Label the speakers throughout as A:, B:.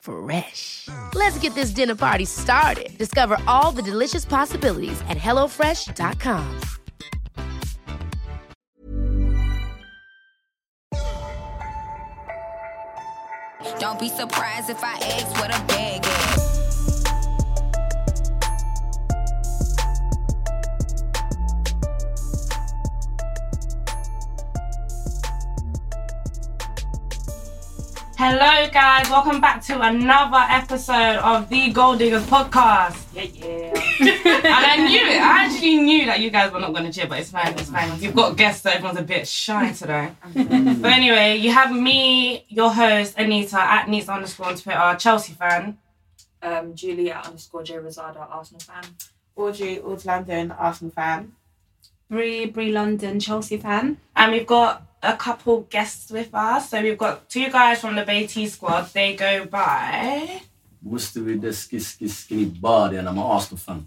A: Fresh. Let's get this dinner party started. Discover all the delicious possibilities at hellofresh.com.
B: Don't be surprised if I ask what a bag is.
C: Hello, guys. Welcome back to another episode of the Gold Diggers podcast. Yeah, yeah. and I knew it. I actually knew that you guys were not going to cheer, but it's fine. It's fine. You've got guests, so everyone's a bit shy today. but anyway, you have me, your host, Anita, at Anita underscore on Twitter, Chelsea fan.
D: um, Julia underscore J Rosada, Arsenal fan.
E: Audrey, Aud London, Arsenal fan.
F: Brie, Brie London, Chelsea fan.
C: And we've got a couple guests with us. So we've got two guys from the Bay T squad. They go by.
G: Måste vi det skis, skis, skinny body and I'm an Arsenal fan.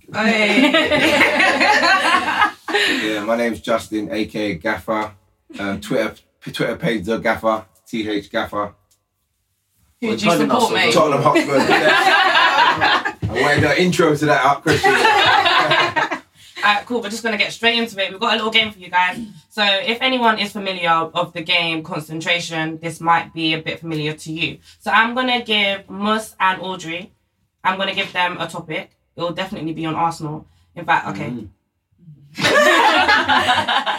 H: Yeah, my name's Justin, aka Gaffer. Uh, Twitter Twitter page the Gaffer, th Gaffer.
C: Who do you
G: Tottenham
C: support,
G: Hotspur.
C: mate?
H: Tottenham Hotspur. I wanted the intro to that out, Christian.
C: Alright, cool. We're just gonna get straight into it. We've got a little game for you guys. So if anyone is familiar of the game concentration, this might be a bit familiar to you. So I'm gonna give Mus and Audrey. I'm gonna give them a topic. It will definitely be on Arsenal. In fact, okay. Cut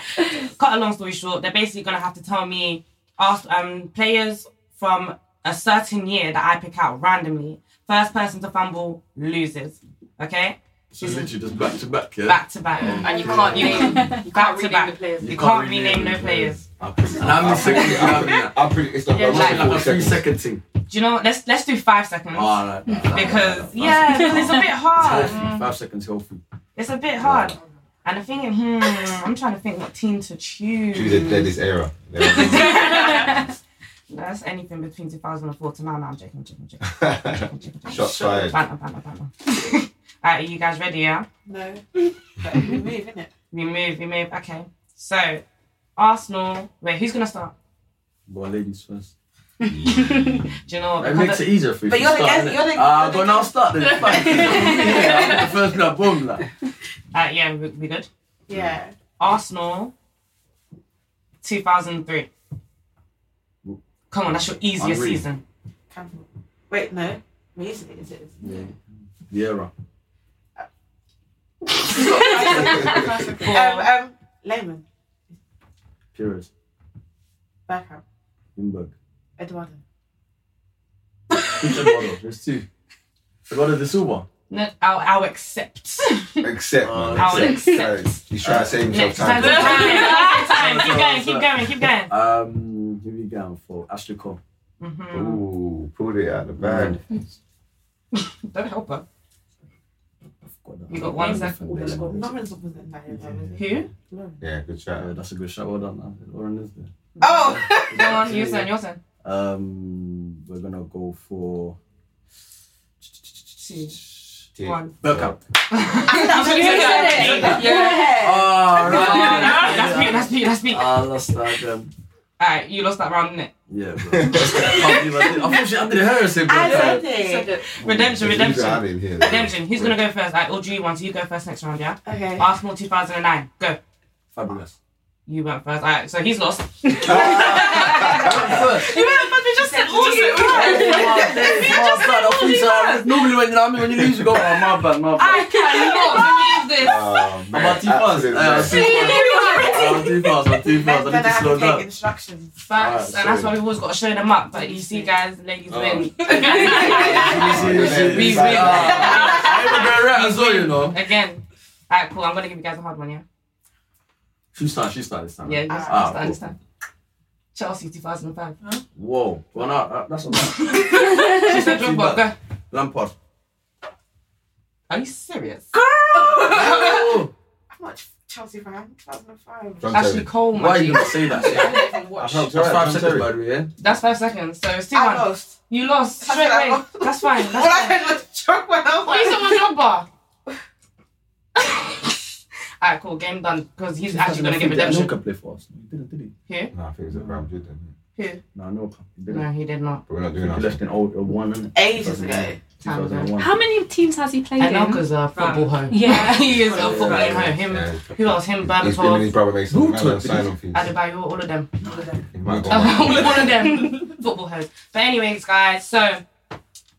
C: a long story short, they're basically gonna have to tell me ask um players from a certain year that I pick out randomly. First person to fumble loses. Okay?
G: So literally just back to back, yeah?
C: Back to back.
D: And you can't name, you can't
C: to
D: rename
C: back.
D: the players.
C: You
G: You
C: can't
G: can't
C: rename
G: rename
C: no
G: the
C: players.
G: And I'm in second. I'm in-
H: I'm pretty. It's not yeah,
G: like,
H: like
G: like a three
H: seconds.
G: second thing.
C: Do you know what? Let's let's do five seconds.
G: All Ah, right.
C: because yeah, because it's a bit hard.
G: Five seconds healthy.
C: It's a bit hard. And I'm thinking, hmm, I'm trying to think what team to choose.
H: the deadest era.
C: That's anything between 2004 to now. No, I'm joking, I'm joking, I'm joking.
H: Shots fired.
C: Banter, banter, banter. Alright, are you guys ready? Yeah,
E: No. but we move, innit?
C: we move, we move. Okay, so Arsenal. Wait, who's gonna start?
G: Boy, ladies first.
C: Do you know? what?
G: It
C: Because
G: makes it easier for you.
E: But
G: to
E: you're the
G: start,
E: guest-
G: innit?
E: you're the-
G: Ah,
E: you're the
G: go now, start then. Fuck. yeah, I'm the first blood, boom. Like.
C: Alright, yeah, we, we good.
E: Yeah.
C: Arsenal, 2003. Come on, that's your easiest
G: Henri.
C: season.
E: Campbell. Wait, no. Recently, is it?
G: Yeah. The era.
C: Four,
E: Um, um, Lehman,
G: Perez.
E: Bergkamp,
G: Lindbergh.
E: Eduardo.
G: Which Eduardo? There's two. Eduardo de Silva.
C: no, I'll, I'll accept.
H: Except.
G: Oh,
H: man.
C: I'll
H: Sorry,
C: accept.
H: He's trying to save himself
C: Next time.
H: time.
C: Next time. Keep going, keep going, keep going.
G: Um, who we going for? Ashley Cole.
H: Ooh, pulled it out of the bag.
C: Don't help her. You got one
G: one
C: second.
G: second.
E: Lawrence wasn't in that year, though, was he?
C: Who?
H: Yeah, good
G: Yeah,
H: shot.
G: that's a good shot. Well done, man. Lauren is there.
E: Oh!
C: Go on, your turn, your turn.
G: Um, we're gonna go for
C: Two,
H: Two.
C: one.
G: Burkamp.
E: Yeah.
G: Oh,
C: That's me, that's me, that's me.
G: I lost that. Um,
C: Alright, you lost that round, innit?
G: yeah, bro. I can't believe I did. Unfortunately, I did Harrison, bro.
E: I said it.
D: Second.
C: Redemption,
H: Leave it out
C: redemption.
H: in here.
C: Redemption. Who's gonna go first? Alright, Audrey, one, so you go first next round, yeah?
E: Okay.
C: Arsenal 2009. Go.
G: Fabulous.
C: You went first. Alright, so he's lost.
G: First.
C: You went first, we just said
G: Oh, my days, my bad. I think so. Normally, when you know what I mean, when you lose, you go, oh, my bad, my
C: I
G: bad.
C: cannot believe this.
H: Oh, man.
G: About two fans.
H: Absolute
G: Uh,
H: mess.
G: two fans. I'm too fast. I'm too fast. I need to slow down.
E: instructions.
C: Facts,
G: Alright,
C: and that's
G: Ah, sorry.
C: why we've always got to show them up. But you see, guys, ladies
G: Oh.
C: win.
G: Ah.
H: We
G: It's
C: win.
G: like, ah, I even got right as well, you know.
C: Again. Alright, cool. I'm gonna give you guys a hard one, yeah?
G: She started. She started this time.
C: Yeah, you guys
G: Ah,
C: understand, understand. Chelsea 2005.
G: Whoa. Well, no, uh, that's not bad.
C: She said,
G: Too
C: "Drop what?
G: bad.
C: Go."
H: Lampard.
C: Are you serious?
G: Oh,
E: How much Chelsea fan? 2005.
H: John
C: Ashley
H: Terry.
C: Cole,
G: Why
C: man.
G: you gonna say that?
E: I
G: Yeah.
E: didn't even watch.
G: That's five seconds, by the way. Yeah?
C: That's five seconds, so it's 2
E: I
C: 1.
E: lost.
C: You lost straight
E: I
C: away.
E: lost.
C: That's fine.
E: All I
C: That's fine.
E: had was choke when I was
C: Why is
E: like,
C: someone your bar? Alright, cool. Game done. Because he's actually gonna get redemption.
G: Anelka play for us. He didn't, did he?
H: No, I think it's a Ram Jordan.
G: No, Anelka. He didn't.
C: No, he did not.
H: But we're not
G: He
H: doing that.
G: left in 01, innit?
E: ages ago.
G: 2001.
F: How many teams has he played
C: And
F: in?
C: Elka's a uh, football hoe.
F: Yeah.
C: he is a football
G: Yeah.
C: hoe. Him, who else? Him,
H: He's been his
C: Berbatov,
H: brother makes some
G: Who
H: man
G: took
H: on sign on fees.
C: Adebayo, all of them.
H: He might go
C: all
H: on.
C: of them football hoes. But anyways, guys, so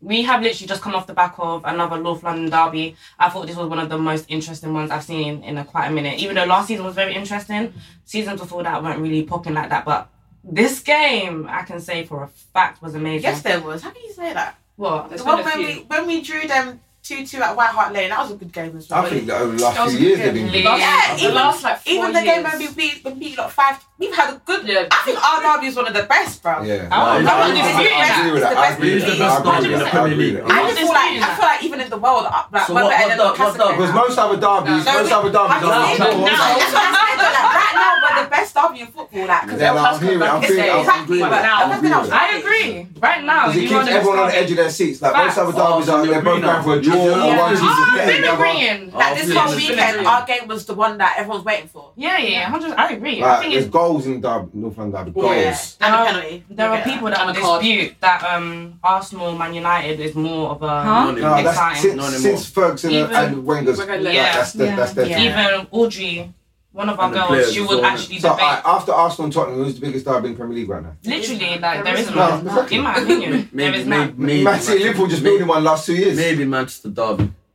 C: we have literally just come off the back of another North London derby. I thought this was one of the most interesting ones I've seen in a, quite a minute. Even though last season was very interesting, seasons before that weren't really popping like that. But this game, I can say for a fact, was amazing.
E: Yes, there was. How can you say that?
C: What?
E: The one when we when we drew them two two at White Hart Lane, that was a good game as well.
H: I think that over the last few
D: Chelsea
H: years
D: can
H: they've been
C: leave.
H: good.
E: yeah,
D: the
E: even,
D: last, like, four
E: even the game
D: years.
E: when we beat when we beat like five, we've had a good.
D: Yeah.
E: I think our derby is one of the best, bro.
H: Yeah.
C: I
G: don't
H: I
C: dispute that.
H: agree with that. I agree with
G: He's the
H: that. I
G: best dog in
H: agree with
G: the
H: that. I
G: Premier
H: agree
G: League.
H: with
E: I
H: that.
C: What's
E: just feel like
C: disputing
E: I feel like even in the world, uh, like
G: So
E: we're
G: what-
E: better
G: what the-
E: than the
G: what the-
E: classic.
H: Because most other derbies,
E: No,
H: most other
E: I
H: derbies
E: just
G: No, no, no.
E: feel- no, that's what I'm saying. though, Like right now, we're the best derby in football. Like, because
H: Yeah, no, I'm hearing, I'm
E: Exactly,
H: hearing, I'm agreeing with that. I'm agreeing with that.
C: I agree. Right now,
H: Because it
C: you are
H: keeps
C: the
H: everyone on the
C: best
H: edge of their seats. Like most
C: Facts.
H: other derbies
G: Oh,
H: are,
G: so
H: they're
G: you're
H: both
G: agreeing
H: going for a
G: now.
H: draw or
G: Yeah.
H: one season.
C: Oh, I've
H: better than
C: been
H: the other.
C: agreeing.
E: Like this
G: Oh,
E: whole
G: please.
E: weekend, our game was the one that everyone's waiting for.
C: Yeah, yeah, hundred. I agree. I
H: Like,
C: think
H: there's
C: it's
H: goals in Derby, Northland Derby.
E: Yeah.
H: Goals.
E: And
C: Now,
E: a penalty.
C: there
E: Yeah.
C: are people that
D: And a
C: will
D: card.
C: dispute that um Arsenal, Man United is more of a
F: Huh?
H: No, that's
C: Exciting.
G: Not
H: since,
G: anymore.
H: since Ferguson and-
C: Even-
H: and Wenger's.
D: Wenger
H: like,
D: left.
H: that's the,
F: Yeah.
H: that's their
E: Yeah.
H: team.
C: even Audrey, one of our
G: And the
C: girls,
G: players
C: she
G: as
C: would
G: well,
C: actually
H: So
C: debate.
H: I, after Arsenal and Tottenham, who's the biggest derby in Premier League right now?
C: Literally, like there isn't
H: No,
C: one.
H: exactly.
C: In my opinion, there
G: Maybe,
C: is
G: maybe,
C: none.
G: maybe,
H: Man City and Liverpool just building one last two years.
G: maybe Manchester Derby.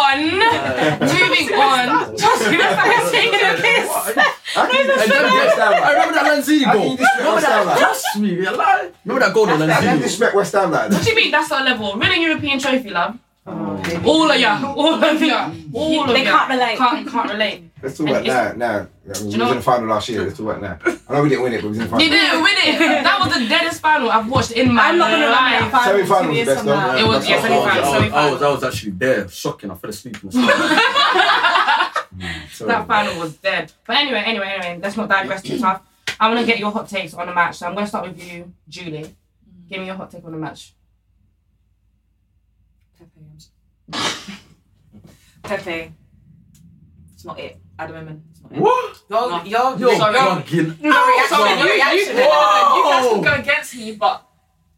C: on. Moving on. Chelsea West Ham has taken a piss.
H: I can
G: And then West Ham. I remember that Lanzini
H: I
G: goal.
H: think this
G: Remember
H: West
G: that?
H: Ham like-
G: Trust me, you're lying. Remember that goal, the
H: I can
G: Lanzini.
H: disrespect West Ham like
C: What
H: that.
C: do you mean that's our level? Winning European trophy, love. All of ya, all of ya, all of
F: They
C: ya.
F: can't relate.
C: Can't, can't relate.
H: Let's talk about
C: It's-
H: that now. Like, We was
C: know
H: in the
C: what-
H: final last year. Let's talk about that. I know we didn't win it, but we was in the
C: You
H: final.
C: didn't win it. That was the deadest final I've watched in my
F: I'm not gonna lie.
C: life.
F: that final
H: Semi-final
F: two
H: was
F: years
H: best,
F: from
H: though.
F: now.
C: It was
G: That's
C: yeah,
G: how I was.
C: semi-final,
G: I was- I was,
C: semi-final.
G: I was actually there, shocking. I fell asleep in the stadium.
C: That final was dead. But anyway, anyway, anyway, let's not digress too far. I want to get your hot takes on the match. So I'm going to start with you, Julie. Give me your hot take on the match.
D: Pepe. It's not it. Adam Emin. It's not it.
G: What?
E: Your,
D: No.
E: your,
G: You're
D: Sorry.
G: bugging.
D: So
G: Sorry,
D: you, you, you,
E: reaction.
D: guys
G: Whoa.
D: can go against me, but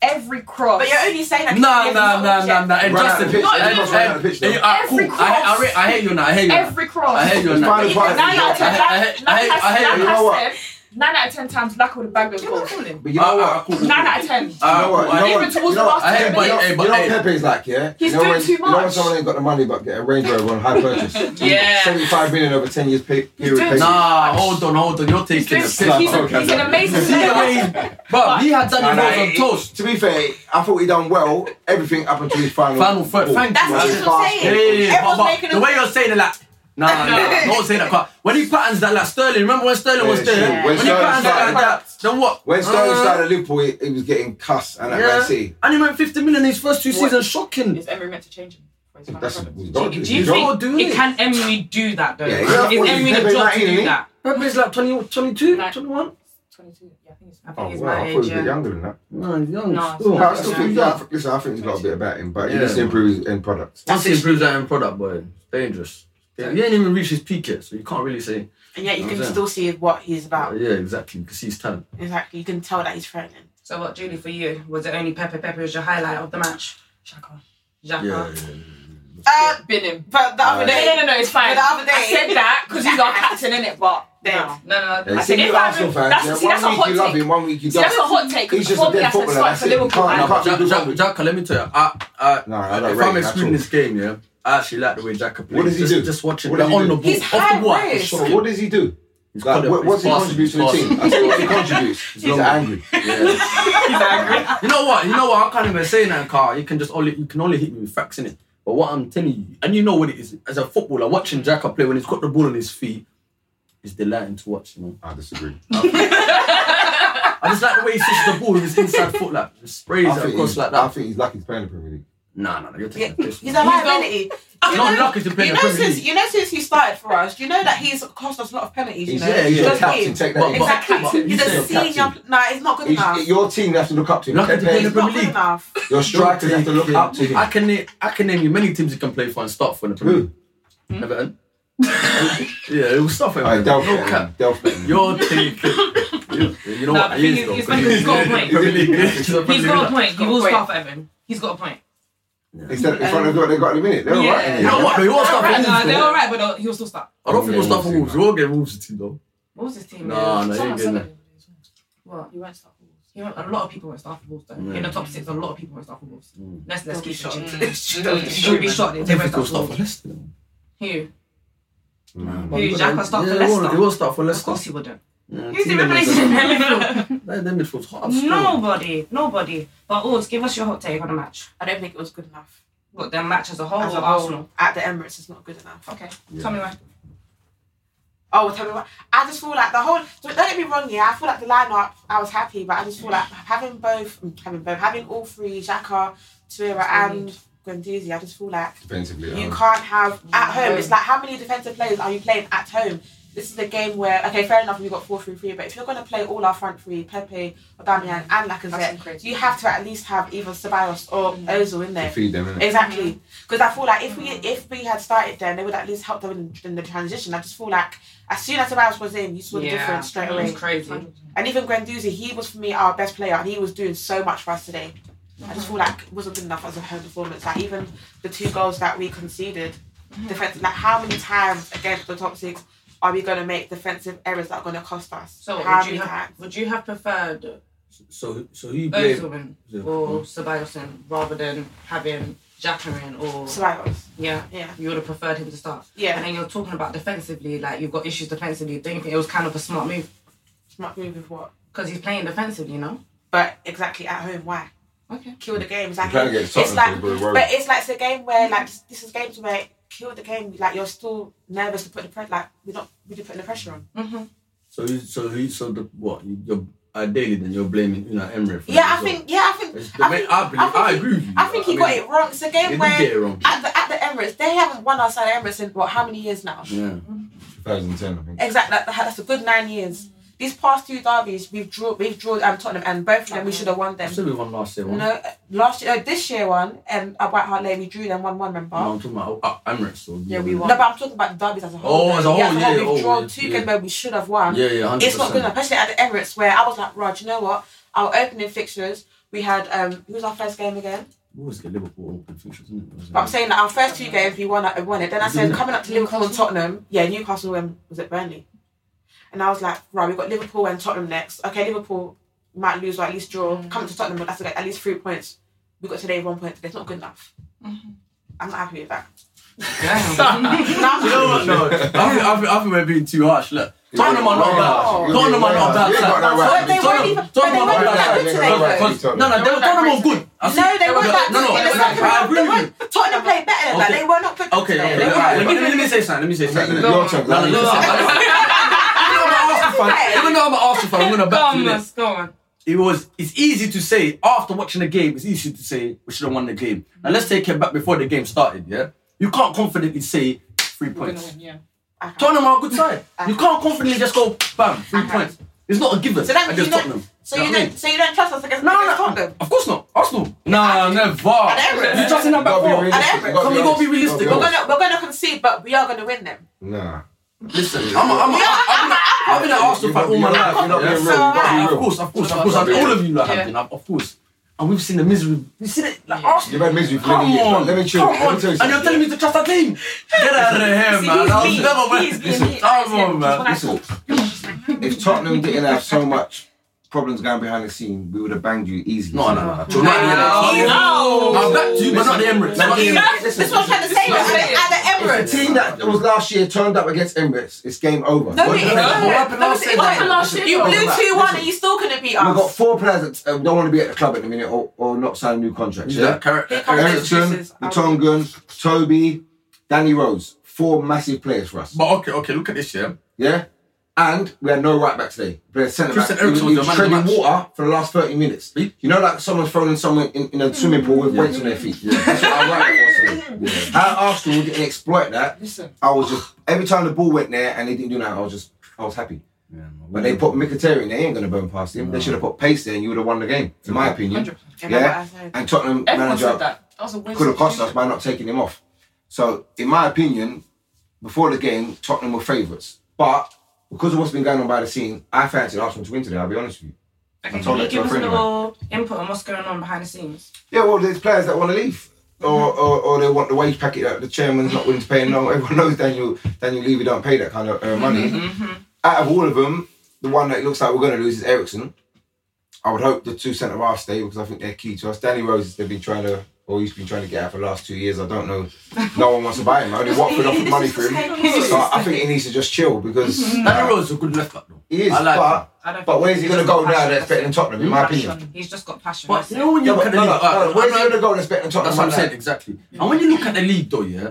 D: every cross.
E: But you're only saying that.
G: Nah, nah, nah, nah, nah. And
H: Run out
G: just
H: the
G: the
H: pitch,
G: pitch.
H: no,
G: and-
H: you just run out
G: and-
H: the pitch,
G: and-
H: though.
G: alright, cool.
D: Every
G: I, I, re- I hate you now. I hate you. now.
D: every cross.
G: I hate you
H: It's
G: now.
H: final part.
D: Nine out of ten.
G: I- I- I-
D: Like like
G: I- I-
D: I
G: you
D: said, like
H: know
D: I
H: what?
D: said, nine out of ten times Laka would have bagged those goals.
H: But you know
G: Alright,
H: what?
G: Ah, cool, cool,
D: Nine
G: cool.
D: out of ten.
H: You know
G: Alright,
H: what?
G: cool,
H: You know
G: alright.
D: Even
H: what? You
D: towards
H: know
D: the
H: what?
D: last
G: Hey,
D: ten
G: but-
D: minutes.
G: hey,
H: You know what
G: hey.
H: Pepe's like, yeah?
D: He's
H: you know
D: doing
H: when,
D: too
H: You know when
D: much.
H: someone ain't got the money but get a Range Rover on high purchase?
C: Yeah.
H: 75 million over 10 years pay, period
D: doing
H: payment.
G: Nah, hold on, hold on. You're taking a
D: He's,
G: piss.
D: he's, he's,
G: bro.
H: okay,
D: an amazing
G: See the way
D: player.
G: he- Bro, he had Danny
H: And
G: Rose
H: I-
G: on toast.
H: To be fair, I thought he done well, everything up until his final.
G: Final third.
H: ball.
G: Thank
E: That's
G: you.
E: what
G: man.
E: he's saying.
G: Yeah, yeah, yeah.
E: Everyone's
G: But- but
E: making
G: the
E: a-
G: way you're saying it, like, nah, nah, don't say that. 'cause When he patterns that, like Sterling, remember when Sterling
H: Yeah,
G: was there?
H: sure. When
G: When, he
H: Sterling
G: patterns that
H: started-
G: like that, then what?
H: When Sterling
G: Uh,
H: started at Liverpool, he, he was getting cuss and at Man City.
G: And he went 50 million in his first two seasons. Shocking.
D: Is Emery meant to change him? for his final
H: That's
D: preference?
H: we've got
C: Do
H: to
C: you
H: do it.
C: think
G: do
C: it
G: it.
C: can Emery do that though?
H: Yeah,
C: Is
H: exactly.
C: Emery the
H: Pepe's
C: job to do
H: 19,
C: that?
G: Pepe's like 20, 22,
D: Like-
G: 21.
D: 22. Yeah, I think it's.
C: I think
H: Oh,
C: he's
H: wow,
C: my
H: I thought
C: age.
H: he was a bit
C: Yeah.
H: younger than that.
G: No, he's young.
D: No, it's
G: still.
H: No, I still
D: Yeah.
H: think, yeah, I think- listen, I think he's got a bit about him, but he
G: Yeah.
H: needs to improve his end product.
G: Once he improves that end product, boy, it's dangerous. Yeah, he ain't even reached his peak yet, so you can't really say.
E: And yet you
G: Oh,
E: can
G: yeah.
E: still see what he's
G: uh,
E: about.
G: yeah, exactly. You can see his talent.
E: Exactly. You can tell that he's threatening.
C: So what, Julie, for you, was it only Pepe Pepe was your highlight of the match?
D: Shaka.
C: Xhaka.
G: Yeah, yeah, yeah.
E: Uh,
D: Bin him.
E: but the other
G: Uh,
D: No,
E: day,
D: no, no, no, it's fine.
E: But the other day-
D: I said that because he's our captain, innit? But no.
C: No, no, no.
H: Yeah,
D: I
H: see,
D: said,
H: you
D: if I
H: Arsenal
D: would-
H: fans,
D: that's-
H: yeah,
D: see,
H: one
D: that's a
H: week
D: hot
H: you love
D: take.
H: him, one week you
D: See,
H: don't.
D: that's a hot take.
H: He's just a
D: Before
H: dead
D: Diaz had
H: footballer.
D: started
H: That's
D: for
H: it. You
D: Liverpool,
H: can't-
D: I-
H: you can't
G: Jack,
H: do
G: Jack,
H: nothing.
G: Jack, let me tell you. I, I,
H: No, I don't
G: if
H: rate
G: I'm
H: him at
G: excluding
H: all.
G: this game, yeah, I actually like the way Jack plays.
H: What does he
G: just,
H: do?
G: Just watching.
H: What
G: They're
H: does he
G: on
H: do?
G: the ball,
D: He's
G: off
D: high
G: the ball. I
D: risk.
G: shock
H: So
G: him.
H: what does he do?
G: He's
H: Like,
G: got it.
H: what, what's he
G: He's
H: contribute to the
G: passing,
H: team? I tell you what he contributes. He's, angry.
G: Yeah.
D: angry.
G: you know what? You know what? I can't even say that, Carl. You can just only you can only hit me with facts in it. But what I'm telling you, and you know what it is, as a footballer, watching Jacka play when he's got the ball on his feet, is delighting to watch. You know,
H: I disagree.
G: I just like the way he sits the ball with his inside foot, like just sprays
H: I
G: it
H: think,
G: across
H: he's,
G: like
H: I
G: that.
H: think he's lucky he's playing the Premier League.
G: Nah, nah, nah, you're taking the piss.
E: he's a
G: man.
E: liability.
G: He's not lucky to play
E: You
G: in the
E: know,
G: Premier
E: since
G: League.
E: you know since he started for us, you know that he's cost us a lot of penalties. You
H: He's,
E: know,
H: yeah, he's
G: yeah.
H: your
E: Does he?
H: captain. Take that.
G: But- but-
E: Exactly.
G: but-
E: he's
H: he's
E: a
H: your
E: senior.
H: captain.
E: No, he's not good enough.
H: He's, your team, you have to look up to him.
G: Lucky to
H: Pepe,
G: play in the
E: he's not
G: Premier
E: good
G: League.
E: enough.
H: Your strikers have to look up to
G: I
H: him.
G: can name, I can name you many teams you can play for and start for in the Premier
H: Who?
G: League. Everton. yeah, it will start for
H: Alright,
G: Everton. no cap.
H: Delphin. Delphin.
G: You're taking. you, you know
C: No,
G: what?
C: but
G: He
C: thing
G: is
C: is,
G: though,
C: he's
G: Premier
C: got- he's
G: League.
C: got a point.
G: Premier League.
C: He's got a point. He
D: got a
C: will
D: point.
C: start for Everton. He's got a point.
H: Instead, in front of what they got at the minute. They're all right.
G: You know what? though? He won't start for
C: Alright,
G: Wolves.
C: nah, they're
G: though.
C: alright, but they'll- he'll still start.
G: I don't think we'll start for
H: Yeah,
G: Wolves. We won't get Wolves team though.
C: What was his team?
G: Nah, nah, he
C: Someone
G: ain't
C: said
G: getting
C: it. What? You won't start for Wolves. You won't- A lot of people won't start for Wolves though. In the top six, a lot of people won't start for Wolves. Let's let's keep shot. Should be shot if they won't start for
G: Difficult start for
C: Wolves.
G: Leicester.
C: Who?
H: Mm.
C: Who? Xhaka start for
G: Yeah, he won't- He
C: Leicester?
G: won't start for
C: Of course he
G: Leicester.
C: wouldn't.
G: Yeah,
C: Who's he
G: team members
C: replacing in
G: are-
C: midfield?
G: Their their midfield's hard.
C: Nobody, nobody. But Urs, give us your hot take on the match.
E: I don't think it was good enough.
C: What the match as a whole
E: As
C: or
E: a
C: Arsenal?
E: whole, at the Emirates, it's not good enough.
C: Okay, tell me why.
E: Oh, tell me what. I just feel like the whole. Don't get me wrong, yeah. I feel like the lineup. I was happy, but I just feel like having both, mm, having both, having all three, Xhaka, Tuira, and Guendouzi. I just feel like
H: Defensively.
E: you
H: um,
E: can't have at home. It's like how many defensive players are you playing at home? This is a game where okay, fair enough, we've got four three three, but if you're going to play all our front three, Pepe, Aubameyang, and
D: That's
E: Lacazette,
D: crazy.
E: you have to at least have either Ceballos or Ozil in there.
H: to feed them, innit?
E: Exactly, because I feel like if we if we had started then, they would at least help them in, in the transition. I just feel like as soon as Tobias was in, you saw the difference straight away.
C: It's crazy.
E: And even Guendouzi, he was for me our best player, and he was doing so much for us today. I just feel like it wasn't good enough as a home performance. Like even the two goals that we conceded,
C: Mm-hmm.
E: defensive. Like how many times against the top six are we going to make defensive errors that are going to cost us?
C: So
E: how
C: would you have would you have preferred
G: So, so who
C: Oh,
G: you blame?
C: Ozil in
G: Yeah.
C: or Ceballos in rather than having Xhaka in or
E: Ceballos.
C: yeah
E: Yeah.
C: you would have preferred him to start
E: Yeah.
C: and then you're talking about defensively like you've got issues defensively don't you think it was kind of a smart move
E: Smart move with what?
C: because he's playing defensively you know
E: But exactly at home, why?
C: okay
E: kill the game. It's like,
H: trying to get
E: it's
H: something
E: like
H: for the world.
E: but it's like it's a game where like this, this is games where kill the game. Like you're still nervous to put the pressure. Like we're not really putting the pressure on.
G: So, you, so, you, so the what? You, you're ideally then you're blaming Unai Emery. For
E: Yeah,
G: that
E: I
G: result.
E: think. Yeah, I think.
G: It's the
E: I,
G: way-
E: think
G: I believe- I
E: think he-
G: agree with you.
E: I think he
G: I
E: got
G: mean,
E: it wrong. It's a game
G: they did
E: where
G: get it wrong.
E: at the at the Emirates they haven't won outside the Emirates in what how many years now?
G: Yeah.
H: 2010, I think.
E: Exactly. That, that's a good nine years. These past two derbies we've drawn we've drawn um, Tottenham and both of them we should have won
G: I
E: them.
G: said we won last year.
E: No,
G: One.
E: uh, last year, uh, this year one and at White Hart Lane we drew them one one. Remember?
G: No, I'm talking about uh, Emirates. So
D: Yeah, we won.
E: No, but I'm talking about the derbies as a
G: Oh,
E: whole.
G: as a
E: though.
G: whole,
E: yeah.
G: yeah,
E: We've
G: oh,
E: drawn
G: yeah,
E: two
G: yeah.
E: games where we should have won.
G: Yeah, yeah, 100%.
E: It's not good enough, especially at the Emirates, where I was like, Rod, you know what? Our opening fixtures, we had, um, who was our first game again?
G: We always get Liverpool open fixtures, isn't it?
E: But I'm saying that our first two games, we won, we won it. Then I said, coming up to Liverpool and Tottenham, yeah, Newcastle and was it Burnley? And I was like, right, we've got Liverpool and Tottenham next. Okay, Liverpool might lose or at least draw.
G: Mm.
E: Come to Tottenham, but that's like at least three points. We got today one point. It's not good enough. I'm not happy with that.
C: Damn.
G: You know what? Mm-hmm. No, I think, I think, I think we're being too harsh. Look, Tottenham are not
H: Way
G: bad.
H: harsh.
G: Tottenham are not
H: You ain't got no right
G: bad.
H: to be-
G: Tottenham- Tottenham are
E: But they weren't
G: not
E: that good today,
G: bad.
E: though.
G: Because- No, no, they were- Tottenham were good. I see-
E: No, they weren't that
G: No, no,
E: good in the second
G: I
E: round.
G: agree with
E: They
G: you.
E: weren't- Tottenham played better than that.
G: Okay.
E: They were not good
G: Okay, okay.
E: today. They
G: all
E: were
G: right,
E: not
G: Let me let me say something. Let me say something.
H: Your turn,
G: No, no,
H: your turn.
G: Even though I'm an Arsenal fan, I'm gonna
C: go
G: back
C: on,
G: you
C: Mus,
G: this.
C: go on.
G: It was. It's easy to say after watching the game. It's easy to say we should have won the game. Now let's take it back before the game started. Yeah, you can't confidently say three points. Tottenham are a good side. You can't confidently just go bam three points. It's not a given
E: So that means
G: against
E: you don't.
G: Tottenham.
E: So
G: You know
E: you
G: what I
E: don't. So you don't trust us against,
G: mean?
E: against
G: no, no,
E: Tottenham.
G: Of course not. Arsenal. Nah, never.
E: Emirates.
G: You're just in that
H: You
G: back
H: gotta be
G: four. you
H: realistic.
E: Come,
G: gotta be
H: honest.
G: realistic.
H: You
E: We're
H: gotta be
E: gonna we're gonna concede lead, but we are going to win them.
H: Nah.
G: Listen, I'm a, I'm a, I'm a, I've been an Arsenal fan all my life. You know,
H: You're being
G: yeah?
H: real, you're being
G: Of
H: real.
G: course, of course, of course. I've- All of you like have been, of of course. And we've seen the misery. We've seen it. Like Arsenal.
H: You've had misery for many
G: Come
H: years.
G: on,
H: Let me chill.
G: Come
H: Let me
G: on.
H: tell you
G: and you're
H: something.
G: telling me to trust our team? Get out of here, man.
D: he's
G: I'll
D: being-
G: never win.
D: he's being
G: Listen,
D: mean.
G: Come on, man.
H: Listen, if Tottenham didn't have so much problems going behind the scene, we would have banged you easily.
G: No, no, no. You're not in the Emirates.
C: No.
G: I'm back to you, but not the Emirates. Not the Emirates.
H: Listen,
E: That's what I'm trying to say.
H: listen.
E: At the
H: If the
E: Emirates.
H: team that was last year turned up against Emirates, it's game over.
E: No,
H: What
E: it
H: the
E: isn't.
H: hell?
G: What happened
E: No,
G: last
E: it
G: season?
E: wasn't.
G: Last year.
E: You blew
G: Listen.
E: 2 1 and you still couldn't beat
H: We've got
E: us.
H: four players that uh, don't want to be at the club at the minute or, or not sign new contracts.
G: Yeah,
H: Yeah.
G: correct.
E: Here comes
G: correct.
H: Ericsson,
E: excuses.
H: Tongan, Toby, Danny Rose. Four massive players for us.
G: But okay, okay, look at this, yeah.
H: Yeah? And we had no right back today. We had centre back.
G: Christian Eriksen
H: He
G: was
H: was
G: the man of the
H: treading
G: match.
H: water for the last 30 minutes.
G: He-
H: You know, like someone's throwing someone in, in a swimming pool with weights on their feet. That's what our right back was today. Our Arsenal didn't exploit that. I was just, every time the ball went there and they didn't do that, I was just, I was happy. But
G: Mm.
H: they put Mkhitaryan, they ain't going to burn past him. They should have put Pace there and you would have won the game, in my opinion. Yeah? And Tottenham manager could have cost us by not taking him off. So, in my opinion, before the game, Tottenham were favourites. But because of what's been going on by the scene, I fancied Arsenal to win today, I'll be honest with you.
C: Okay,
H: told
C: can you
H: that to
C: give
H: a
C: us a
H: friend of mine.
C: little input on what's going on behind the scenes?
H: Yeah, well, there's players that want to leave. Or, or, or they want the wage packet that the chairman's not willing to pay. No, everyone knows Daniel Daniel Levy don't pay that kind of uh, money. Out of all of them, the one that looks like we're going to lose is Ericsson. I would hope the two centre halves stay because I think they're key to us. Danny Rose, they've been trying to, or he's been trying to get out for the last two years. I don't know. No one wants to buy him. Only Watford offered money for him. So I think he needs to just chill because
G: Danny Rose is a good left back, though.
H: he is.
G: I like him.
C: I don't
H: but but
C: think
H: where's he
C: he's
H: going to
C: got
H: go now
C: passion,
H: that's better than Tottenham, in my
C: Passion.
H: opinion?
C: He's just got passion.
G: But
C: that's
G: you
C: it.
G: know when you
H: Yeah,
G: look
H: but
G: at
H: no,
G: the
H: no,
G: league,
H: no,
G: uh,
H: no, where's he
G: when
H: going
G: I-
H: to go that's better than Tottenham?
G: That's what I'm
H: like
G: saying,
H: that?
G: exactly. And when you look at the league, though, yeah,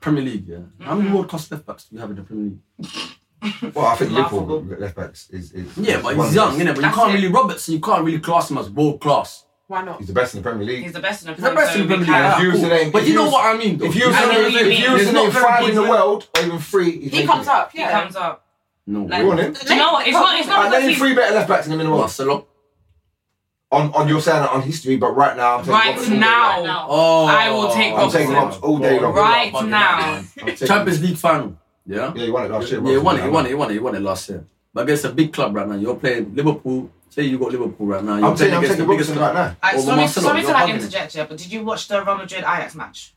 G: Premier League, yeah, how
C: Mm-hmm.
G: many world class left backs do you have in the Premier League?
H: Well, I think
C: Laughable.
H: Liverpool left backs is, is
G: Yeah,
H: is
G: but
H: one
G: he's
H: of
G: young,
H: the best.
G: innit? But you
C: That's
G: can't
C: it.
G: really Robertson, you can't really class him as world class.
E: Why not?
H: He's the best in the Premier League.
C: He's the best in the
G: He's the
C: Premier
G: best in the
C: League,
G: Premier
C: so we can't-
H: League. Yeah,
G: League.
H: use the name-
G: But
H: if
G: you know
H: use-
G: what I mean, though.
H: If you
G: I know what you mean.
H: if you
G: There's
H: was
G: not
H: in
G: very
H: five
G: good
H: in the
G: left-
H: world or even three, he's
E: He
H: making
E: comes
H: it.
E: up,
C: He
E: yeah.
C: comes up.
G: No,
C: Like-
H: You want him?
C: Do you know what? It's not. It's not
H: I
C: because
H: name
C: he's
H: three better left backs in the middle of us.
G: Barcelona.
H: On on your saying that on history, but right now I'm taking
C: right
H: Robertson all day long.
C: now.
G: Oh,
C: I will take
H: I'm taking
C: Robertson.
H: Robs all day long.
C: Right
G: Fucking
C: now.
G: hell,
H: I'm
G: man.
H: taking-
G: Champions League final. Yeah.
H: Yeah, he won it last year.
G: Yeah, he
H: Robertson,
G: won it,
H: right
G: he
H: now.
G: won it, he won it, he won it last year. But against a big club right now, you're playing Liverpool. Say you got Liverpool right now. You're
H: I'm
G: playing
H: taking I'm
G: against
H: taking
G: the biggest
H: Robertson right
G: club.
H: now.
C: Uh,
G: Over
C: sorry,
G: Marcelo,
C: sorry to
G: you're
C: like
G: bugging.
C: interject here, but did you watch the Real Madrid Ajax match?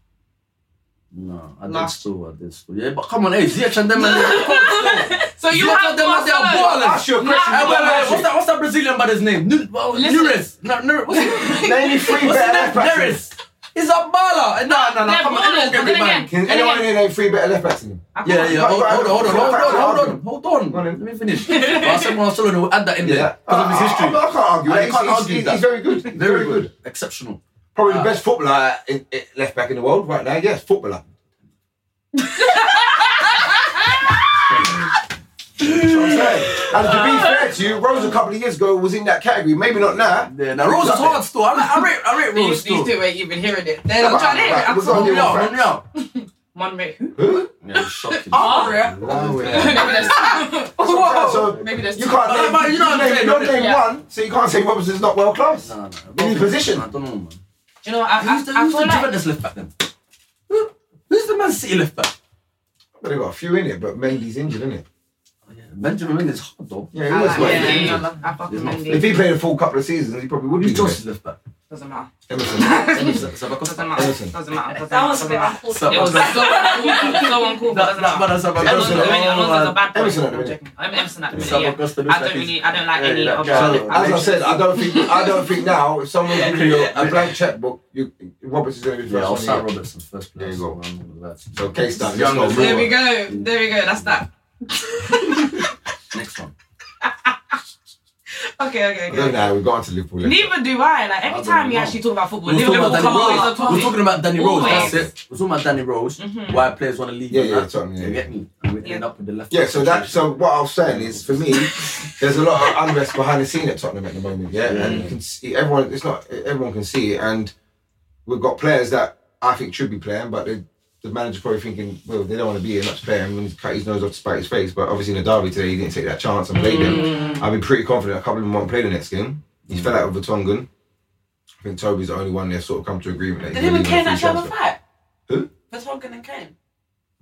G: No, I did
C: Last-
G: still, I did still. Yeah, but come on, hey, Ziyech and them and them.
C: So you
G: Ziyech
C: have
G: and them and them
C: Barcelona.
G: ballers.
H: Ask you a question.
G: Hey, wait, wait, uh, what's that? What's that Brazilian brother's name? Nu- well,
C: Listen.
G: Nunes. No, Nunes. What's his name?
H: Name me three
G: What's
H: better
G: his
H: left
G: name?
H: backs. in
G: Nunes. He's a baller.
C: Ah,
G: No, no, no.
C: They're
G: Come on,
C: ballers,
G: anyone can
C: but then
G: be
C: again-
G: man.
H: Can
C: Then
H: anyone
C: again-
H: in here name three better left backs in him?
G: Yeah, yeah. Hold, hold, hold on, hold on, hold on, hold on.
H: Go on
G: Let
H: in.
G: me finish. Barcelona, Barcelona will add that in there
H: Yeah,
G: because of his history.
H: I, I, I can't argue.
G: I
H: that.
G: can't
H: He's- he's,
G: argue
H: he's,
G: that.
H: he's very good. He's very good.
G: Exceptional.
H: Probably
G: Uh,
H: the best footballer in, in- left back in the world right now. Yes, footballer. You know what I'm saying? and to be fair to you, Rose a couple of years ago was in that category. Maybe not now.
G: Yeah, now Rose is hard still. I, I rate, I rate Rose
C: These,
G: still.
C: these two ain't even hearing it. They're not trying to hear it.
H: Right,
C: I'm
H: we're going
C: sorry.
G: Run me
H: Only
G: out,
H: one
G: run me out.
C: One rate. Who?
G: Yeah, shocking.
H: Wow,
G: Oh,
C: Whoa.
H: Oh, So
D: Maybe there's
H: you can't
G: No,
H: name,
G: but you
H: you
G: know what I'm
H: name,
G: saying,
H: you don't
G: don't
H: name
D: you?
H: one, so you can't say Robertson's not world class.
G: Nah, nah,
H: In his position.
G: I don't know, man.
C: Do you know what? I, I,
G: Who's the,
C: I
G: who's the
C: feel like
G: Juventus left back then? Who, who's the Man City left back?
H: But they've got a few in it, but Mendy's injured, isn't it?
G: Yeah, Benjamin Mendy is hard though.
H: Ah, Yeah, he was
C: I,
H: worth
C: yeah,
H: it.
C: yeah, yeah, I fucking mind it.
H: If he played a full couple of seasons, he probably would be
G: Who's
H: the
G: Johnson
H: best.
G: left back?
C: Doesn't matter.
H: Emerson.
G: Emerson, Zabacosta.
C: Doesn't matter.
H: Listen.
C: Doesn't matter. Doesn't
D: That was a
C: matter.
D: bit
C: Doesn't matter.
D: unfortunate.
C: It was so uncool. So uncool. but Doesn't
G: That- that
C: matter.
G: brother Zabacosta.
C: Emerson
H: Emerson,
C: Emerson's a bad boy.
H: Emerson at the
C: I'm
H: minute.
C: joking. I'm Emerson at the minute.
G: Sub
C: Yeah.
G: Augusta looks
C: I
G: like
C: don't
G: he's-
C: really. I don't like
G: Yeah,
C: any
G: yeah,
C: of
G: yeah.
C: that.
H: So, as I said, I don't think I don't think now if someone gives you a blank checkbook, you Roberts is going to be the
G: Yeah, I'll
H: first
G: start
H: one. you get.
G: Robertson first.
H: There you
G: place.
H: go.
G: I'm all about that.
H: So case done.
G: Young
H: Let's
G: as
H: go.
G: well.
C: There we go. There we go. That's that.
G: Next one.
C: Okay. Okay.
H: I
C: Okay.
H: don't know. We've got to Liverpool.
C: Neither do I. Like
G: I
C: every
G: don't
C: time we
G: know.
C: actually talk about football,
G: We're talking
C: Liverpool
G: about Danny
C: come up
G: Rose.
C: with a topic.
G: We're talking about Danny Rose. That's
C: Always.
G: it. We're talking about Danny Rose. Why players want to leave?
H: Yeah,
G: and
H: yeah,
G: that.
H: Tottenham, yeah.
G: You get me? And we end
C: Yeah.
G: up with the left.
H: Yeah, so that so what I was saying is for me, there's a lot of unrest behind the scene at Tottenham at the moment. Yeah, and you can see everyone. It's not everyone can see it, and we've got players that I think should be playing, but the the manager's probably thinking, well, they don't want to be here, not to play him, and he's cut his nose off to spite his face. But obviously in the derby today, he didn't take that chance and played them. I'd be pretty confident a couple of them won't play the next game. He fell out with Vertonghen. I think Toby's the only one they've sort of come to agreement. that he's
E: Did him and
H: leaving on
E: Kane
H: free
E: actually have a
H: transfer.
E: fight?
H: Who?
E: Vertonghen and Kane.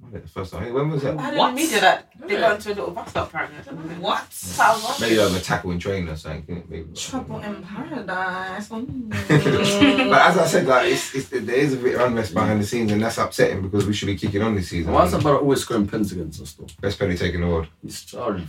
H: Monday, the first time. When was
E: I
H: that?
E: had
C: What?
E: in the media that they got into a little bust up apparently. I don't know.
C: What?
E: So I was watching.
H: Maybe over tackle and train or something. couldn't it? Maybe.
C: Trouble in paradise. Oh, Mm.
H: But as I said, like it's, it's, there is a bit of unrest behind the scenes, and that's upsetting because we should be kicking on this season.
G: Why is that brother always scoring pens against us, though?
H: Best penalty taking the world.
G: He's charging.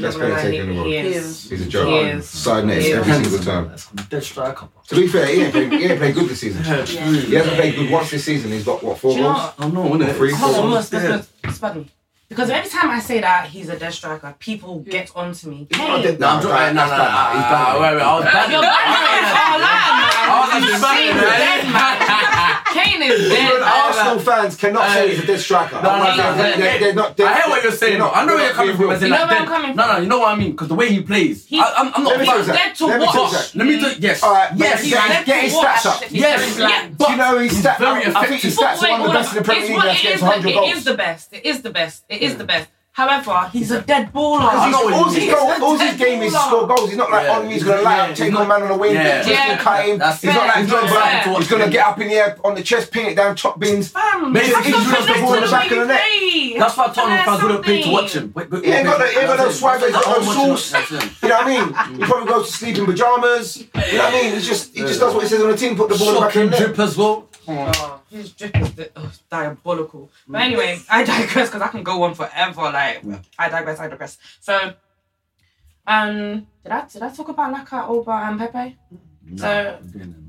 H: Best penalty taking the world.
C: Yes.
H: He's a
C: He
H: joke.
C: is.
H: Side net
C: He is.
H: every single time.
G: That's a dead striker.
H: To be fair, he ain't played, he ain't played good this season. He hasn't played good once this season. He's got what four
C: Do you know
H: goals?
C: what?
G: I'm not winning it.
H: Three,
C: Hold on,
H: four.
C: let's, let's, let's, pardon me. Because every time I say that he's a dead striker, people get onto me.
H: He's not dead.
C: Hey,
G: No, I'm
H: Nah,
G: trying. No, no, no.
H: nah, nah, he's bad,
G: Ah,
H: man.
G: Wait, wait. I was bad.
C: you're bad, man.
H: Oh,
G: I was actually
C: Kane's
H: eh?
C: dead, man. Kane is dead.
H: Even Arsenal fans cannot say he's a dead striker.
G: No, no, no, no,
H: They're- they're- they're not- they're-
G: I hear what you're saying.
H: they're
G: No,
H: not-
G: I know where you're
H: they're not
G: coming from.
H: being
G: as in,
H: real.
C: You know
G: like,
C: where I'm
G: dead-
C: coming
G: No, no, you know what I mean. Because the way he plays,
C: He's-
G: I, I'm, I'm not.
H: Let
G: fine.
H: me tell you something.
C: dead to
H: Let me tell you
C: watch.
H: something.
G: Let me do. Yes.
H: All right,
G: yes.
H: yes, yes, get his stats up.
G: Yes.
C: Yeah.
G: But
H: Do you know his
G: he's
H: stats?
G: Very
H: I think
G: effective.
H: his stats are one of
C: hold
H: the best
C: on.
H: in the Premier
C: It's
H: League.
C: what- it
H: That's getting
C: is
H: to
C: the-
H: 100
C: It is
H: goals.
C: the best. It is the best. It is the best. However, he's a dead
G: I
H: Because
G: know
H: he's-
G: what
C: baller.
G: he
H: All his
G: is.
H: goal- all his game is score goals. He's not like
G: Yeah.
H: Henry's going to lie
G: Yeah.
H: up, take on man on the wing,
G: Yeah.
H: just
C: Yeah.
H: to cut him.
G: That's
H: He's
G: it.
H: not like
G: He's not
H: Drogba.
G: fair.
H: He's going to get up in the air on the chest, pin it down, top bins.
C: Fam,
E: Um,
G: Maybe
C: that's
G: he
C: not
G: just
C: connected
G: the ball in the
C: to
G: back
C: way
G: of the net.
C: he plays.
G: That's why Tottenham fans wouldn't pay to
C: something.
G: watch him. Wait, wait,
H: He ain't
G: wait,
H: got no, he ain't got no
G: that's it.
H: swagger, he's got
G: That's
H: no
G: what I'm
H: sauce.
G: watching, that's it.
H: You know what I mean? He probably goes to sleep in pajamas. You know what I mean? He's just he just does what he says on the team, put the ball in the back
G: Shocking
H: in the
G: drip
H: net.
G: as well.
C: Oh, his drip is di- oh, diabolical. But anyway, I digress because I can go on forever. Like I digress, I digress. So, um, did I did I talk about Laka, Oba, and Pepe? So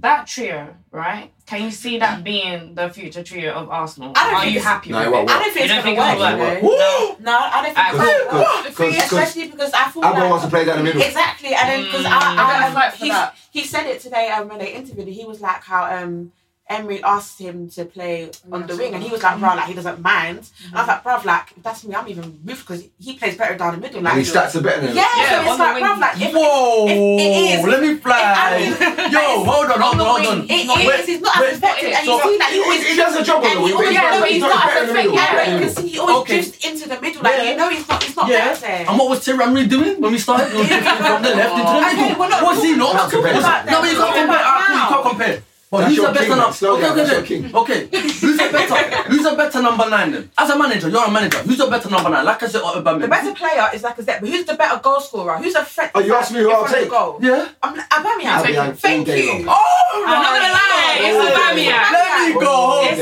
C: that trio, right? Can you see that being the future trio of Arsenal?
E: I don't
C: Are
E: think
C: you
E: it's-
C: happy
H: No,
C: with
H: it won't
C: it?
E: I don't think
C: You don't
E: it's
C: think
E: gonna
C: it's
E: work.
C: gonna
E: you
C: work?
E: know?
G: Woo!
E: No, I don't think it's
C: Cause-
E: gonna work.
H: cause-
E: The thing,
H: cause- cause
E: especially because I feel
H: Abba
E: like
H: wants to play down the middle.
E: Exactly, and then because
D: gonna
E: I, I,
D: fight for
E: he's-
D: that.
E: he said it today um, when they interviewed him. He was like how um, Emery asked him to play on the wing, and he was like, "Bro, like he doesn't mind." And I was like, "Bruv, like if that's me. I'm even moved because he plays better down the middle." Like,
H: And his stats are better than him.
E: yeah,
C: Yeah,
E: so
C: on
E: it's
C: the
E: like,
C: wing.
E: bruv, like if,
G: Whoa!
E: it is-
G: Let me fly.
E: if I-
G: Yo, hold on, hold on, hold on.
E: It is. He's not as effective, and you
G: so-
E: see that he always.
H: He he does a job on
E: And
H: the
E: he
H: wing, but he's
E: always, yeah,
H: not-
E: but
H: he's
E: he's
H: not
E: not
H: better
E: as
H: in the middle. He's
E: effective. Yeah,
H: better in the middle.
E: but you can see he always
G: Okay.
E: drifts into the middle. Like
G: Yeah.
E: you know, he's not. He's not
G: Yeah.
E: better there.
G: And what was Terry Emery doing when we started? He was drifting from the left into the
E: Okay,
G: middle.
E: we're not
G: was he
E: talking
G: not?
H: about
G: Was-
H: that.
G: No, but you can't
E: Talking
G: compare.
E: about
G: Ah, cool, You
E: now.
G: can't compare. But
H: That's
G: who's
H: your
G: a better
H: king, man.
G: number?
H: Slow
G: Okay,
H: down, that's
G: okay,
H: your
G: okay.
H: king.
G: Okay. Who's a better? Who's a better number nine then? As a manager, you're a manager. Who's a better number nine? Like I said, or Aubameyang.
E: The better player is like a step, but who's the better goal scorer? Who's a threat?
H: Oh, you asked me who I'll take.
G: Yeah.
E: I'm like, Aubameyang.
H: Aubameyang, all
E: Thank
H: day
E: you.
H: long.
G: Oh,
C: I'm not gonna lie, it's
G: Oh,
C: Aubameyang.
G: Let me go home.
C: It's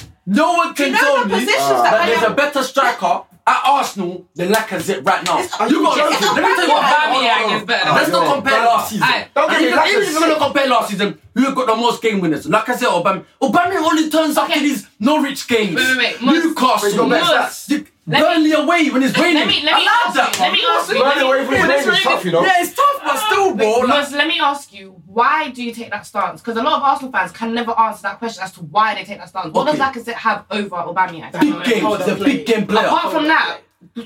C: Aubameyang.
G: No one can
E: You know
G: tell
E: the
G: me
E: positions
H: Ah.
G: that
E: that
G: there's
E: I
G: a better striker at Arsenal than Lacazette right now.
H: are
G: You
H: you
G: got Let me
H: joking?
G: tell you what
C: Aubameyang
G: hold on,
C: is better
G: hold
C: than
G: on. Let's not
H: Lacazette.
G: compare last season.
C: Aye.
H: Don't
G: And
H: get me
G: even, even if
H: Lacazette.
G: we're gonna compare last season, who got the most game winners? Lacazette or Aubameyang? Aubameyang only turns up
C: Okay.
G: in these Norwich games.
C: Wait, wait, wait. Must-
H: But
G: Newcastle.
H: your best
C: Must.
G: The- Burnley away when it's raining.
C: Let me let me
G: Allow that.
C: ask you. Let me ask you.
H: Right
C: let me-
H: away from
C: Yeah,
H: the
C: that's
H: name, it's
C: really
H: tough, you know.
G: Yeah, it's tough, but still, bro. Like,
C: Must, let me ask you, why do you take that stance? Because a lot of Arsenal fans can never answer that question as to why they take that stance. What does
G: Okay.
C: Lacazette have over Aubameyang?
G: big game. He's a big game player.
C: Apart from that,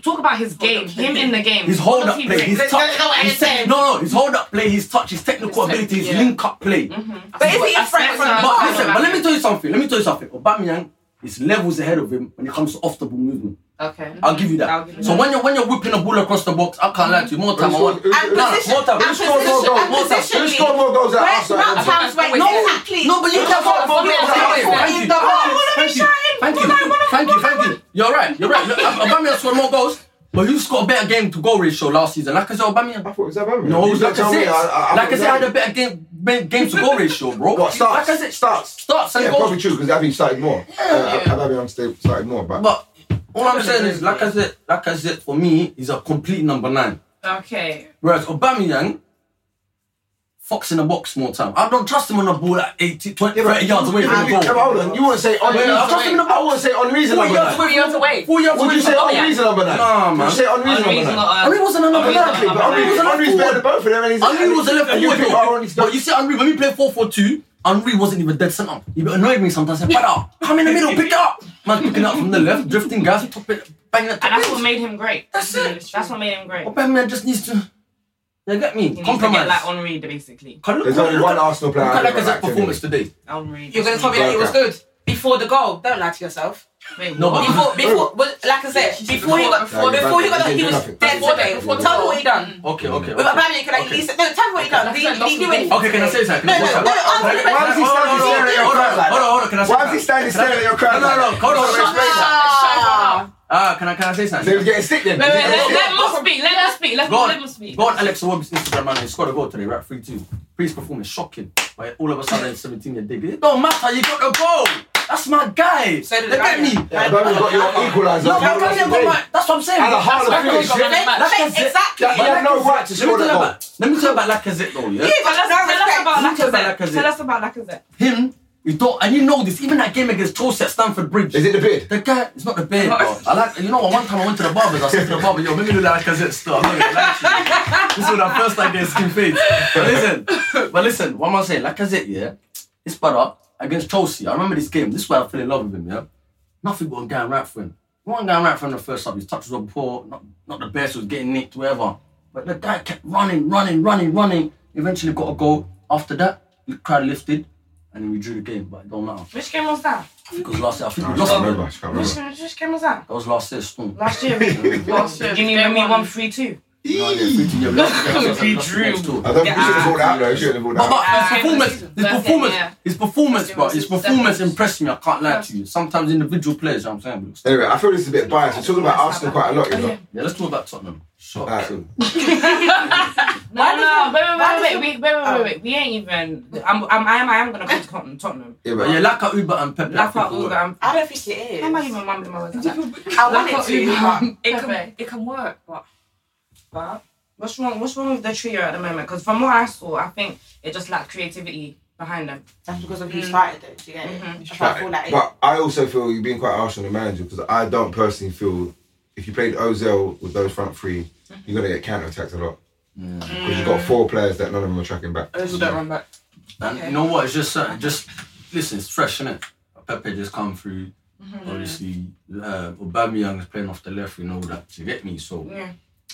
C: talk about his game, him in the game.
G: His
C: What
G: hold
C: does
G: up
C: he
G: play,
C: bring?
G: his
C: Let's
G: touch,
C: go ahead
G: his
C: and
G: tech-
C: say-
G: no, no, his hold up play, his touch, his technical ability, his link up play.
C: Mm-hmm.
E: But is he a threat from the
C: But
G: But
C: Oh,
E: goal?
G: listen,
C: Aubameyang.
G: but let me tell you something. Let me tell you something. Aubameyang is levels ahead of him when it comes to off the ball movement.
C: Okay.
G: I'll give you
C: I'll
G: that.
C: give you
G: So when you're when you're whipping a ball across the box, I can't lie to you. More time, I want.
H: And
G: No, no,
E: position-
G: more time.
E: and
G: Who scored more
E: position-
G: goals?
E: and
G: More time.
E: position-
H: Who scored more goals at
E: Where's
H: Arsenal? than
E: not
H: Arsenal?
E: times where
C: No,
E: exactly?
G: No, but you
E: You've
G: can't
E: got
G: more goals.
E: momentum
G: Thank you.
E: in
G: Thank you.
E: the box.
G: Thank you. Thank you. Thank you. Thank you. You're right. You're right. Look, Aubameyang scored more goals, but who scored a better game to goal ratio last season? Like I said, Aubameyang.
H: I thought it was Aubameyang.
G: No,
H: You
G: like
H: tell
G: I
H: me,
G: said, like I
H: thought it was
G: said, I had a
H: Aubameyang.
G: better game, game, game to goal ratio, bro.
H: What, starts?
G: Like I said,
H: Starts?
G: starts and
H: Yeah,
G: goals.
H: probably true because Abby started more. Uh, Abby stayed- started more, but
G: But all I'm saying is, like I said, like I said, for me, he's a complete number nine.
C: that. Okay.
G: Whereas Aubameyang, fox in the box more time. I don't trust him on the ball at 80, 20, 30 yards away from the
H: Yeah, but
G: goal.
H: Hold on, you want to say on
G: Wait,
H: reason?
G: I'm just giving
H: I want to say on reason
G: Four
H: number
G: yards
H: nine.
G: away.
D: Three yards away.
G: Four yards
H: Would
G: away
H: you say
G: from-
H: on reason number nine?
G: Nah, man.
H: Would you say on reason number
C: Henry's
H: nine?
C: not.
G: Henry wasn't a number
H: Exactly,
G: nine.
H: but
G: Henry
H: Henry's
G: was a left
H: Henry's better than
G: forward.
H: both of them. and he's-
G: Henry was a left
H: and you pick
G: forward.
H: Henry's-
G: though. But you see, Henry, when we play 4-4-2, Henry wasn't even dead centre. He annoyed me sometimes. Said, brother, come in the middle, pick it up. Man's picking it up from the left, drifting guys, top it, banging it.
C: And
G: top
C: that's what
G: it.
C: made him great.
G: That's it.
C: That's what made him great.
G: Aubameyang just needs to. You get me?
C: He needs to
G: Compromise.
C: get like Henri, basically.
G: Can I look-
H: There's
G: look
H: only
G: at-
H: one Arsenal player
G: Look
H: I
G: at
H: never
G: Lacazette's
H: liked,
G: performance today.
C: Henri.
D: You're gonna tell me that he was good. Be
E: before the goal. Don't lie to yourself.
C: Wait,
G: No, but-
E: Before, before, well, like I said, before he got,
H: before-
E: before, he got,
H: Yeah,
E: he
H: you
E: was
H: did nothing.
E: dead
H: Before-
E: today.
H: before-
E: Tell me what he done.
G: Okay, okay.
E: With
G: okay.
E: Aubameyang, can I at least no? Tell me what he done. Did he- did he do anything?
G: Okay, can I say something?
E: No, no,
G: What's
E: no.
G: up?
E: Answer the
H: Why is he
E: question.
H: standing staring at your
G: Hold on, hold
H: crowd like
G: on, hold
H: that?
G: on. Can I say
H: Why is he standing staring at your crowd?
G: No, no, no.
H: like that?
G: Hold on.
H: Shut up.
E: Ah.
G: Ah, can I can I say something?
H: They was getting sick then.
C: Wait, wait, let,
H: They was
C: let
H: getting sick.
C: Moss speak. Let Moss speak. Let,
G: Go
C: let
G: on,
C: Moss speak.
G: go on Alexa Wobb's Instagram man, he scored a goal today, right? 3 2. Priest performance shocking. But all of a sudden, 17 year dig. It don't matter, you got the goal. That's my guy.
E: So did
G: They
E: I,
G: get me.
E: yeah.
H: Yeah, but we got your equaliser.
G: No, how can they got my. That's what I'm saying.
H: And a
G: That's
H: harder
G: why they
H: finish.
G: got man of the match.
E: Exactly.
G: Lacazette-
E: Exactly.
G: But
H: He had no
G: Lacazette-
H: right to
G: let me
H: score
G: tell
H: that
G: you
H: goal.
G: about- Let me tell you about Lacazette though, yeah?
C: Tell us,
E: Give us no respect.
C: tell us
G: Tell us
C: about
G: about
C: Lacazette.
G: Lacazette.
C: Tell us about Lacazette.
G: him, you don't, and you know this, even that game against Chelsea at Stamford Bridge.
H: Is it the beard?
G: The guy, it's not the beard, bro. I like, you know what, one time I went to the barber's, I said to the barber, yo, maybe look like a Lacazette still. I'm not gonna lie to you. This was the first time getting skin fade. But listen, but listen, what am I saying? Lacazette, yeah, this brother against Chelsea, I remember this game, this is where I fell in love with him, yeah? Nothing but going right for him. One going right for him the first half, his touches were poor, not, not the best, was getting nicked, whatever. But the guy kept running, running, running, running. Eventually got a goal. After that, the crowd lifted, and then we drew the game, but it don't matter.
C: Which game was that?
G: Because last year, I think
H: I
G: we
H: just
G: lost. That
H: can't remember. I just can't
C: Which,
H: remember.
C: which game was that?
G: was last year's storm.
C: Last year. Last year. You mean when we won 3 2?
G: No, yeah, 15 year last
C: We
G: year. last
C: drew.
G: year, last year.
H: I don't. We should have brought that out though. We should have brought
G: But,
H: that
G: but
H: out.
G: his
C: Yeah,
G: performance,
C: it was perfect,
G: his performance,
C: yeah.
G: his performance, bro, his performance impressed me. I can't lie to you. Sometimes individual players, you know what I'm saying?
H: Anyway, I feel this is a bit biased. We're talking about Arsenal quite a lot, you know.
G: Yeah, let's talk about Tottenham. Shock.
H: Alright, cool.
C: No, no, wait,
E: why does
C: wait, wait, wait,
E: it-
C: wait, wait, wait, wait, wait. We ain't even. I'm, I'm, I am, I am gonna go to Tottenham. Tottenham.
H: Yeah,
G: But yeah,
H: but
G: Laka, Uber, and Pepe. I
C: That's
G: think
C: what
G: we
C: all
G: won.
C: that.
E: I don't think it is.
C: Am I even mumbling my words? like that?
E: I want it to, but
D: It can, it can work, but
C: But what's wrong? What's wrong with the trio at the moment? Because from what I saw, I think it just lacked creativity behind them.
E: that's because of who started it. Do you get it? That's why I feel like.
H: but I also feel you're being quite harsh on the manager because I don't personally feel if you played Ozil with those front three, you're gonna get counter attacked a lot because you've got four players that none of them are tracking back.
E: Those who don't run back.
G: And you know what? It's just certain. Just listen. It's fresh, isn't it? Pepe just come through. Obviously, uh, Aubameyang is playing off the left. We know that. You get me? So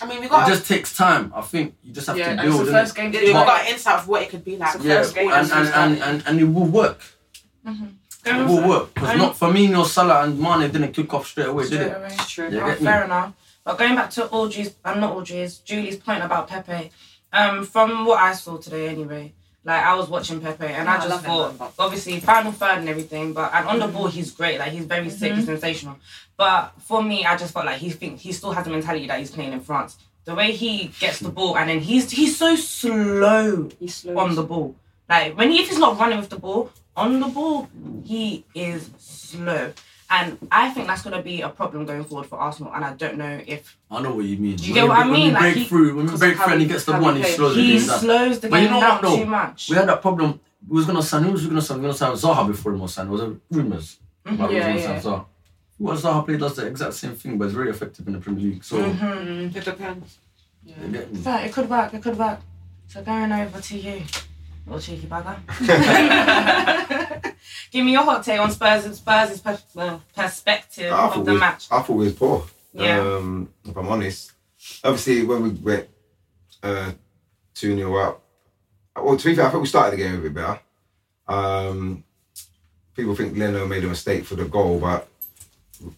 E: I mean, we
G: it
E: got
G: just takes time. I think you just have
I: Yeah,
G: to
I: and it's
G: build.
I: the
G: innit?
I: first game
E: we
I: to
E: got an insight of what it could be like.
G: yeah,
I: first game
G: and, and, and, and, and it will work.
C: Mm-hmm.
G: It will work because not Firmino, Salah, and Mane didn't kick off straight away, did it?
E: It's true.
G: You
C: Oh,
G: get me?
C: fair enough. But going back to Audrey's, I'm not Audrey's, Julie's point about Pepe. Um, from what I saw today, anyway, like I was watching Pepe and I just thought, obviously, final third and everything, but and on
D: Mm-hmm.
C: the ball he's great. Like he's very sick, he's sensational. But for me, I just felt like he think he still has the mentality that he's playing in France. The way he gets the ball and then he's he's so slow
D: Hmm. he's slow.
C: on the ball. Like when he, if he's not running with the ball on the ball, he is slow. And I think that's gonna be a problem going forward for Arsenal. And I don't know if
G: I know what you mean. Do
C: you get what I
G: When we
C: mean? Like,
G: break
C: he-
G: through, when we break
D: how
G: through, and he
D: he-
G: gets the
D: how he
G: one, he
D: plays.
G: slows the
C: he
G: game down.
C: slows the
G: But
C: game
G: you know
C: down
G: what, though?
C: too much.
G: We had that problem. We was gonna sign. Who was we gonna sign? We were gonna sign Zaha before him or sign. It was rumors. about who
I: Yeah,
G: was gonna
I: yeah.
G: sign Zaha. What Zaha played does the exact same thing, but it's very effective in the Premier League. So
E: It depends.
G: you get me?
C: So it could work. It could work. So going over to you, little cheeky bugger. Give me your hot take on Spurs and Spurs' per- well, perspective
H: I
C: of
H: thought,
C: the
H: we,
C: match.
H: I thought we was poor.
C: Yeah.
H: Um, if I'm honest, obviously when we went uh, two 0 up, well, to be fair, I think we started the game a bit better. Um, people think Leno made a mistake for the goal, but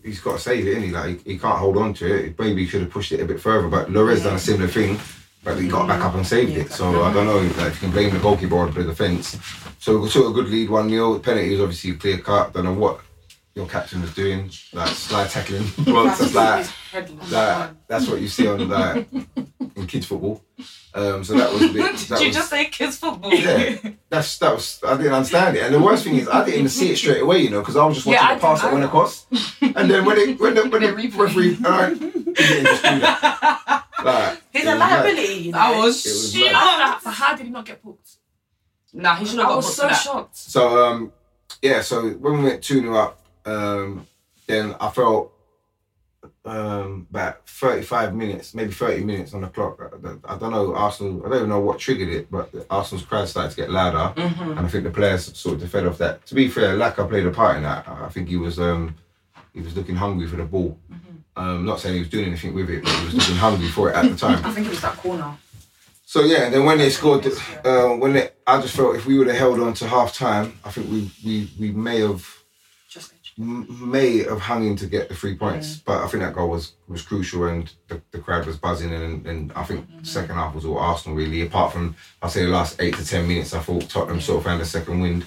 H: he's got to save it, isn't he? Like he, he can't hold on to it. Maybe he should have pushed it a bit further, but Loris done a similar thing. But he got back up and saved it. So I don't know if, like, if you can blame the goalkeeper or the defence. So we took a good lead 1 0. Penalty was obviously clear cut. Don't know what your captain was doing, like slide tackling. Well, that's like, like, that's what you see on like in kids football. Um, so that was a bit.
C: Did
H: That
C: you
H: was,
C: just say kids football?
H: yeah, that's that was. I didn't understand it, and the worst thing is I didn't even see it straight away, you know, because I was just watching
I: Yeah, I
H: the pass that
I: didn't
H: went across, and then when it when the when the referee, uh, he didn't just do that. Like,
E: He's
H: it
E: a
H: was mad.
E: liability. You know?
I: I was.
H: It was
I: shocked.
H: mad.
I: So how did he not get booked?
C: Nah, he should have
I: I
C: got
I: was
C: booked
I: so
C: for that.
I: shocked.
H: So um, yeah, so when we went two 0 up, um, then I felt um about thirty five minutes, maybe thirty minutes on the clock. I, I don't know Arsenal. I don't even know what triggered it, but Arsenal's crowd started to get louder,
D: Mm-hmm.
H: and I think the players sort of fed off that. To be fair, Laka played a part in that. I I think he was um he was looking hungry for the ball.
D: Mm-hmm.
H: Um, not saying he was doing anything with it, but he was looking hungry for it at the time.
D: I think it was that corner.
H: So yeah, and then when they scored, uh, when they, I just felt if we would have held on to half time, I think we we, we may have
D: Just
H: m- may have hung him to get the three points, but I think that goal was was crucial and the, the crowd was buzzing and, and I think second half was all Arsenal really. Apart from I say the last eight to ten minutes, I thought Tottenham sort of found a second wind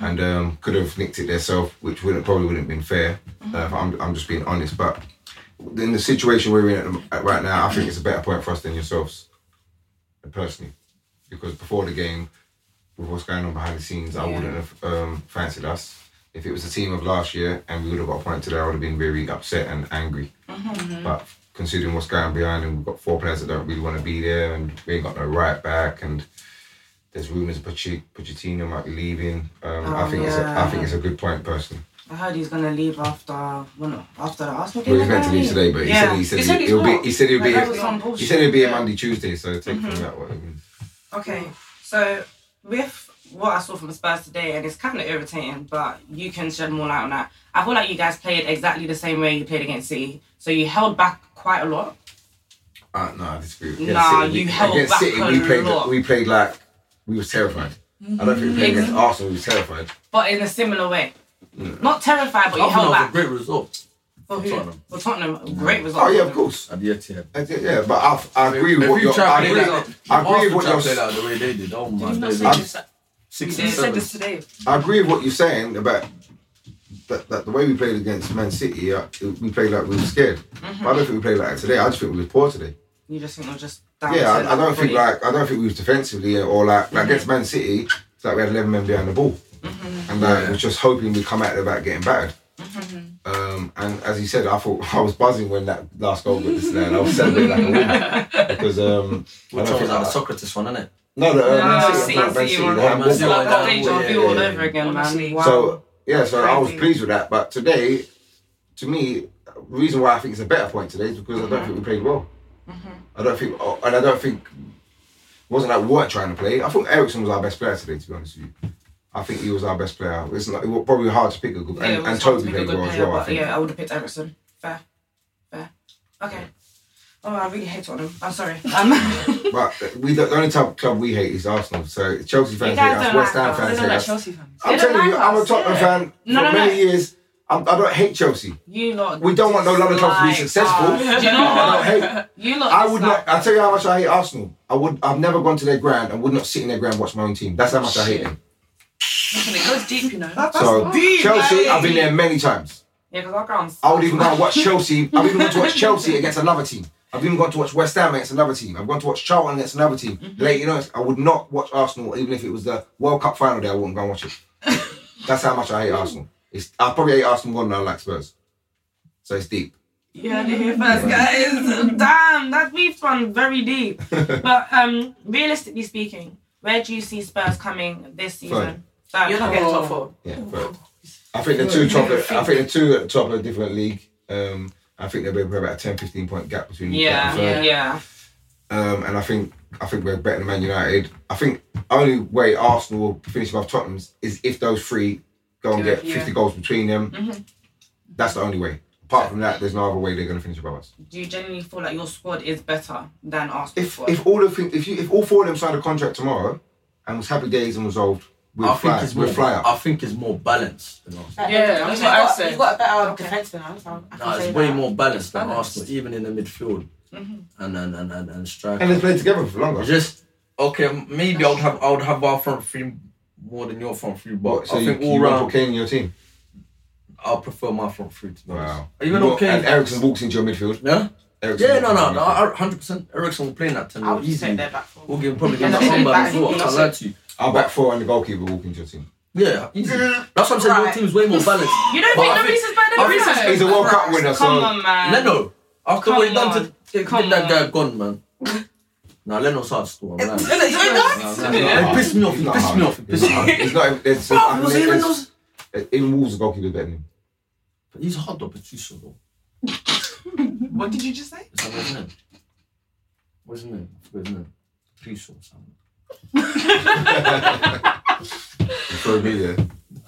H: and um, could have nicked it themselves, which would probably wouldn't have been fair. Uh, I'm I'm just being honest, but in the situation we're in at, the, at right now, I think it's a better point for us than yourselves, personally, because before the game, with what's going on behind the scenes, I wouldn't have um, fancied us. If it was the team of last year and we would have got a point today, I would have been very upset and angry.
C: Mm-hmm.
H: But considering what's going behind, and we've got four players that don't really want to be there, and we ain't got no right back, and there's rumours Poche- Pochettino might be leaving. Um,
C: Oh,
H: I think it's a, I think it's a good point, personally.
C: I heard he's gonna leave after well, after the Arsenal
H: Well,
C: game.
H: he's meant to leave today, but he
C: Yeah.
H: said he said,
C: He said
H: he,
C: he's
H: will be.
C: not.
H: He said he'll
C: Like, that was Mm-hmm. some
H: be. He
C: bullshit.
H: said he'll be here
C: Yeah.
H: Monday, Tuesday. So take from that what. I mean.
C: Okay, so with what I saw from the Spurs today, and it's kind of irritating, but you can shed more light on that. I feel like you guys played exactly the same way you played against City. So you held back quite a lot.
H: Uh, no, I disagree. Against
C: Nah,
H: City, we-
C: you held
H: against
C: back
H: City,
C: a
H: we played.
C: lot.
H: We played like we was terrified. I don't think we played against Arsenal. We was terrified.
C: but in a similar way.
H: Mm.
C: Not terrified, but you
G: I thought
C: held
G: that was a
C: back.
G: great result
C: for who?
G: Tottenham.
C: For Tottenham, great result.
H: Oh yeah, of course.
G: at the Etihad.
H: I did, yeah, but I, I agree with
G: If
H: what
G: you
H: you're. I
G: try to
H: agree,
G: play
H: I
G: that, if
H: agree
G: Arsenal
H: with what
G: try
H: you're.
G: to play that the way they did, oh my
D: not
G: days.
D: say this,
G: Six
D: you
G: and
D: said
G: seven.
D: this today.
H: I agree with what you're saying about that, that the way we played against Man City. Uh, we played like we were scared.
C: Mm-hmm.
H: But I don't think we played like that today. I just think we were poor today.
C: You just think you're just down
H: Yeah,
C: to
H: I, I don't think
C: fully-
H: like I don't think we was defensively or like like against Man City, it's like we had eleven men behind the ball, and like
G: Yeah.
H: we're just hoping we come out of that getting battered.
G: Mm-hmm.
H: Um, and as you said, I thought I was buzzing when that last goal got this and I was celebrating like a winner because um, I
G: Which one
H: don't think
G: was that? The
H: that,
G: Socrates one, innit?
H: no, the uh,
C: No,
G: Ah,
H: Man City,
C: City,
H: Man
C: City
H: City,
C: were-
H: the handball.
G: Man
C: It's
G: City
C: like
G: Yeah,
C: that deja
G: yeah,
C: vu
G: yeah,
C: all
G: yeah.
C: over again, man.
D: Honestly.
C: Wow.
H: So yeah, so I was
C: Crazy.
H: pleased with that. But today, to me, reason why I think it's a better point today is because I don't think we played well.
C: Mm-hmm.
H: I don't think, oh, and I don't think it wasn't like we weren't trying to play. I thought Ericsson was our best player today. To be honest with you, I think he was our best player. It's not, it was probably hard to pick a good
C: Yeah, it
H: and,
C: was
H: and
C: hard to
H: Toby
C: pick a
H: played
C: good
H: well as
C: player,
H: well. I
C: but
H: think.
C: Yeah, I would have picked Ericsson. Fair, fair. Okay. Oh, I really hate Tottenham. I'm sorry. Um, you
H: But we the only type of club we hate is Arsenal. So Chelsea fans hate
C: guys
H: us,
C: don't
H: West
C: like
H: Ham
C: us.
H: fans
D: They're
H: hate
D: not like
H: us.
D: Chelsea fans.
H: I'm
C: They don't
H: telling you,
C: like
H: I'm a
C: us,
H: Tottenham
C: yeah.
H: fan
C: No,
H: for
C: no, no.
H: many years. I'm, I i do not hate Chelsea.
C: lot.
H: We don't want no London clubs to be
C: dislike
H: successful.
C: us. Do you know
H: I don't
C: what?
H: hate.
C: You lot.
H: I would
C: dislike
H: not. I tell you how much I hate Arsenal. I would. I've never gone to their ground and would not sit in their ground and watch my own team. That's how much I hate them.
D: Listen, it goes deep, you know.
H: So Chelsea, I've been there many times.
C: Yeah, because our grounds.
H: I would even go and watch Chelsea. I've even gone to watch Chelsea against another team. I've even gone to watch West Ham against another team. I've gone to watch Charlton against another team. Late, you know, I would not watch Arsenal even if it was the World Cup final day. I wouldn't go and watch it. That's how much I hate Arsenal. It's, I probably hate Arsenal more than I like Spurs. So it's deep.
C: You heard it here first, guys. Damn, that beef's gone very deep. but um, realistically speaking, where do you see Spurs coming this season? Third.
D: You're not getting
E: Oh.
D: top four.
G: Oh,
H: Yeah, but I think the two top. I think the two at the top of a different league. Um, I think there'll be about a 10, 15 point gap between
C: Yeah,
H: that and
C: yeah,
H: third. Um, and I think I think we're better than Man United. I think only way Arsenal will finish above Tottenham is if those three go and get fifty goals between them.
G: Mm-hmm.
H: That's the only way. Apart from that, there's no other way they're going to finish above us.
C: Do you genuinely feel like your squad is better than Arsenal's
H: If
C: squad?
H: if all of if you if all four of them signed a contract tomorrow and was happy days and resolved, we'll
G: I
H: fly.
G: think it's
H: we'll
G: more.
H: fly up.
G: I think it's more balanced. Than Arsenal.
D: Yeah, that's what I said.
E: You've got a better defence than us. I I can
G: No,
E: say
G: it's way
E: that.
G: more balanced than Arsenal, even in the midfield and and and and, and striker.
H: and they played together for
G: It's
H: longer.
G: just okay. Maybe I would have I would have our front three more than your front three, but
H: What, so
G: I
H: you,
G: think all
H: you want
G: round
H: Kane in your team?
G: I prefer my front three. To be honest.
H: Wow.
G: Even
H: Well,
G: okay.
H: And Ericsson walks into your midfield.
G: yeah.
H: Ericsson
G: Yeah,
H: walks
G: no,
H: into
G: no,
H: your
G: no.
H: midfield.
G: hundred percent. Ericsson will play in that ten.
E: I would just
G: easy.
E: say they're back four.
G: We'll give probably give him
E: Yeah,
G: that one
E: back
G: back four. I
E: four.
G: can't lie to you.
H: Our back four and the goalkeeper walk into your team.
G: Yeah, easy. That's what I'm saying. Your
E: Right.
G: team's way more balanced.
C: you don't
G: But
C: think
G: I
C: Lloris is better than
G: I think
C: Bruno?
H: He's a World Cup
C: Come
H: winner, so
C: on, man.
G: Leno, after
C: Come
G: what he done
C: on.
G: to get
C: Come
G: that guy
C: on.
G: gone, man. nah, Leno's hard still. I'm lying.
H: Nah,
G: It pissed me off.
H: he's
G: It
H: not
G: pissed
H: hard.
G: me off. It
H: He's
G: pissed me
H: not
G: off.
H: hard. He's not. it's-
G: Bro,
H: I mean,
G: was he even
H: it's-
G: those?
H: Even Wolves, the goalkeeper better than him.
G: But He's hard though, Patricio though.
C: What did you just say?
G: Is that his name? What's his name? I forgot his name. Patricio or something.
H: For me, yeah.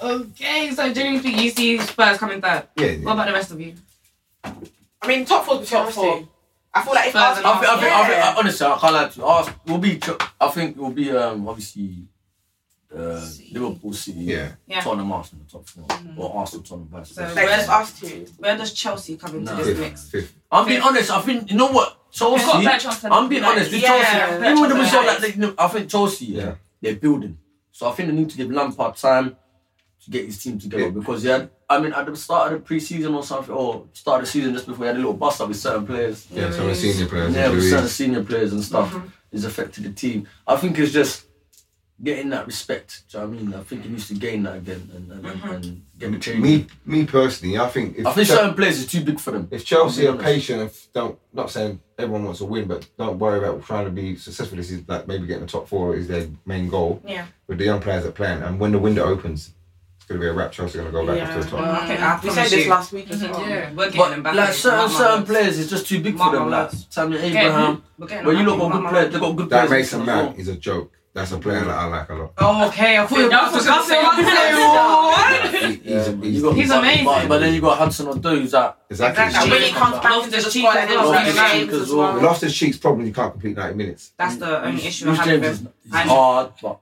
C: Okay, so genuinely speaking, you see Spurs coming third.
H: Yeah,
C: What
H: yeah.
C: about the rest of you?
E: I mean, top four's between top four. I feel like if
C: Spurs
E: Arsenal,
C: and
G: I think, I think, I
E: Yeah.
G: think, honestly, I can't lie to you. Us, we'll be, I think we'll be, um, obviously, uh, Liverpool City,
H: Yeah.
C: Yeah. Mm-hmm.
G: Tottenham Arsenal top 4 or Arsenal Tottenham Vice
C: So
G: versa.
E: Like,
C: Where's-
E: just us two.
C: Where does Chelsea come into
G: No.
C: this mix?
H: Fifth. Fifth.
G: I'm being honest. I think you know what Chelsea.
D: We've got better chance than
G: I'm being honest. With
C: Yeah,
G: Chelsea,
C: better
G: even with the
C: chance
G: result,
C: than
G: like, they- you know, I think Chelsea, yeah,
H: Yeah.
G: they're building. So I think they need to give Lampard time to get his team together
H: Yeah.
G: because yeah, I mean, at the start of the preseason or something, or start of the season just before, he had a little bust up with certain players.
H: Yeah, some of the senior players.
G: Yeah, with
H: Luis.
G: certain senior players and stuff,
D: Mm-hmm.
G: it's affected the team. I think it's just getting that respect. Do you know what I mean? I think he needs to gain that again and, and,
D: Mm-hmm.
G: and, and get the change.
H: me, me personally, I think if,
G: I think
H: Che-
G: certain players is too big for them.
H: if Chelsea
G: I'll
H: are
G: be honest.
H: patient and f- don't, not saying everyone wants to win, but don't worry about trying to be successful. This is like maybe getting the top four is their main goal.
C: Yeah.
H: With the young players that playing, and when the window opens, it's gonna be a wrap. Chelsea are gonna go back up to the top.
G: Mm,
C: Well, I think I
E: We
C: promise
E: said this
C: you.
E: last week as well.
C: Yeah, we're getting them
G: But
C: back.
G: like
C: in.
G: certain
C: Mama
G: certain
C: loves.
G: players, it's just too big for
C: Mama
G: them. Like
C: loves.
G: Tammy
C: We're getting
G: Abraham.
C: them- we're getting
G: But you
C: them
G: look
C: back in.
G: got good
C: Mama
G: players.
C: loves.
G: They got good players.
H: That
G: in
H: makes a
G: this
H: man
G: as well.
H: is a joke. That's a player that I like a lot.
C: Oh, Okay, I thought that was
H: He-
C: what
H: he's, a,
G: You
H: he's,
G: got
C: He's
G: Barty,
C: amazing.
G: Barty, But then you got Hudson Odoi, who's that?
H: exactly.
E: Exactly. When he comes back
C: Loftus
E: into the
C: Cheek
E: squad,
C: as
E: and
C: well.
E: it's
G: Loftus
E: like
G: Cheek
E: games
G: as
E: as
G: well.
E: well.
H: Loftus Cheek's problem you can't complete 90 minutes.
C: That's the only issue I
G: Reece
C: have
G: James Oh,
C: with
G: is
C: him.
G: he's
C: And
G: hard, but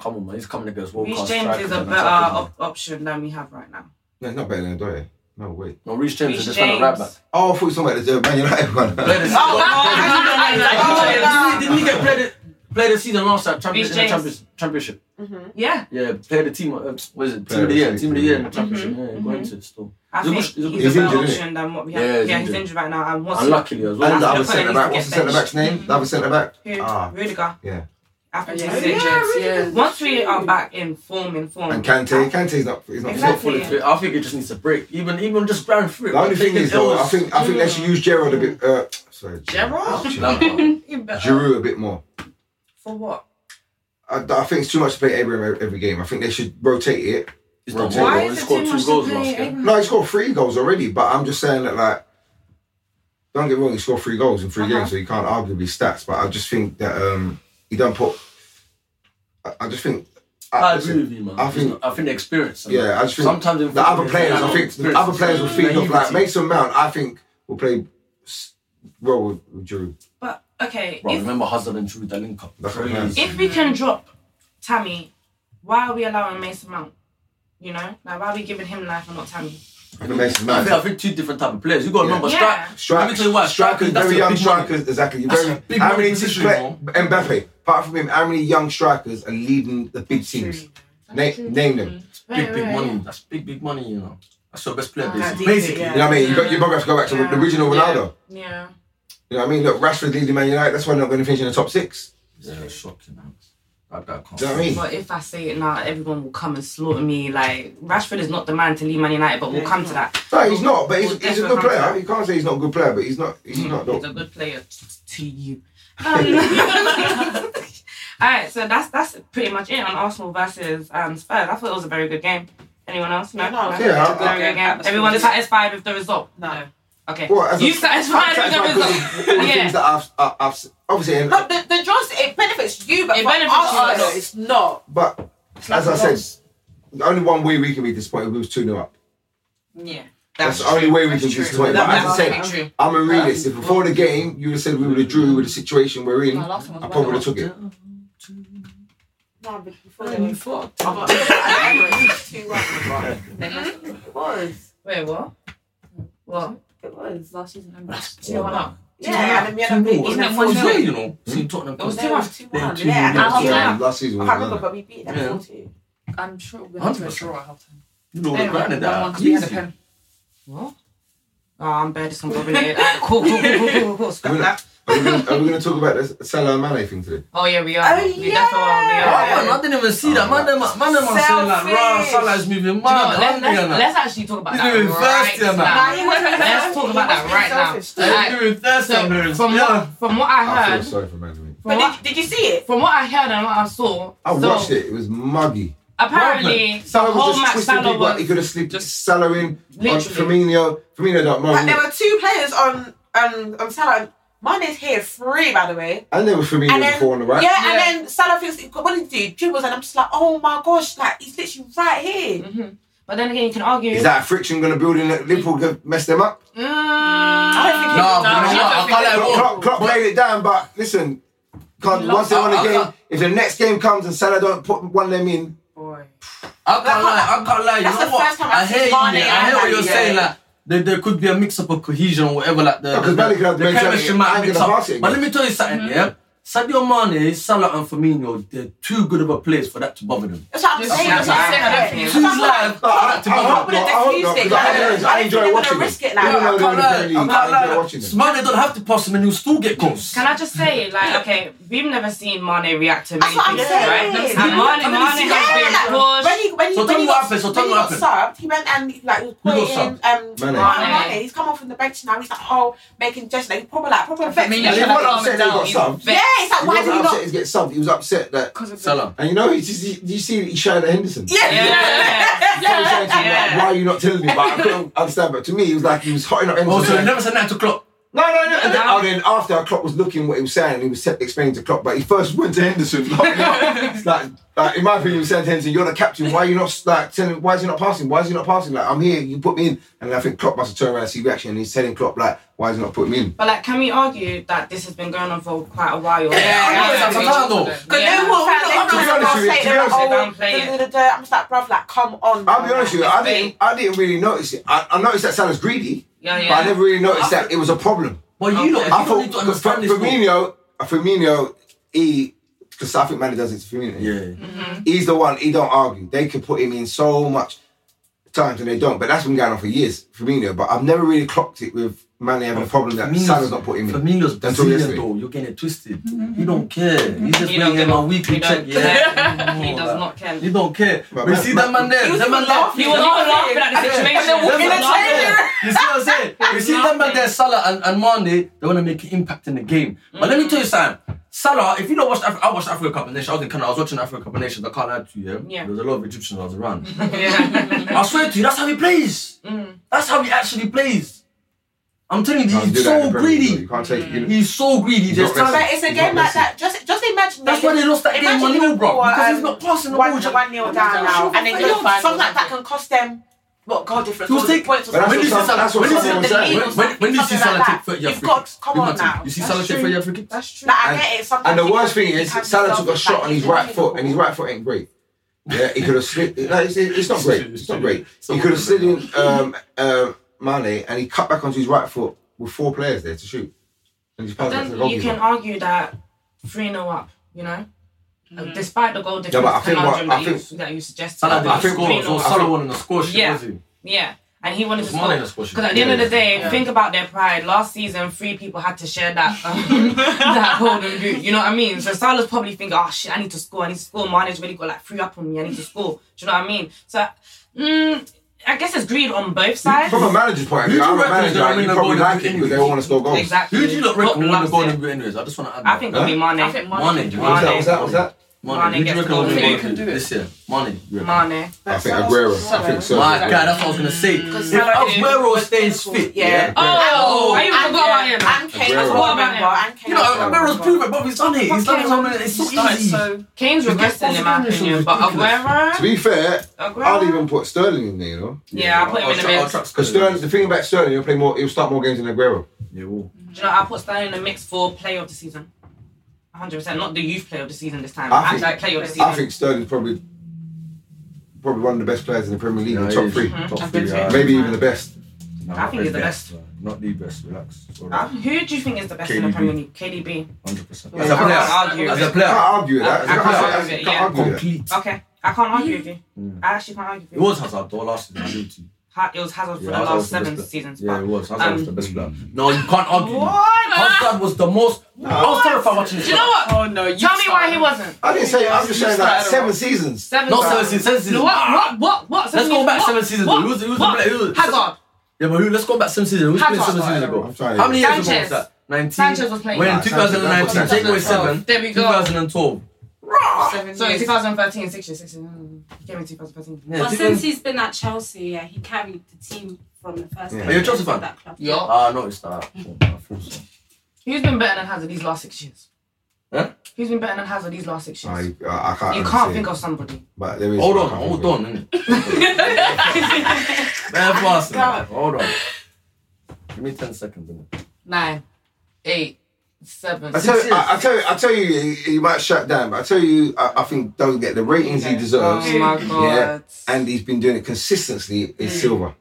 G: come on, man, he's coming against world
C: Reece
G: class
C: James
G: strikers.
C: is a
G: and
C: better
G: attackers, man.
C: op- option than we have right now.
H: No, it's not better than Adoye. No way.
G: No, Reece James
C: Reece
G: is just a right
C: James.
G: back.
H: Oh, I thought you were talking about the Man United one.
G: Play the season.
C: Oh,
G: Didn't he- Didn't he get play the play the season last time? Champions,
C: Reece
G: in the
C: James.
G: champions, championship.
C: Yeah,
G: Yeah, play the team. Uh, what is it? Team of
H: Player of
G: the
H: the
G: year.
H: season.
G: Team of the year in the championship. Yeah, going to it still.
C: Mm-hmm. I
G: He's a
C: think
G: good- he's a good-
C: he's a better
H: injured, isn't he?
C: option than what we
G: Yeah,
C: have.
G: he's
C: Yeah, he's
G: injured.
C: injured right now. And what's
G: Unluckily as well.
H: And
C: That's
H: the other
C: the player
H: centre back.
C: needs
H: What's
C: to
H: the
C: get
H: centre back's name? The other centre back.
C: who?
H: Ah,
C: Rudiger.
H: yeah.
C: I think
D: Yeah,
C: he's injured.
D: yeah.
C: Once we are back in form, in form.
H: And Kante. Kante's not. He's not
G: He's
C: Exactly.
G: not fully fit. I think it just needs a break. Even even just ground through. it,
H: The only
G: like, take
H: thing is,
G: it
H: though,
G: else.
H: I think I think they
C: Mm.
H: should use Gerald a bit. Uh, sorry,
G: No, no.
H: Giroud a bit more.
C: For what?
H: I, I think it's too much to play Abraham every game. I think they should rotate it.
G: It's not
H: Why
G: Why
H: is
G: He
C: it
G: scored
C: too
G: two
C: much to
G: goals
C: play
G: last game.
H: No, he scored three goals already, but I'm just saying that like. Don't get me wrong, he scored three goals in 3
C: Uh-huh.
H: games, so you can't arguably stats. But I just think that um, he don't put. I, I just think.
G: I
H: listen,
G: agree with you, man.
H: I
G: It's
H: think-
G: not- I think the experience. and
H: Yeah, I just think
G: sometimes in
H: the
G: football,
H: other players,
G: it's
H: I
G: not
H: think the
G: experience,
H: other players will
G: it's
H: feed off like
G: naivety.
H: Mason Mount. I think will play s- well with, with Drew.
C: But okay,
G: Bro,
C: if
G: remember Hazard and Giroud that link up.
H: That's what
G: Crazy.
H: I'm saying.
C: if we can drop Tammy, why are we allowing Mason Mount? You know, like why are we giving him life and not Tammy?
H: I think Mason
G: I think, I
H: Mount.
G: think two different type of players. You got to remember,
C: Yeah.
G: strike. Let me
H: Strikers,
G: tell you why
H: strikers,
G: strikers. That's
H: very
G: a
H: young
G: big money.
H: strikers, exactly.
G: That's
H: Very,
G: a big
H: how
G: money
H: many
G: position,
H: play, Mbappe? Apart from him, how many young strikers are leading the big teams? Na- name them.
G: Big big money. That's big big money. You know, that's your best player
E: That's
G: basically.
E: deep,
G: Basically,
E: yeah.
H: You know what I mean? You got, you're going to have to go back to the original Ronaldo.
C: Yeah.
H: You know what I mean? Look, Rashford leading Man United. That's why they're not going to finish in the top six.
G: yeah, shocking. man. That guy can't.
H: Do you know what I mean?
C: But if I say it now, everyone will come and slaughter me. Like Rashford is not the man to lead Man United, but we'll come to that.
H: No, he's not. But he's,
C: We'll
H: he's a
C: definitely
H: good
C: come to
H: player.
C: that.
H: You can't say he's not a good player, but he's not. He's not.
C: He's a good player t- to you. Oh, Um, all right, so that's that's pretty much it on Arsenal versus um, Spurs. I thought it was a very good game. Anyone else? No,
E: No,
C: no.
E: yeah,
C: It was a
H: I-
C: very good game.
D: I-
C: Everyone is satisfied with the result.
E: No.
C: Okay.
H: Well, as a-
C: you satisfied with the
H: Satisfied because of all
C: result?
H: the things
C: yeah.
H: that I've, I- I've s- obviously, and-
E: But the, the draws, it benefits you, but
C: It
E: for
C: benefits
E: us,
C: you,
E: no, it's not.
H: but as I said, the only one way we can be disappointed we was two 0 up.
D: Yeah.
H: That's, the only way we can be disappointed. But
E: That-
H: as I
E: that's
H: said, I'm a realist. If before the game you would have said we would have drew with the situation we're in,
D: No,
H: I
D: last one was
H: probably would
D: one.
H: have took it.
E: No, but before they were
G: fucked.
E: I got- I got two right. It was.
C: Wait, what? What?
D: It was last season. remember?
C: Two one up.
E: Yeah, and then we had a big
G: Wasn't
E: it
G: it
E: was
G: one
E: two-
G: way? You know, see Tottenham.
E: It was
G: come-
E: two one, two
G: Yeah,
E: one.
G: two
E: Yeah,
G: one,
E: and I
G: yeah.
E: was like,
H: last season,
E: I
H: we
E: can't
H: won
E: remember,
H: it.
E: but we beat them
G: Yeah.
E: four two.
D: I'm sure we went to a
G: 100%.
D: draw at halftime.
G: You know, they
D: Anyway,
G: grinded
D: one
G: that.
D: one 'cause we had a
G: Easy.
D: pen.
C: What? Oh, I'm bad at some bobbing it. Alright, Cool, cool, cool, cool, cool, cool.
H: Are we
C: Scrap
H: gonna-
C: that.
H: are we gonna- are we going to talk about the Salah and Mane thing today?
C: Oh yeah, we are.
E: Oh,
C: we definitely
G: Oh,
C: are.
G: man,
C: We are.
G: I didn't even see that. Man, them, man, them are saying like, "Rah, Salah's moving
C: Do you know
G: mad."
C: what? Let-
G: hungry
C: let's,
G: and that.
C: let's actually talk about
G: He's
C: that
G: doing
C: right
G: thirsty and that.
C: now.
E: Nah, he wasn't
C: Let's
E: selfish.
C: talk about
E: He
C: that
E: wasn't
C: right now.
E: selfish.
C: Alright,
G: You're doing thirsty
C: so
G: and there's-
C: from
G: yeah.
C: what from what
H: I
C: I
H: feel
C: heard,
H: sorry for Mane. mate.
C: from what,
E: But did, did you see it?
C: from what I heard and what I saw,
H: I
C: so
H: watched it. It was muggy.
C: Apparently, the
H: Salah was
C: whole
H: just
C: match
H: twisting
C: Salah
H: people. out.
C: was
H: He could have slipped Salah in on
C: literally.
H: Firmino. Firmino don't
E: Like,
H: mind.
E: there were two players on um, on Salah. Mine is here free, by the way.
H: And there were Firmino
E: And then,
H: before on the right.
E: yeah, and then Salah thinks, what did he do? Dribbles, and I'm just like, oh my gosh, like he's literally right here.
C: But then again, you can argue.
H: Is that friction going to build in that Liverpool could mess them up?
C: Mm,
E: I don't think
G: Nah, but you know
C: I don't
G: what? I
E: Oh.
G: can't let
H: Klopp,
G: it
H: Klopp, Klopp laid it down, but listen, Can't, once they won a game, if the next game comes and Salah don't put one of them in,
E: Boy.
G: I can't lie. I can't lie. You
E: That's
G: know
E: the
G: what?
E: first time
G: I
E: I've
G: hear
E: seen
G: you.
E: Barney
G: yeah. I hear
E: and
G: what you're
E: Barney,
G: saying.
E: yeah.
G: Like there, there could be a mix up of cohesion or whatever. Like the, the,
H: because Barney could have
G: the
H: been
G: chemistry
H: Salah
G: might
H: and
G: mix
H: gonna
G: up.
H: pass it
G: But
H: again.
G: let me tell you something. Yeah, Sadio Mane, Salah, and Firmino, they're too good of a players for that to bother them.
E: That's what I'm saying.
G: that's
E: That's what I'm saying.
G: right.
E: I don't
G: Who's
E: think-
G: live?
H: No, I,
G: To
H: I,
G: be
H: I hope
G: honest.
H: not. I hope not. Because I,
E: I
H: enjoy-
E: don't
H: I
E: think
H: enjoy
E: they're
H: watching
E: gonna
H: it.
E: risk it
H: Even
E: now.
H: though
G: I
H: they're in
G: can't lie.
H: the Premier League,
G: I
H: I
G: can't
H: enjoy
G: lie.
H: watching it.
G: Mane don't have to pass him and he'll still get goals.
C: Can I just say, like, okay, we've never seen Mane react to many
E: That's what I'm
C: things,
E: saying.
C: right? And Mane,
G: I've never seen
C: Mane has
E: Yeah.
C: been pushed.
E: When he when he
G: So
E: when
G: tell
E: he
G: me what
E: got,
G: happened, so
E: when
G: tell
E: he
G: me what
E: got subbed, he went and like was
G: got
E: putting in um
H: Mane.
E: Mane. He's come off from the bench now. He's like oh making gestures, like proper like proper effect.
H: And he wasn't upset that he got subbed.
E: Yeah, it's like
H: He
E: why did
H: wasn't
E: he
H: upset
E: not?
H: he's getting subbed. He was upset that.
G: Salah.
H: And you know, he just, he, you see, that he shouted at Henderson.
E: Yeah,
C: Yeah.
H: So he shouted to him, like,
C: Yeah.
H: Why are you not telling me? But I couldn't understand. But to me, it was like he was hotting up Henderson.
G: Oh, so
H: like,
G: you never said nine o'clock.
H: No, no, no. And then, oh, then after Klopp was looking what he was saying, and he was set- explaining to Klopp, but he first went to Henderson. Like, like, like, in my opinion, he was saying to Henderson, "You're the captain. Why are you not like telling? Why is he not passing? Why is he not passing? Like, I'm here. You put me in." And I think Klopp must have turned around and see reaction, and he's telling Klopp like, "Why is he not putting me in?"
C: But like, can we argue that this has been going on for quite a while?
G: I know it's
C: Yeah.
G: a Salah though.
E: Because
C: Yeah.
E: they will.
H: I'm
E: They
H: just
E: will
H: honest
E: not
H: with you,
E: say
H: to be
E: they're
H: honest
C: with you.
E: oh. da, da, da, da. I'm just like, bruv, like, come on.
H: I'll be honest with you. I didn't.
C: bait.
H: I didn't really notice it. I, I noticed that Salah's greedy,
C: Yeah,
H: but I
C: yeah.
H: never really noticed that it was a problem.
G: But you know,
H: I
G: you don't
H: thought
G: need to understand this. though.
H: Firmino, Firmino, he because I think Manny does it to Firmino.
G: Yeah.
H: He's the one. He don't argue. They can put him in so much times and they don't. But that's been going on for years, Firmino. But I've never really clocked it with Manny having a problem that Salah's not putting him in.
G: Firmino's
H: Until
G: Brazilian
H: yesterday.
G: though. You're getting it twisted. You don't care. You just
C: He don't
G: bring him
C: give
G: a
C: a-
G: weekly
C: he
G: check.
C: don't
G: Yeah.
C: care. He does not care.
G: You don't care.
H: But
G: But you
H: man-
G: see that man there.
E: He was
G: That
E: even
G: man
E: laughing.
C: He
G: there.
C: was
E: Yeah.
C: not laughing at the situation.
E: then walking
C: He was
E: in the
C: laughing.
E: trailer.
G: You see what I'm saying? You see them man there, Salah and, and Mane, they want to make an impact in the game. But let me tell you something. Salah, if you don't watch, Af- I watched Africa Cup of Nations. I was in Canada. I was watching Africa Cup of Nations. I can't lie to you. Yeah?
C: Yeah. Mm-hmm.
G: There was a lot of Egyptians I was around.
C: Yeah.
G: I swear to you, that's how he plays. That's how he actually plays. I'm telling you,
H: You can't do
G: he's
H: that in
G: so
H: the Premier League, though.
G: greedy.
H: You can't take. You,
G: He's so greedy. There's
H: not
G: times-
E: But it's a
H: He's
E: game
H: not
E: like that. Just, just imagine.
G: That's why they lost that game
E: imagine
G: 1-0,
E: Liverpool
G: bro,
E: are,
G: because he's
E: um,
G: not passing the
E: one,
G: ball, Jack.
E: One nil down now, and then
G: Sure,
E: just
G: fine.
E: something like that can cost them. What goal difference?
G: He was
E: or the
G: taking-
E: points or
H: But that's
G: when you
E: something.
G: see
H: what
G: Salah,
H: that's what
G: when you see-
H: Salah was
G: when-
H: saying.
G: when- when- when you see
E: Something
G: Salah
E: like
G: take
E: that.
G: thirty
E: You've
G: African-
E: got- come
G: you
E: on
G: must-
E: now.
G: You see Salah take thirty African kicks?
C: That's true.
E: Like, I
H: And,
E: get it.
H: and
E: Sometimes
H: the
E: you
H: worst
E: can-
H: thing
E: you
H: is
E: can
H: Salah took a
E: yourself,
H: shot
E: like,
H: on his
E: you
H: right
E: can-
H: foot, and his right foot ain't great. Yeah, he could have slid. No, it's, it's not great. It's not great. He could have slid in um, uh, Mane, and he cut back onto his right foot with four players there to shoot, and he's passed back to the
C: Then you
H: goalkeeper.
C: can argue that 3 0 up, you know?
E: Mm-hmm.
C: Despite the goal difference
H: Yeah, but I think what-
C: conundrum
H: I
C: that, you,
H: think-
C: that you suggested.
G: Salah
C: but
G: didn't score.
C: 3-0
G: So
C: up.
G: Salah wanted to score. shit,
C: Yeah.
G: was he?
C: Yeah. And he wanted to
G: Mane
C: score.
G: has scored,
C: Because at the end of the day, think about their pride. Last season, three people had to share that um, that golden boot. You know what I mean? So Salah's probably thinking, oh shit, I need to score. I need to score. Mane's really got like three up on me. I need to score. Do you know what I mean? So, mm, I guess it's greed on both sides.
H: From a manager's point of view,
G: Who do you
H: I'm a
G: reckon is
H: manager,
G: gonna
H: and
G: win
H: you
G: the
H: probably
G: Golden
H: like
G: Boot
H: it because they all want to score goals.
C: Exactly.
G: Who do you look reckon will win the
C: Loves
G: golden
C: it.
G: boot anyways? I just want to add
C: I think
G: that.
C: it'll be Mane.
D: I think Mane.
G: Mane.
H: Was that,
C: Mane.
H: was that, was that?
G: Mane. Who do you
C: gets
G: reckon will
C: the
G: win the
C: Golden
G: golden boot this year? Mane. you reckon?
C: Mane.
H: I think Aguero. I think so.
G: My God, that's what I was gonna say. If
E: Salah is-
G: Aguero stays fit, yeah.
E: Yeah.
C: Oh, I even
E: And,
C: forgot about him.
E: yeah, and Kane.
H: Aguero.
E: That's what I remember. And Kane.
G: You know, Aguero's proven, but he's done it. He's done it. so many- It's so easy.
D: So
C: Kane's regressing in my opinion, but
H: To
C: Aguero.
H: be fair,
C: Aguero.
H: I'd even put Sterling in there, you know.
C: Yeah, I put him in the mix.
H: Because Sterling, the thing about Sterling, he'll play more. He'll start more games than Aguero.
G: Yeah,
C: Do
G: well.
C: you know, I put Sterling in the mix for player of the season. 100%, not the youth player of the season this time.
H: I
C: Actually,
H: think-
C: like player of the season.
H: I think Sterling's probably probably one of the best players in the Premier League, in the top three,
C: Mm-hmm.
G: Top three. yeah.
H: maybe even the best.
G: No,
C: I think he's the best.
G: man. Not the best. Relax.
C: Uh, Who do you think is the best in the
G: KDB.
C: Premier League? KDB.
G: Hundred percent.
C: Yeah,
G: As a
C: I can't
G: player.
C: argue with
G: As a
C: it.
H: Can't
G: player.
H: argue with that.
C: I can't argue with it, yeah.
H: Can't argue with that.
G: Complete.
C: Okay, I can't argue with you.
G: Mm.
C: I actually can't argue
G: It
C: with you.
G: was Hazard though last season. I knew to.
C: Ha- It was Hazard for
G: Yeah,
C: the
G: Hazard
C: last
G: was the
C: seven
G: best player.
C: seasons.
G: Yeah, it
C: but-
G: was. Hazard
C: um,
G: was the best player. No, you can't argue. Hazard was the most. I was terrified watching this.
C: Do you know what?
D: oh no, you
C: Tell me why he wasn't.
H: I didn't say. I'm just saying that
D: Started
H: seven seasons.
C: Seven
G: Not seven seasons. Seven seasons.
C: What? What? What? What?
G: Let's
C: Seven
G: go
C: years-
G: back
C: what?
G: seven seasons.
C: What?
G: Who was- who was the
C: What?
G: player- who was-
C: Hazard.
G: Yeah, but who, let's go back seven seasons. Who's playing
C: Hazard.
G: seven seasons ago?
H: I'm trying to-
G: How many years ago was
C: Sanchez.
G: that? 19.
C: Sanchez was playing.
G: When in
H: Nah, Sanchez-
G: 2019, take away seven.
C: There we go.
G: 2012.
C: Sorry, 2013, six years, six years. mm, He came in 2013.
G: Yeah,
F: But
G: 2000
F: since he's been at Chelsea, yeah, he carried the team from the first.
H: Yeah.
F: day
H: Are
G: you a Chelsea fan?
F: That club.
C: Yeah.
G: Ah, I noticed that. Oh, I thought so.
C: Who's been better than Hazard these last six years?
G: Huh?
C: Who's been better than Hazard these last six years?
H: I, I, I can't.
C: you
H: even
C: can't
H: say
C: think
H: it.
C: of somebody.
H: But there is.
G: Hold
H: I
G: on,
H: can't
G: hold
H: think of
G: on. innit? Bear
C: Uh,
G: fast, man. Hold on. Give me 10 seconds. innit?
C: Nine, eight, Seven.
H: I tell, you, I, I tell you, I tell you, he, he might shut down, but I tell you, I, I think don't get the ratings he deserves.
I: Oh my God.
H: Yeah, and he's been doing it consistently. Is
C: Mm.
H: silver.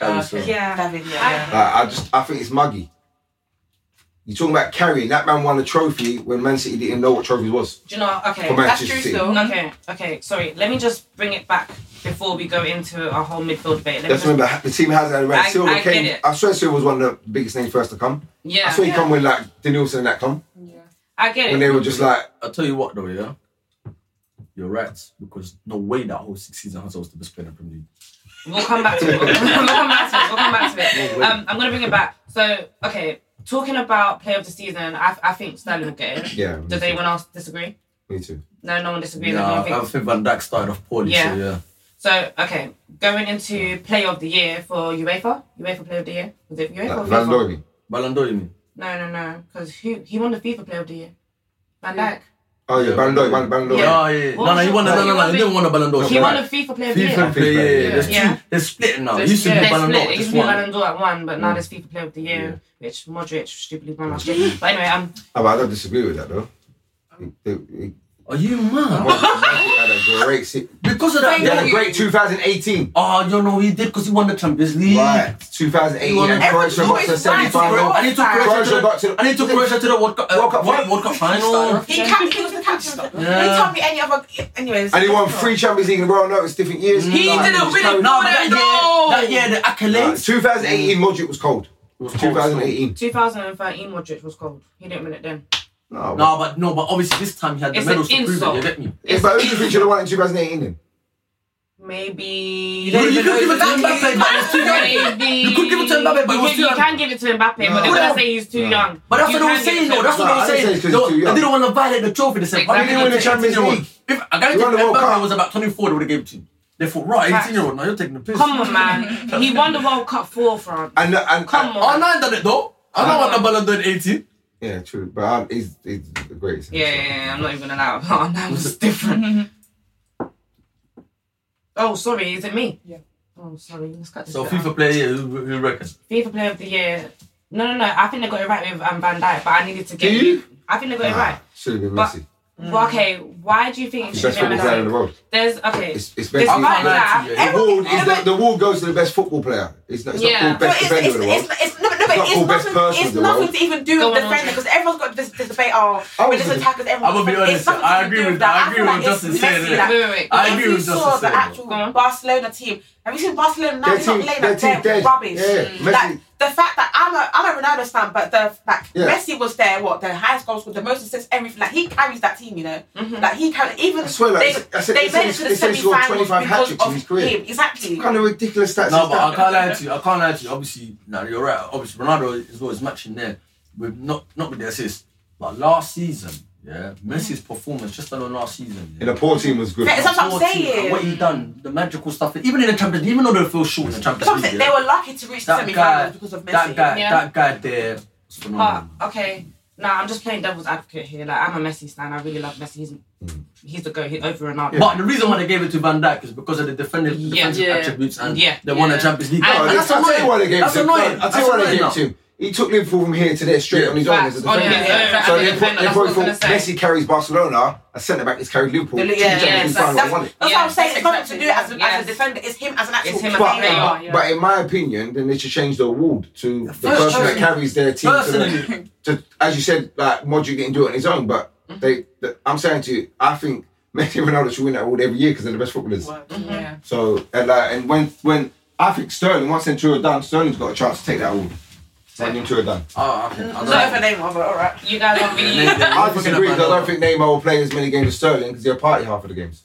H: That is silver.
D: Yeah.
E: David, yeah.
H: Like, I just, I think it's muggy. You talking about carrying? That man won a trophy when Man City didn't know what trophy was.
C: Do you know? Okay,
H: For
C: that's
H: Manchester
C: true.
H: City.
C: Still, okay, okay. Sorry, let me just bring it back before we go into a whole midfield debate. Let me
H: Let's
C: just-
H: remember the team has that
C: I-
H: around. Silver
C: I get
H: came.
C: it.
H: I swear, Silver was one of the biggest names first to come.
C: Yeah.
H: I swear he
C: Yeah.
H: come with like Danielson and that come
C: I get
H: when
C: it.
H: they were just like
G: I'll tell you what though, yeah. You're right, because no way that whole six season Hazard was the best player in the Premier League.
C: We'll come back to it. We'll come back to it. We'll come back to it. Um, I'm gonna bring it back. So, okay, talking about player of the season, I, I think Sterling will get it.
H: yeah.
C: Does anyone else disagree?
H: Me too.
C: No, no one disagrees.
G: Yeah,
C: everyone
G: I
C: thinks.
G: think Van Dijk started off poorly,
C: Yeah.
G: so yeah.
C: So, okay, going into player of the year for UEFA, UEFA player of the year was it UEFA? or
H: Like,
C: FIFA?
H: Landori.
G: Ballon d'Or, you mean?
C: No, no, no, because who he won the FIFA player of the year? Van Dijk.
H: Oh yeah, Bandoi, Van Bandoi.
G: Yeah, yeah. yeah.
C: What
G: No, no,
C: was
G: he
C: it?
G: won. No,
C: He
G: no, no,
C: won
G: he
C: the-
G: didn't won a Ballon d'Or.
C: He
G: you're
C: won
G: right.
C: the FIFA player of the year.
G: FIFA player, yeah, yeah. There's
C: Yeah.
G: two. They're splitting now. It
I: There's-
G: used to be
I: yeah,
C: They
G: Ballon
C: split.
G: d'Or.
C: It used
G: Just
C: to be
G: one.
C: Ballon d'Or at one, but now there's FIFA Player of the Year, which Modric stupidly won last year. But anyway, um,
H: Oh, but I don't disagree with that though. It- it- it-
G: Are you mad?
H: Modric had a great se-
G: Because of that.
H: He had a
G: goal-
H: great 2018.
G: Oh, you know he did because he won the Champions League.
H: Right, 2018.
G: He won
H: and
G: the-
H: Croatia got to
G: And
H: the
G: he took
H: semi-final.
G: Cro- and he took Croatia to
H: Croatia got to
G: the- and he took Croatia to the World Cup uh,
H: World Cup
G: World
H: final.
G: World Cup final.
E: He, cap- he was the captain. of the-
G: Yeah.
E: They told me any other. Anyways.
H: And he won three Champions League in a row. No, it's different years.
E: He didn't win
G: No,
E: it. No,
G: but that
E: no.
G: year, that year the
H: Like,
G: accolades.
H: 2018, Modric was cold.
G: was cold,
H: 2018.
C: 2013 Modric was cold. He didn't win it then.
H: No,
G: No, but no, but obviously this time he had the
C: It's an
G: medals to prove it.
C: insult.
G: You get me?
H: Yeah, but who do you think should have won in 2018 then?
C: Maybe.
G: You could give it to Mbappe, but it's too young.
C: Maybe.
G: You could give it to Mbappe, but it
C: you,
G: was
C: can-
G: too
C: you
G: young.
C: can give it to Mbappe, but they're
H: No.
C: gonna say he's too young.
G: But that's
C: You
G: what
C: can
G: I was
C: give
G: saying,
C: it to
G: though. That's
C: him.
G: what I was
H: No, I didn't say
G: saying.
H: it's 'cause
G: They
H: he's too
G: were-
H: young.
G: they didn't want to violate the trophy. They said, why
C: Exactly.
G: didn't you win the
H: They won the
G: Champions
H: Champions
G: League? If I guarantee
H: They won the World
G: Mbappe
H: Cup.
G: was about 24, they would have gave it to you. They thought, right, 18 year old, now you're taking the piss.
C: Come on, man. he won the World Cup for France.
H: And uh, and
C: Come on.
G: Oh, no, I done it, though. I don't want the Ballon d'Or at 18.
H: yeah, true. But um, he's, he's the greatest.
C: Yeah, yeah, yeah, I'm not even gonna lie. Oh, that was different. oh, sorry, is it me? Yeah. Oh, sorry. Let's cut this
G: So,
C: bit out.
G: FIFA player, who, who reckons?
C: FIFA Player of the Year. No, no, no. I think they got it right with um, Van Dijk, but I needed to get.
H: Do you?
C: I think they got it right.
H: Should have Ah, been
C: But-
H: Messi.
C: Well, okay, why do you think it
H: He's
C: should
H: the
C: have
H: best football
C: been
H: player in the
C: Messi?
H: world.
C: There's okay.
H: It's, it's
C: There's
H: Messi.
G: I can't
C: like
G: lie
C: that.
G: to you, yeah.
H: The award is
E: Everyone-
H: the, the award goes to the best football player. It's not, it's
C: Yeah.
H: not called
E: But
H: best
E: it's,
H: defender
E: it's,
H: in the world.
E: it's, it's, no, but no, but
H: Not
E: it's,
H: all best
E: nothing,
H: person
E: it's
H: in the
E: nothing
H: world.
E: to even
C: Go
E: do with
C: on,
E: defender
C: Andre.
E: because everyone's got this, this debate. Oh,
H: I
E: but
H: was
E: it's
H: gonna-
E: attackers. Everyone.
G: I'm gonna be honest, I agree with- I agree with Justin saying that.
C: Wait, wait, wait.
G: I
E: if
G: agree
E: you
G: with Justin
E: saw the
G: saying that.
E: actual
C: Go on.
E: Barcelona team, have you seen Barcelona now?
H: Their
E: They're not
H: team-
E: playing
H: their
E: like
H: team
E: they're
H: dead.
E: rubbish. Mm.
H: Yeah, Messi-
E: Like, the fact that I'm a I'm a Ronaldo fan, but the like
H: Yeah.
E: Messi was there, what the highest goal scorer, the most assists, everything. Like he carries that team, you know.
C: Mm-hmm.
E: Like he carries even.
H: I swear, like,
E: they,
H: it's- I said-
E: they
H: it's-
E: made it
H: it's-
E: to the
H: it's only
E: semi
H: scored 25
E: finals
H: hat-tricks
E: because
H: in
E: of
H: his career.
E: him. Exactly.
H: What kind of ridiculous stats
G: No,
H: is
G: but I
H: that?
G: can't lie to you. I can't lie to you. Obviously, no, you're right. Obviously, Ronaldo is always matching there with not not with the assist, but last season, yeah, Messi's performance just alone last season.
H: And the poor team was good.
E: Yeah, it's- That's what I'm
G: 14,
E: saying.
G: and What he done, the magical stuff. Even in the Champions, even though they feel short in the
E: Some
G: Champions
E: say
G: League,
E: They
G: yeah,
E: were lucky to reach the
G: that
E: semi
G: guy,
E: finals because of Messi.
G: that guy,
C: Yeah.
G: that guy there. was
C: But
H: Mm.
G: phenomenal.
C: uh, okay, now I'm just playing devil's advocate here. Like I'm a Messi stan. I really love Messi. He's
H: Mm.
C: he's the go. He's over and out.
G: But the reason why they gave it to Van Dijk is because of the defensive,
C: Yeah.
G: defensive
I: Yeah.
G: attributes and
C: Yeah.
G: they won the
I: Yeah.
G: Champions League.
C: And-
H: No,
C: And
H: I'll tell you why they gave
G: That's
H: it to him.
G: annoying. Oh,
H: I'll tell you why they gave it to him. He took Liverpool from here to there straight on his own
C: Facts.
H: as a
C: On
H: defender.
C: his own,
H: so
C: as a
H: they,
C: defender,
H: they
C: that's what I
H: probably thought
C: was gonna say.
H: Messi carries Barcelona, a centre back is carried Liverpool.
E: Yeah,
H: to the
E: yeah,
H: Champions
E: that's,
H: League
E: that's,
H: final and won it.
E: that's what I'm saying. It's
C: Yeah,
E: nothing to do as a, as
C: yes.
E: a defender. It's him as an actual
C: It's him as a
H: But,
C: player.
H: but,
E: player.
H: but in my opinion, then they should change the award to the person that
G: personally.
H: carries their team to, the,
G: Personally.
H: to as you said, like Modric didn't do it on his own, but they. The, I'm saying to you, I think Messi and Ronaldo should win that award every year because they're the best footballers.
I: Yeah.
H: So and like, and when when I think Sterling once Centurion done, Sterling's got a chance to take that award. When Centurion done,
G: Oh, okay. I don't
E: Not if
G: know.
E: her name was, but alright.
C: You guys are really.
G: Yeah, yeah,
H: I
G: we're
H: disagree
G: gonna
H: because I don't
G: find
H: think Neymar will play as many games as Sterling because he'll party half of the games.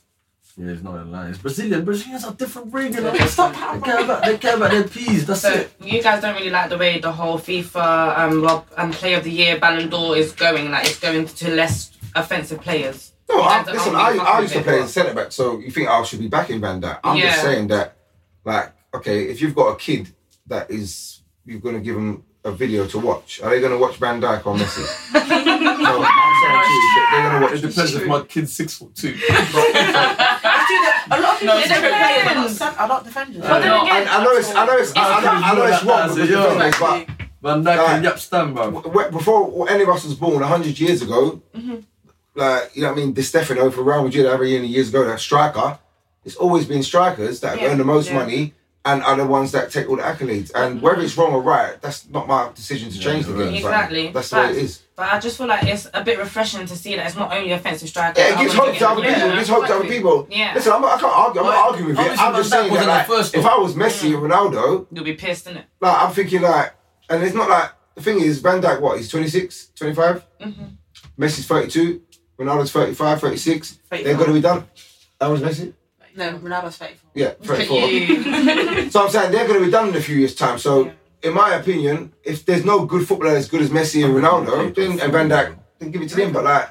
G: Yeah, it's not a lie. It's Brazilian. Brazilians are different breed, you know. Stop they care about they care about their peas. That's
C: So
G: it.
C: you guys don't really like the way the whole FIFA um Rob um Play of the Year Ballon d'Or is going. Like it's going to less offensive players.
H: No,
C: You
H: I,
C: guys don't
H: listen,
C: really
H: I,
C: fuck
H: I
C: with
H: used to
C: it.
H: play as centre back, so you think I should be backing Van Dijk. I'm just
C: Yeah.
H: saying that, like, okay, if you've got a kid that is, you're going to give him a video to watch, are they going to watch Van Dijk or Messi? no, I'm saying to you, they're going to watch.
G: depends if my kid's six foot two.
E: A lot of people
C: it's
E: are
C: true.
E: players, but not cent- are not defenders.
C: But then
H: No,
C: again,
H: I, I know it's, I know it's, I,
G: I
H: know, I know it's
G: couldn't do
H: wrong
G: that,
H: because
G: so
H: the
G: you're-
H: thing is, but
G: Van Dijk
H: Alright.
G: and Yap Stam, bro.
H: w- w- before any of us was born, hundred years ago, like you know what I mean, Di Stefano for Real Madrid however many years ago, that striker. It's always been strikers that have earned the most money and are the ones that take all the accolades. And whether it's wrong or right, that's not my decision to change the game. but
C: Exactly.
H: That's the way it
C: Facts.
H: is.
C: But I just feel like it's a bit refreshing to see that it's not only offensive strikers.
H: Yeah, it
C: that
H: gives
C: are
H: hope to other
C: getting-
H: people. It gives hope to other
C: exactly.
H: people.
C: Yeah.
H: Listen, I'm, not- I can't argue. I'm not
G: Well,
H: arguing with it.
G: obviously
H: I'm just
G: Van Dijk
H: saying that
G: wasn't
H: like,
G: the first
H: if
G: one.
H: I was Messi or Ronaldo,
C: You'll be pissed, innit?
H: like I'm thinking like, and it's not like the thing is Van Dijk what he's 26, 25,
C: Mm-hmm.
H: Messi's 32, Ronaldo's 35, 36. They're
E: 35.
H: gonna be done. That was Messi.
E: No, Ronaldo's faithful.
H: Yeah, 34. so I'm saying they're gonna be done in a few years' time. So in my opinion, if there's no good footballer as good as Messi and Ronaldo, then and Van Dijk, then give it to them. But like.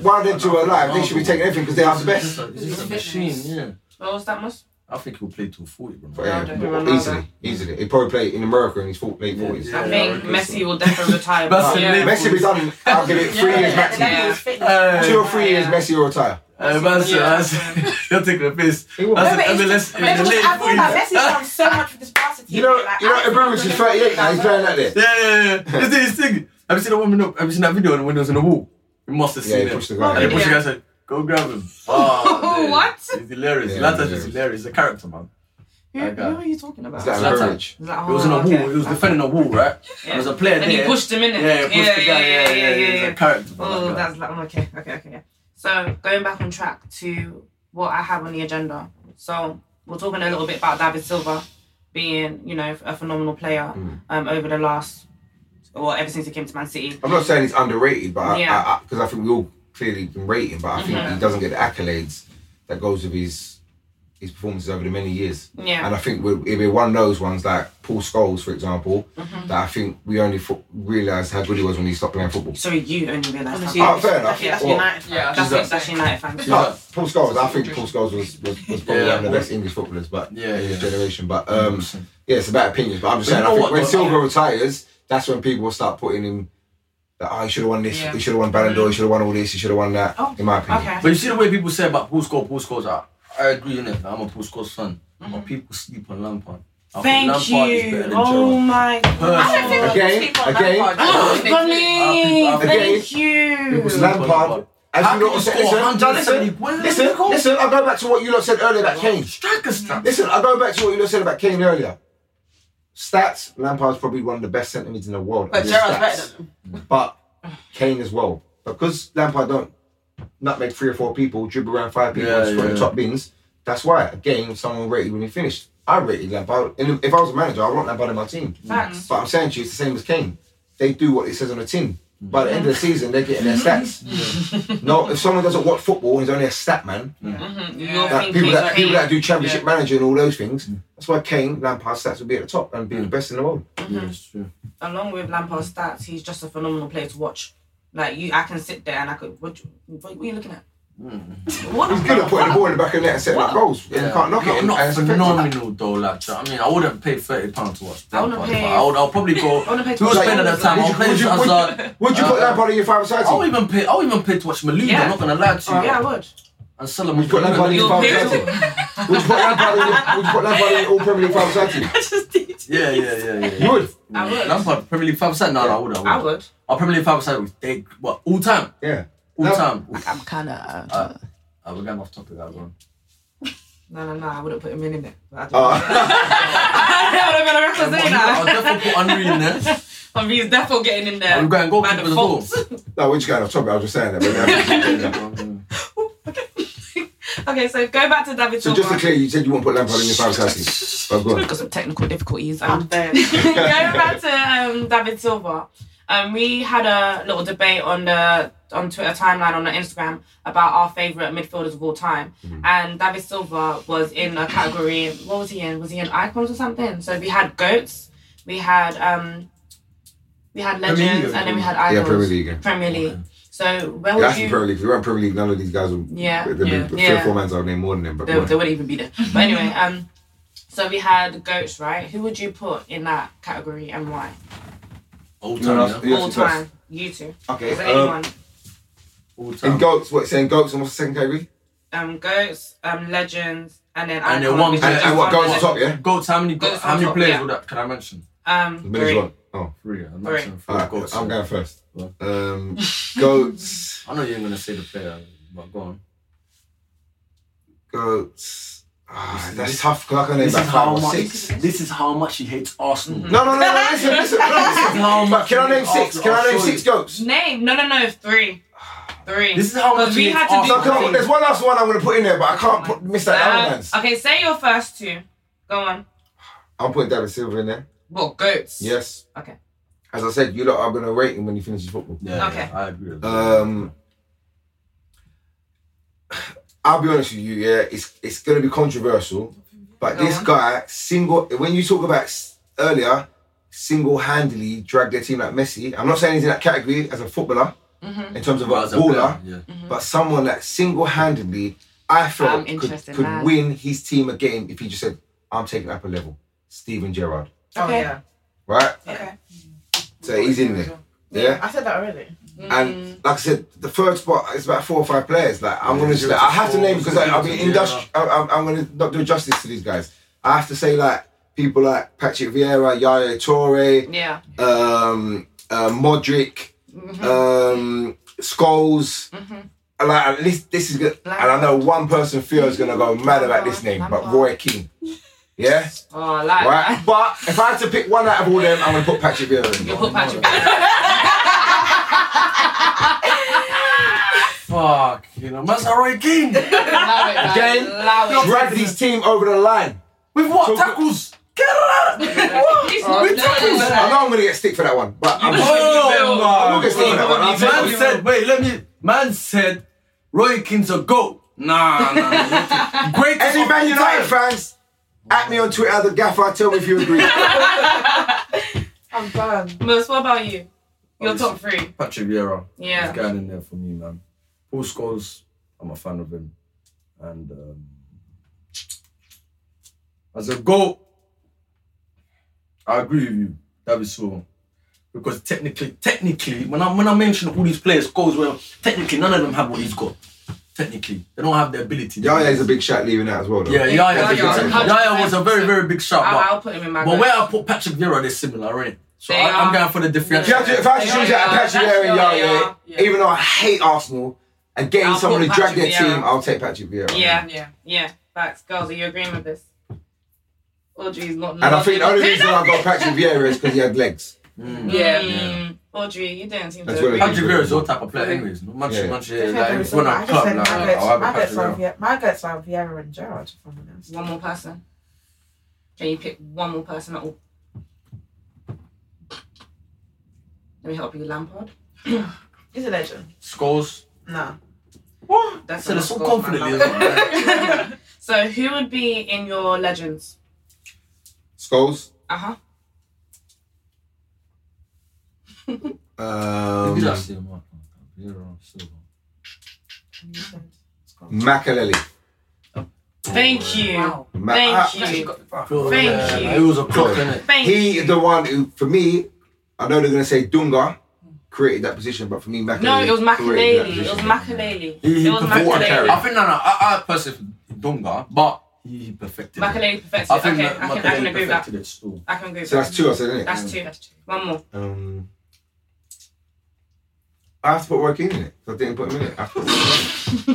H: While they're two are alive, they should be taking everything because they are the best.
G: He's a machine, yeah.
C: What was that, Mus?
G: I think he'll play till 40, bro.
H: Yeah,
C: Ronaldo.
H: easily, easily. He probably played in America in his fort- late
G: Yeah,
H: forties.
G: yeah.
C: I think Messi will definitely retire.
G: That's
C: but-
G: a
C: yeah.
G: lit-
H: Messi be done. I'll give it three years maximum.
C: Yeah.
G: Uh,
H: Two or three years, Messi or retire.
G: Uh, man, so that's, you're taking a piss. That's
H: will.
G: an
E: No, but
G: MLS in
E: But
G: the
E: it was-
G: late
E: I feel
G: 40s.
E: like Messi's done so much with this varsity.
H: You know,
E: like,
H: you know,
E: I-
H: Abramovich is 38 now. He's playing out there.
G: Yeah, yeah, yeah. It's the- it's the thing. Have you seen that woman? Have you seen that video when he was in the wall? You must have
H: Yeah,
G: seen
H: he
G: it.
H: pushed the guy.
G: And he pushed
C: Yeah.
G: the guy. Said, "Go grab him." Oh,
C: What?
G: He's hilarious.
H: Yeah,
G: Yeah, Lata's
H: hilarious.
G: just hilarious. He's a character, man.
C: Who,
G: That
C: who
G: guy.
C: are you talking about?
H: Is that
G: Zlatan.
H: Abramovich?
C: He's like,
G: He was in a
C: oh,
G: wall.
C: okay.
G: He was defending a wall, right? And there was a player
C: And he
G: there.
C: pushed him, innit?
G: Yeah, he pushed
C: Yeah,
G: the guy.
C: yeah,
G: Yeah, yeah,
C: yeah,
G: yeah.
C: yeah,
G: He's
C: yeah.
G: a character. man,
C: Oh,
G: that guy.
C: that's like, oh, okay, okay, okay, yeah. So going back on track to what I have on the agenda. So we're talking a little bit about David Silva being, you know, a phenomenal player
H: Mm.
C: um, over the last, well, ever since he came to Man City.
H: I'm not saying he's underrated, but because
C: Yeah. Mm-hmm.
H: I, I, 'cause I think we all clearly can rate him, but I think he doesn't get the accolades that goes with his his performances over the many years.
C: Yeah.
H: And I think we're, it'd be one of those ones like Paul Scholes, for example,
C: Mm-hmm.
H: that I think we only fo- realised how good he was when he stopped playing football.
C: Sorry, you only realised that.
E: Obviously.
H: Oh, fair enough.
E: That's
H: Well,
E: United. Yeah.
C: That's it, that's United fans.
H: no, Paul Scholes, I think Paul Scholes was, was, was probably
G: Yeah,
H: one of the
G: Paul-
H: best English footballers, but
G: Yeah,
H: in his
G: yeah.
H: generation. But um, yeah, it's about opinions. But I'm just
G: But
H: saying,
G: you know
H: I think
G: what,
H: when
G: though?
H: Silva retires, that's when people will start putting him. That oh, he should have won this. He should have won Ballon d'Or. He should have won all this. He should have won that.
E: Oh,
H: in my opinion,
C: Oh, Okay.
G: But you see the way people say about Paul Scholes, Paul Scholes. I, I agree in it. I'm a Paul Scholes fan. But people sleep on Lampard.
C: Mm-hmm.
G: I think
C: Thank
G: Lampard is
C: you.
G: better than
C: Oh
G: Gerrard.
C: my
G: Personally.
C: god.
H: again, again,
C: Funny.
G: I think- I
H: think-
C: Thank you.
H: it was Lampard. As
G: How
H: you
G: can
H: lot
G: you
H: said,
G: score
H: listen,
G: 170
H: listen,
G: points?
H: listen, listen, I'll go back to what you lot said earlier about Kane.
G: Striker stats.
H: Listen, I'll go back to what you lot said about Kane earlier. Stats, Lampard's probably one of the best centre mids in the world.
E: But
H: at his
E: Gerrard's
H: stats.
E: better than him.
H: but Kane as well. Because Lampard don't not make three or four people dribble around five people
G: Yeah,
H: and score in
G: yeah.
H: the top bins. That's why again someone rated when he finished. I rated Lampard, and if I was a manager, I want Lampard in my team.
C: Facts.
H: But I'm saying to you, it's the same as Kane. They do what it says on the tin. By the end of the season, they're getting their stats. no, if someone doesn't watch football and is only a stat man,
C: You're
H: that people
C: thinking
H: that people
C: Kane.
H: that do championship manager and all those things,
G: Mm.
H: that's why Kane, Lampard stats would be at the top and be the best in the world.
G: Yeah, it's true.
C: along with Lampard's stats, he's just a phenomenal player to watch. Like you, I can sit there and I could. What, what, what are you looking at?
G: Hmm.
C: What
H: He's good at putting the ball in the back of the net and setting up goals. And you can't knock it.
G: Not,
H: and-
G: not
H: and it's effective.
G: phenomenal though, like, do you know what I mean, I wouldn't pay thirty pounds to watch
C: I wouldn't
G: Lampard.
C: pay-
G: but I would, I'll probably go.
C: wouldn't pay
G: Who was
C: £20.
G: paying at that time?
H: Would
G: I'll
H: you,
G: pay
H: would you, would you,
G: Hazard.
H: would you put
G: Uh,
H: Lampard in your five side
G: I'll
H: team?
G: even pay. I'll even pay to watch Maluda.
C: Yeah.
G: I'm not gonna lie to you.
C: Yeah, I would.
G: And Solomon.
H: Would you put Lampard in your five side team? Would you put Lampard in your- would you put Lampard in your all Premier League five side team?
G: Yeah, yeah, yeah, yeah.
H: You would.
C: I would.
G: Lampard Premier League five side. No, no, I would.
C: I would.
G: Our Premier League five side was dead. What all time?
H: Yeah.
G: All
H: No.
G: time.
F: I'm kind of.
G: Uh, uh, we're going off topic. That one.
C: No, no, no. I wouldn't put him in in it. I don't.
H: Uh,
C: I would have been a referee
G: I'll
C: now.
G: Oh. definitely put Henry in there.
C: I mean, he's definitely getting in there.
G: And we're going
C: by
G: goalkeepers as well.
C: default.
H: no, we're just going off topic. I was just saying that. But yeah.
C: Okay, so go back to David
H: so
C: Silva.
H: just to clear, you said you wouldn't put Lampard in your five side team. But go on.
C: Got some technical difficulties.
E: I'm
C: Um,
E: there.
C: going back to um, David Silva, um, we had a little debate on the on Twitter timeline on the Instagram about our favorite midfielders of all time, and David Silva was in a category. What was he in? Was he in icons or something? So we had goats, we had um, we had
G: Premier League,
C: legends, and then we had
H: Yeah,
C: icons.
H: Premier League, yeah.
C: Premier League. So where would
H: That's the
C: you?
H: Premier League. If you weren't Premier League, none of these guys would.
C: Yeah,
H: There'd be
C: yeah,
H: three
C: yeah.
H: or four man's out there more than them. But
C: they,
H: go on.
C: they wouldn't even be there. But anyway, um, so we had goats, right? Who would you put in that category and why?
G: All
H: You know,
G: time.
H: that's-
G: yeah.
H: Yes,
C: all
H: it does.
C: time, you two.
H: Okay,
C: Is there
H: um,
C: anyone?
G: All
H: In
G: time.
H: goats, what saying goats and what's the second category?
C: um goats, um legends, and then
G: And then
C: icon,
G: one
C: which is
H: And,
G: Yeah,
C: just
H: and
C: one
H: what goats on
C: legend.
H: top? Yeah.
G: Goats. How many?
C: Goats
G: how
C: on
G: many
C: top,
G: players
C: yeah.
G: would that? Can I mention?
C: Um,
H: As many as you
C: three.
H: want. Oh.
G: Three. I'm
E: Three.
G: not saying three.
H: Alright,
G: Goats.
H: I'm going first.
G: Well.
H: Um, goats,
G: I know you ain't gonna say the player, but go on.
H: goats. Ah,
G: This-
H: that's
G: this-
H: tough. 'cause I can name
G: This
H: like
G: is
H: five
G: how
H: or
G: much.
H: six.
G: This is how much he hates Arsenal.
H: No, no, no, no. Listen, listen, no,
G: This is
H: listen.
G: how
H: But
G: much.
H: can I
G: he
H: name
G: hates
H: six?
G: Arsenal,
H: Can I
G: I'll
H: name
G: show
H: six
G: you.
H: goats?
C: Name? No, no, no. Three. Three.
G: This is how much.
C: Because we
G: he hates
C: had to do
H: No,
G: Arsenal.
H: come on. There's one last one I'm gonna put in there, but I can't put, miss that
C: Um,
H: other man's.
C: okay, say your first two. Go on.
H: I'll put David Silver in there.
C: What goats?
H: Yes.
C: Okay.
H: As I said, you lot are gonna rate him when he finishes football.
G: Yeah,
C: Okay.
G: yeah, I agree. With that.
H: Um, I'll be honest with you. Yeah, it's it's gonna be controversial, but this guy single. When you talk about s- earlier, single-handedly dragged their team like Messi. I'm not saying he's in that category as a footballer
C: Mm-hmm.
H: in terms of
G: But as
H: a
G: a player,
H: baller,
G: yeah.
H: but someone that single-handedly I felt
C: I'm
H: could,
C: interested in
H: could
C: that.
H: win his team a game if he just said, "I'm taking it up a level." Steven Gerrard,
E: Oh, yeah.
H: right?
E: Okay.
H: So he's in there. Yeah.
E: I said that already.
H: And like I said, the third spot is about four or five players. Like I'm gonna,
G: give
H: just,
G: it to
H: I have to
G: four,
H: name because like, I'll be
G: yeah.
H: industri- I- I'm, I'm gonna not do justice to these guys. I have to say like people like Patrick Vieira, Yaya Toure,
C: Yeah.
H: um, uh, Modric, um, Scholes. Like at least this is good. And I know one person Theo's gonna go mad about this name, but Roy King. Yeah,
C: Oh, I like
H: right. But if I had to pick one out of all them, I'm gonna put Patrick Vieira in.
C: that. Put Patrick Vieira.
G: Fuck, you know, man's already game.
C: Love it, man.
H: Again,
C: Love it.
H: Drag his team over the line.
G: With what
H: So-
G: tackles? Get out! What?
C: It's not-
G: With
C: no, no, no,
G: tackles?
C: no,
H: I know I'm gonna get stick for that one, but I'm
G: Oh,
H: I'm not
G: my
H: gonna stick for that one. I'll
G: God.
H: take
G: Man
H: it.
G: said, wait, let me. Man said, Roy King's a goat. Nah, nah, nah. Great.
H: Any Man United fans, at me on Twitter, the gaffer, tell me if you agree.
E: I'm done.
C: Moose, what about you? Your top three.
G: Patrick Vieira.
C: Yeah.
G: He's going in there for me, man. Paul Scholes, I'm a fan of him. And um, as a goal, I agree with you. David Silva. Because technically, technically, when I when I mention all these players, goals, well, technically none of them have what he's got. Technically, they don't have the ability.
H: Yaya is a big shot leaving that as well. Though.
G: yeah, Yaya, is a big-
C: Yaya.
G: Yaya was a very very big shot.
C: I'll, I'll
G: But,
C: put him in my
G: but
C: goats.
G: where I put Patrick Vieira, they're similar, right? So
C: They
G: I, I'm
C: are.
G: going for the differential.
H: If you had to, if I had to choose
C: Yeah,
H: out Patrick
C: that's
H: Vieira and
C: your-
H: Yaya,
C: yeah.
H: even though I hate Arsenal, and getting
C: I'll
H: someone
C: put
H: to drag their
C: Patrick Vieira.
H: team, I'll take Patrick Vieira.
C: Yeah, yeah, yeah. Facts, girls. Are you agreeing with this? Audrey's not.
H: And I think the only reason I got Patrick Vieira is because he had legs.
C: Yeah. Audrey, you didn't seem to
H: That's what
C: agree.
H: it
G: Patrick Vieira is your type of player, anyways. Much,
H: Yeah.
G: much,
E: I
G: yeah.
E: said
G: Like, if
E: David
G: we're
E: Silva. I
G: not
E: just
G: club,
E: said
G: like,
E: my goats-
G: I'll have
E: my
G: a
E: goats
G: Patrick
E: are
G: Vieira.
E: Vie- my goats are Vieira and Gerard, if I'm honest.
C: One more person. Can you pick one more person Oh. at all? Let me help you, Lampard.
E: He's a legend.
G: Scholes.
E: No.
C: That's
G: So
C: a
G: they're so
C: lot of
G: confident.
C: goals,
G: isn't
C: man.
G: it?
C: So who would be in your legends?
H: Skulls.
C: Uh huh.
H: Um,
G: Who's that? Silva, Vieira, Silva.
H: Makaleli.
C: Thank you.
H: Ma-
C: Thank
H: I-
C: you.
G: Yeah,
C: you.
G: like, It was a clock, innit?
C: Thank
H: He
C: you.
H: the one who, for me, I know they're gonna say Dunga created that position, but for me, Makaleli.
C: no, it was
H: created that
C: Makaleli. It
H: position.
C: was Makaleli.
G: He, he
C: It was
G: perfected
H: ball
G: it.
H: carry.
G: I
C: Makaleli.
G: think, no, no, I, I personally Dunga, but he, he perfected it.
C: Makaleli perfected.
G: I
C: it.
G: think
C: Okay,
G: that
C: I can, I
G: Makelele
C: can agree with that.
G: perfected it still.
C: I can agree with
H: So
C: that.
H: that's two, I said, isn't it?
C: That's two. That's two. One more.
H: Um, I have to put work in it. I didn't put him in it. I put
C: You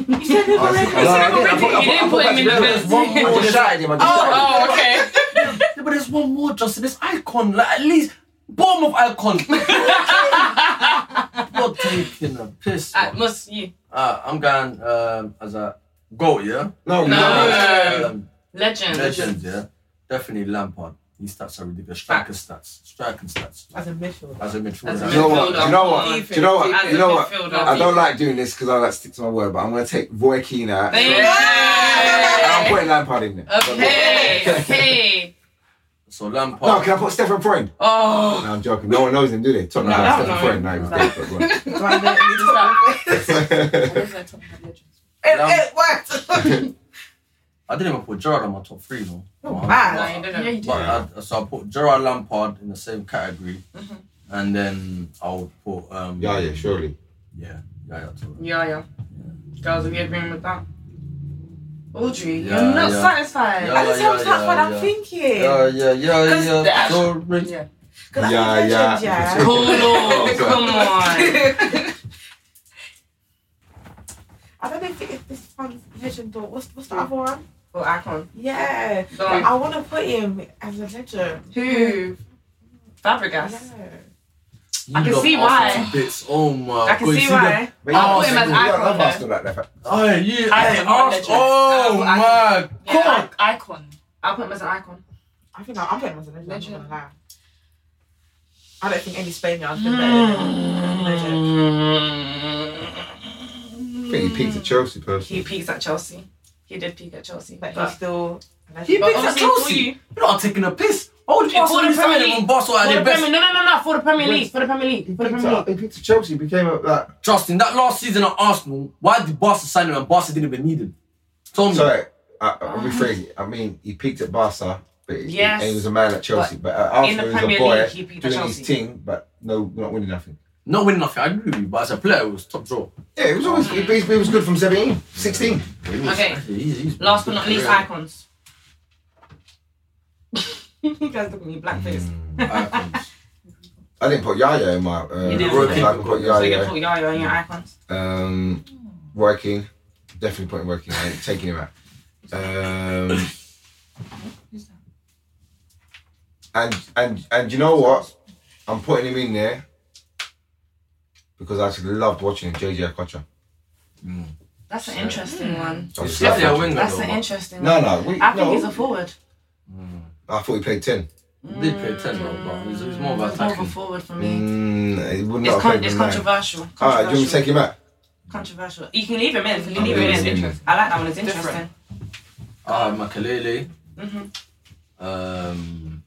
C: didn't put him in the best.
G: One more shot
H: him. I
C: Oh, okay.
G: Yeah, but there's one more, Justin. This icon, like at least bomb of icons. Not taking a piss.
C: Uh,
G: man.
C: must you
G: Uh, I'm going um, as a goal, yeah.
H: No,
C: No.
G: Um,
C: legend?
G: legend, yeah. Definitely Lampard. His stats are ridiculous. Striker stats. Striking stats.
E: As a midfielder.
G: As a midfielder.
C: As a
H: Do you know what? Do you know what? Do you know what?
C: As
H: You
C: a
H: know what?
C: midfielder.
H: I don't like doing this because I like to stick to my word, but I'm gonna take Roy Keane out.
C: Thank
H: And I'm
C: you.
H: putting Lampard in there.
C: Okay. Okay.
G: So Lampard.
H: No, can I put Stefan Freund?
C: Oh.
H: No, I'm joking. No one knows him, do they?
C: No,
H: Tottenham no,
C: no.
H: Stefan Freund. No, he was dead. but go on.
E: It worked.
G: I didn't even put Gerard on my top three, no. Oh,
E: man.
C: No, you didn't.
G: But I, so I put Gerard Lampard in the same category, and then I'll put um,
H: Yeah, yeah, surely.
G: yeah, yeah, yeah,
C: Yeah, yeah. Girls, are we agreeing with that? Audrey,
G: Yeah,
C: you're not
G: yeah.
C: satisfied.
G: Yeah.
E: I just tell that's what I'm
G: yeah.
E: thinking.
G: yeah, yeah, yeah, yeah,
E: Because the
G: yeah. Sorry.
E: 'Cause
H: Yeah,
E: I think
H: yeah.
E: legend, yeah.
C: Come on, come on.
E: I don't know if, it, if this one's legend or what's, what's the other one?
I: Or Icon.
E: Yeah.
I: Go
E: But
I: on.
E: I want to put him as a legend.
I: Who?
E: Yeah.
I: Fabregas.
C: I can
G: love
C: see
G: Arsenal
C: why.
G: to Bits. Oh my
C: I can
G: God, you
C: see
G: them-
C: why.
H: But
I: I'll
H: yeah,
I: put him as
H: Oh, you don't
I: icon
H: love
I: then.
H: Arsenal like that. fam.
G: Oh yeah.
I: I am
G: Hey,
I: one
G: Ars-
I: legend.
G: oh
I: I am
G: my
I: Yeah,
G: God.
I: I- icon. I'll put him as an icon.
E: I think I- I'm putting him as a legend. I'm not
I: Legend.
E: gonna lie. I don't think any Spaniard's been better than him.
C: uh,
E: Legend.
H: I think he peaked at Chelsea
I: He
H: personally.
I: peaks at Chelsea. He did peak at Chelsea.
E: But
I: But
E: he's still. a legend.
G: He
I: But
G: beats at
I: obviously for
G: Chelsea.
I: you-
G: You lot are taking a piss. Oh,
C: For
G: Arsenal
C: the Premier
G: decided on
C: League. For
G: Barcelona are
C: the
G: the
C: Premier,
G: best.
C: no, no, no, no, for the Premier League, for the Premier League,
H: He
C: for the
H: peaked
C: Premier
H: at,
C: League.
H: he peaked at Chelsea. He became a, like.
G: Justin, that last season at Arsenal, why did Barca sign him and Barca didn't even need him? Tell me.
H: Sorry, I, I'll rephrase. it. I mean, he peaked at Barca, but he,
C: Yes.
H: and he was a man at Chelsea. But, at
C: in the
H: Arsenal, he was
C: Premier
H: a boy
C: League, he peaked at
H: doing his
C: Chelsea.
H: thing, but no, not winning nothing.
G: Not winning nothing, I agree with you, but as a player, it was top draw.
H: Yeah,
C: Oh,
H: he was always he, he was good from 17, 16.
C: Okay,
G: He's- he's-
C: last but not least, icons.
I: you guys look at me blackface.
G: Icons.
H: I didn't put Yaya in my. Uh,
C: You didn't.
H: Roy Keane, I didn't put
C: So you can
H: Yaya.
C: put Yaya in your icons.
H: Um, Roy Keane, definitely putting Roy Keane. I ain't taking him out. Um, and and and you know what? I'm putting him in there because I actually loved watching JJ Okocha.
C: That's an interesting one.
H: I
G: He's
H: just loved
G: definitely a
H: watching
G: winger.
C: That's
G: though,
C: an
G: but
C: interesting one.
H: No, no. We,
C: I think
H: no.
C: he's a forward.
H: I thought he played 10.
G: He did play 10 though, but he's, he's more of an
C: More of a
G: attacking.
C: forward for me.
H: Mm, he would not
C: It's,
H: have
C: con-
H: played
C: it's
H: in nine.
C: controversial.
H: All right, do you want me to
C: Controversial.
H: take him out?
C: Controversial. You can leave him in. You
H: I'm
C: can leave him
H: leaving
C: in.
H: him in.
C: I like that one. It's interesting.
G: Uh, Makalele. Um,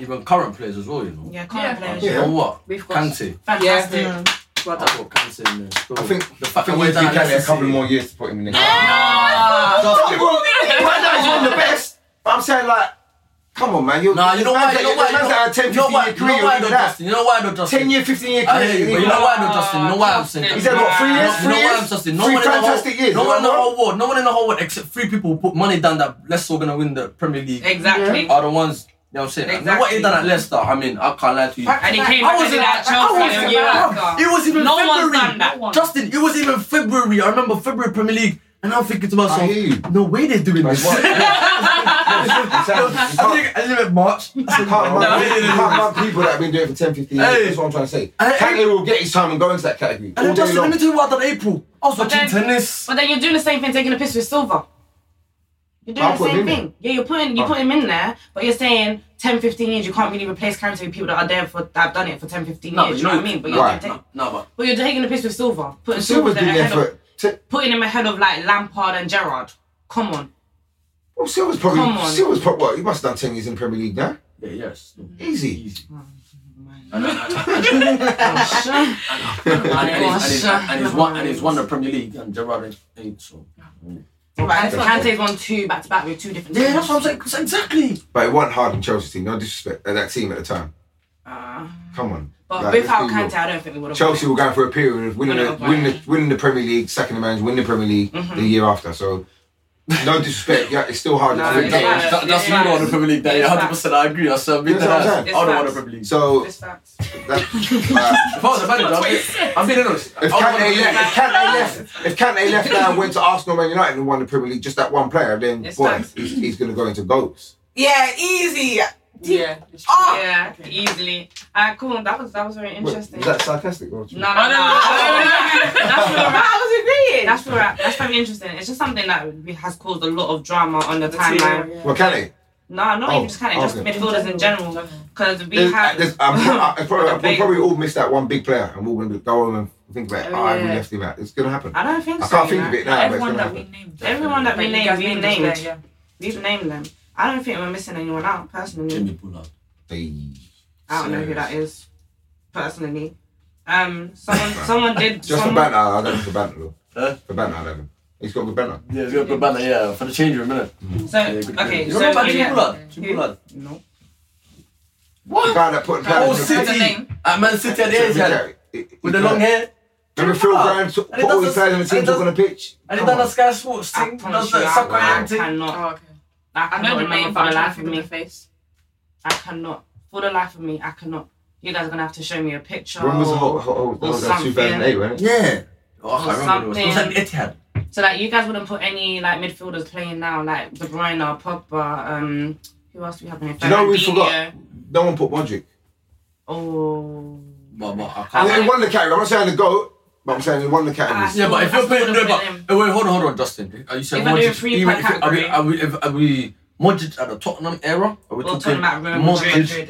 G: even current players as well, you know.
C: Yeah, can't
G: Uh,
C: play.
G: You know what?
I: We've got-
G: Kante.
C: Fantastic.
I: Yeah. Well
G: I
I: done.
G: thought Kante in there. still.
H: I think
G: the
H: I
G: fact that
H: think
G: we're
H: we've
G: down
H: got
G: at
H: a couple more years to put him in there.
C: Ah!
H: Don't get me wrong, right now he's one of the best. But I'm saying like, come on, man. You're,
G: Nah, you know
H: man's
G: why?
H: like-
G: You know
H: the man's like
G: why?
H: a 10,
G: You know
H: 15
G: why?
H: year
G: You know
H: career.
G: why I
H: even
G: know
H: that.
G: Justin? You know why I know Justin?
H: 10 year, 15 year
G: I
H: career.
G: hear you, but
H: even
G: you know
H: that.
G: why I know Justin? You know why I'm saying
H: He's
G: that?
H: had what, three years?
G: No,
H: Three
G: no
H: years?
G: one Justin. No
H: three
G: one in the
H: fantastic
G: whole,
H: years.
G: No
H: you
G: one in the
H: know what?
G: whole world. No one in the whole world except three people who put money down that Leicester were gonna win the Premier League.
C: Exactly.
G: Are the ones. You know what I'm saying? Exactly. Now what he
C: Exactly.
G: done at Leicester? I mean, I can't lie to you.
C: And he
E: I
C: came
G: I
C: back
G: was
C: and did
G: in
C: that at
G: that. I
C: Chelsea a
G: was
C: year
G: in that.
C: after.
G: It was even
C: No one's
G: February.
C: done that. No one.
G: Justin, it was even February. I remember February Premier League, and I'm thinking to myself,
H: I hear you.
G: no way they're doing this.
H: what?
G: I think I think it March. I
H: You
G: said,
H: can't
G: no.
H: mug- you can't mug people that have been doing it for 10, 15 years.
G: Hey.
H: That's what I'm trying to say.
G: Hey,
H: Kanye
G: hey.
H: will get his time and go into that category.
G: And
H: all
G: then
H: day
G: Justin, let
H: long.
G: me tell you what I done in April. I was watching
C: then-
G: tennis.
C: But then you're doing the same thing, taking a piss with Silver. You're doing
H: I'll
C: the
H: put
C: same
H: him in Oh.
C: thing. Yeah, you're putting you put him in there, but you're saying 10, 15 years you can't really replace Kante with people that are there for that have done it for 10, 15
G: No,
C: years.
G: but
C: you know
G: you
C: what I
G: know-
C: mean? But
G: no,
C: you're
H: right.
C: taking,
G: No, but
C: but you're taking the piss with Silver. Putting Silver
H: Silva's been there
C: ahead of,
H: for. T-
C: putting him ahead of like Lampard and Gerrard. Come on.
H: well, Silva's probably.
C: Come on.
H: Silva's probably. What? He must have done 10 years in Premier League now.
G: yeah, yes.
H: Easy.
G: Easy. And, and, and, and, and, he's- and he's won and he's won the Premier League and Gerrard ain't- ain't so.
C: And Kante's won two back to back with two different
G: Yeah,
C: teams.
G: that's what I'm saying. It's Exactly.
H: But it wasn't hard in Chelsea team. No disrespect. at that team at the time. Come on.
C: Uh, But
H: Like,
C: without
H: let's be real.
C: Kante, I don't think we would have
H: Chelsea were going through a period of winning,
C: Winning
H: the,
C: the-
H: winning, the, winning the Premier League, second the man's winning the Premier League
C: Mm-hmm.
H: the year after. So, no disrespect, yeah, it's still hard.
C: No,
H: to
C: it's fine.
H: do.
G: That- That's you
C: Yeah.
G: don't want the Premier League. Danny.
C: It's
G: 100. percent I agree. I said,
H: It's
G: I
H: facts.
G: don't want the Premier League.
H: So,
C: It's facts.
H: that, uh,
G: If I was a manager, I'm being- I'm being honest.
H: if
G: I wouldn't
H: Kante
G: have-
H: left, if Kante left, if Kante left now and went to Arsenal, Man United, and won the Premier League, just that one player, then
C: It's
H: boy,
C: facts.
H: he's, he's going to go into goals.
E: Yeah, easy.
I: Yeah.
C: Oh, Yeah, easily. Alright, cool. That was that was very
H: Wait,
C: interesting.
H: is that sarcastic? Or
C: No, no, no. That's where we're at.
E: I was agreeing.
C: That's where we're at. That's very interesting. It's just something that has caused a lot of drama on the timeline.
H: well, Kante,
C: No, not
H: Oh,
C: even just kind of just
H: okay.
C: midfielders in general, because we
H: there's,
C: have.
H: there's, I'm, pro- I, I probably,
C: Debate.
H: we'll probably all miss that one big player, and we're going to go home and think about, it. oh, I
I: yeah.
H: left him out. It's going to happen.
C: I don't think
H: I
C: so.
H: can't think
C: you
H: of
C: know.
H: it now, but it's
I: Everyone
H: going to
I: that we
H: happen.
I: named.
C: Everyone that we
I: you
C: named,
I: guys
C: we've
I: named was there,
C: named.
I: yeah.
C: We've named them. I don't think we're missing anyone out personally.
G: Jimmy Bullard.
H: Hey.
C: I don't know who that is personally. Um, someone, someone did.
H: Just for
C: someone,
H: banter, I'll have him for banter though.
G: Huh?
H: For banter, I'll have him. He's got good banter.
G: Yeah, he's got a good banner. Yeah, for the change room, innit?
C: So
G: Yeah, good banner.
C: okay,
G: You
C: so
G: remember Jimmy
C: yeah.
G: Bullard? Jimmy
C: Who?
G: Bullard.
C: No.
H: The guy that put
G: Oh,
H: plans in-
G: City. At Man City at the age, yeah. With the long hair.
H: Remember Phil Grimes put
G: And he
H: all
G: does
H: his players on the
G: this- and
H: team
G: he
H: talking on the
G: does-
H: pitch?
G: And he
H: Come
G: done a
H: on.
G: Sky Sports
C: I
G: thing.
C: promise
G: Does
C: you,
G: that soccer
C: I, I
G: act thing.
C: cannot.
I: Oh, okay.
C: I
I: I know
C: cannot
I: the name,
C: remember
I: but
C: for
I: I'm trying
C: the
I: to
C: life of
I: think of the
C: me.
I: face.
C: I cannot. for the life of me, I cannot. You guys are gonna have to show me a picture.
H: When was the whole,
C: or-
H: whole, whole,
C: or
H: was that
C: something.
H: 2008, right?
G: Yeah. Oh, I
C: Or
G: can't remember. what It was, it was
C: something.
G: at the Etihad.
C: So like you guys wouldn't put any like midfielders playing now, like De Bruyne or Pogba. Um, who else do we have in here?
H: Do you know what we
C: Fernandinho.
H: forgot? No one put Modric.
C: Oh.
G: But, but I Ah,
H: I
G: can't.
H: mean, he won the category. I'm not saying the GOAT, but I'm saying he won the category.
G: Yeah, but if you're playing, no,
C: would've
G: but
C: been
G: uh, wait, hold on, hold on, Justin. Are you saying
C: If I do
G: Modric-
C: three
G: even
C: per
G: if it- are we,
C: category.
G: are we, if, are we Modric at the Tottenham era? Are we
C: Well, talking
G: talking
C: about Real
G: Modric?
C: Madrid.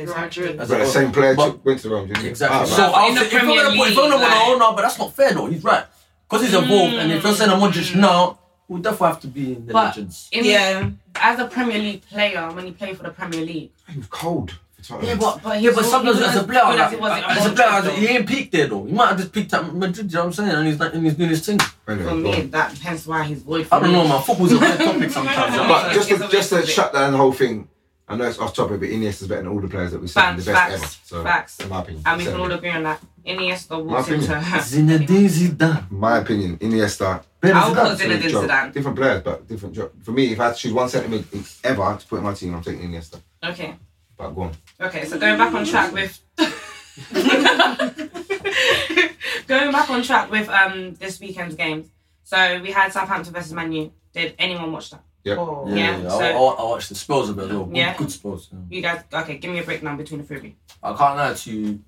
C: Madrid.
G: as
H: But the
G: well?
H: same player
G: But-
H: took, went to Rome, didn't he?
G: Exactly.
H: Ah,
G: so
H: right.
G: I'll
C: In
G: say,
C: the
G: if I'm
C: Premier
G: gonna put, if I'm
C: League,
G: gonna put
C: like- Hmm.
G: oh no, but that's not fair though. He's right because he's evolved, and if you're saying a Modric now, we definitely have to be in the
C: But-
G: legends.
C: In, yeah. As a Premier League player, when you play for the Premier League,
H: He was cold. for Tottenham.
C: but, but he
G: Yeah, but
C: was-
G: sometimes
C: he
G: as a
C: wasn't
G: player,
C: good as
G: like,
C: he was at
G: as a player,
C: Madrid,
G: he ain't peaked there though. He might have just peaked at Madrid. You know what I'm saying? And he's not, and he's doing his thing.
H: Anyway,
C: For
H: go
C: me,
H: on.
C: that hence why he's void. For
G: I don't
C: me.
G: know, man. Football's a weird topic sometimes. you know what
H: But
G: I'm
H: just
C: It's
H: to,
C: a
H: just to
C: waste of
H: shut down the whole thing, I know it's off topic, but Iniesta's better than all the players that we've seen, the
C: Facts,
H: best ever.
C: facts,
H: So,
C: facts.
H: in my opinion.
C: And we can
H: so,
C: all agree on that. Iniesta walks
H: opinion.
C: into
G: saying? Zinedine Zidane.
H: in my opinion, Iniesta.
G: Better
C: I'll
G: Zidane.
C: put Zinedine
H: different job.
C: Zidane.
H: Different players, but different job. For me, if I had to choose one sentiment ever to put in my team, I'm taking Iniesta.
C: Okay.
H: But go on.
C: Okay, so going back on track with going back on track with um this weekend's games. So we had Southampton versus Man U. Did anyone watch that?
H: Yep.
G: Yeah,
C: Yeah,
G: yeah,
C: so-
G: I, I, I watched the Spurs a bit as well. Good,
C: Yeah.
G: good Spurs. yeah.
C: You guys, okay, give me a breakdown between the three of you.
G: I can't lie to you.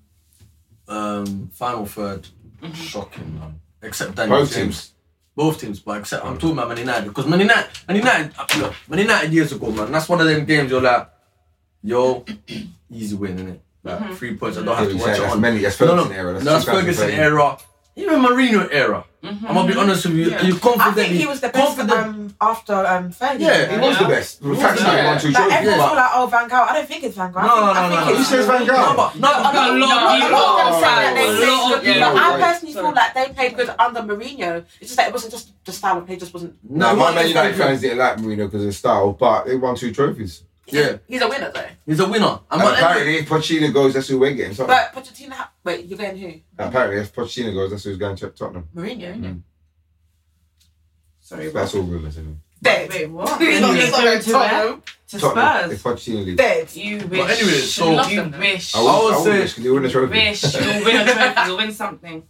G: Um, final 3rd shocking man. Except Daniel
H: Both
G: James.
H: teams.
G: Both teams, but except I'm talking about Man United because Man United, Man United, uh, look, Man United years ago, man. That's one of them games you're like, yo, easy win, innit? Like three points. I don't have
H: Yeah,
G: to
H: you
G: watch
H: said
G: it
H: that's
G: on.
H: many- that's
G: No, no,
H: Ferguson era, that's
G: no, that's
H: 2013.
G: Ferguson era. Even Marino era. I'm gonna be honest with you. You
E: I
G: confident?
E: think he was the best
G: confident-
E: um, after um, Fergie.
G: Yeah,
H: He was the best. In fact, he
G: Yeah.
H: won two
E: Like
H: trophies.
E: everyone's
G: Yeah.
E: all like, oh, Van Gaal. I don't think it's Van Gaal.
G: no,
E: I
G: no,
E: think,
G: no,
E: I think
G: no. no.
H: You
E: it's
H: said Van Gaal.
G: No, but no,
E: A lot,
G: no,
E: a
G: no,
E: lot, a lot of them say that they
G: no,
E: played
G: no,
E: good,
G: no,
E: but I
H: no.
E: personally feel like they played good under Mourinho. It's just that it wasn't just the style of play; just wasn't.
H: No, my
G: he
H: Man
G: was good.
H: United fans didn't like Marino because of his style, but they won two trophies.
G: Yeah,
E: He's a winner though.
G: he's a winner. I'm
H: And
G: not-
H: apparently, if Pochettino goes, that's who we're getting. So,
E: But Pochettino, ha- wait, you're going who?
H: apparently, if Pochettino goes, that's who's going to Tottenham.
E: Mourinho. isn't it?
C: Sorry,
H: That's all rumours, isn't it?
E: Dead.
C: Wait, what?
E: He's not- he's not
C: Going
E: going
C: to
E: to Tottenham.
C: to
H: Tottenham. If
C: Spurs.
H: Pochettino leaves.
E: Dead.
C: You wish.
G: anyway, so-
C: you wish.
H: I would,
G: I would
H: I would
G: say-
H: wish, 'cause they win the trophy.
C: wish you'll win a trophy. You'll win something.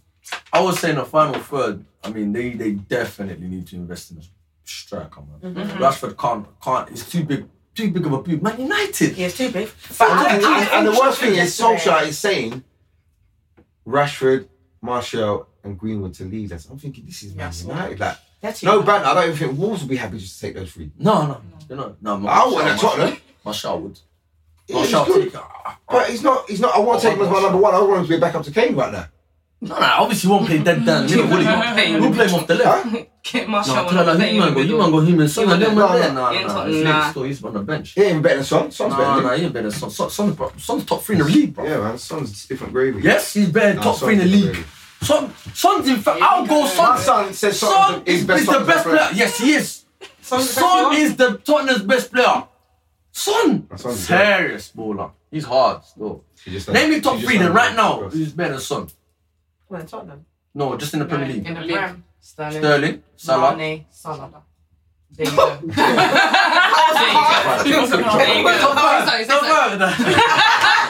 G: I was saying the final third. I mean, they they definitely need to invest in a striker, man. Rashford can't can't. It's too big, too big of a boot. Man United.
E: Yeah, it's too big. But
H: And,
E: I,
H: and-
E: I,
H: and the worst thing is,
E: yesterday-
H: Solskjaer is saying Rashford, Martial, and Greenwood to leave us. I'm thinking this is Man United. Like,
E: They're too
H: no
E: big.
H: banter. I don't even think Wolves would be happy just to take those three.
G: No, no, you know, no. my-
H: I wouldn't have
G: my-
H: Tottenham.
G: Martial would.
H: Yeah, he's
G: Martial Oh,
H: good.
G: take. ah,
H: But he's not. He's not. I want to take him as my number one. I want him to be back up to Kane right now.
G: No, no. Obviously, he won't play dead down. Who
C: Hey.
G: play him off the left?
H: Huh?
C: Get Marshall
G: No,
C: on the
G: tell her,
C: plane
G: you man
C: in
G: go,
C: the
G: you
C: middle.
G: man go, him and Son.
H: He
G: No, no,
H: wouldn't- no, no.
G: no,
C: He
G: no.
C: ain't
G: His
C: Tottenham,
G: legs
C: nah.
G: still, he's on the bench.
H: He ain't better than Son. Son's better
G: No, no,
H: than him.
G: Ah, he ain't better. than Son, Son, Son's bro- Son's top three in the league, bro.
H: Yeah, man. Son's different gravy.
G: Yes, he's better
H: No,
G: top
H: Son's
G: three in the
H: different
G: league. Son, Son's in fact. I'll go
H: My
G: Son.
H: son says Son's
G: Son
H: the- his
G: is,
H: best
G: is the
H: Tottenham's
G: best
H: best
G: player.
H: player.
G: Yes, he is.
E: Son's the best
G: Son
E: one.
G: is the Tottenham's best player. Son,
H: Son's good.
G: serious baller. He's hard still.
H: He just
G: Name me
H: he
G: top
H: just
G: three then
H: don't-
G: right now. Who's better than Son?
E: Well, in Tottenham.
G: No, just in the Premier
C: In
G: League.
C: the prem. Sterling.
G: Sterling, Salah.
C: Mane, Salah. There you go.
H: Right, top three.
G: Top five, top five.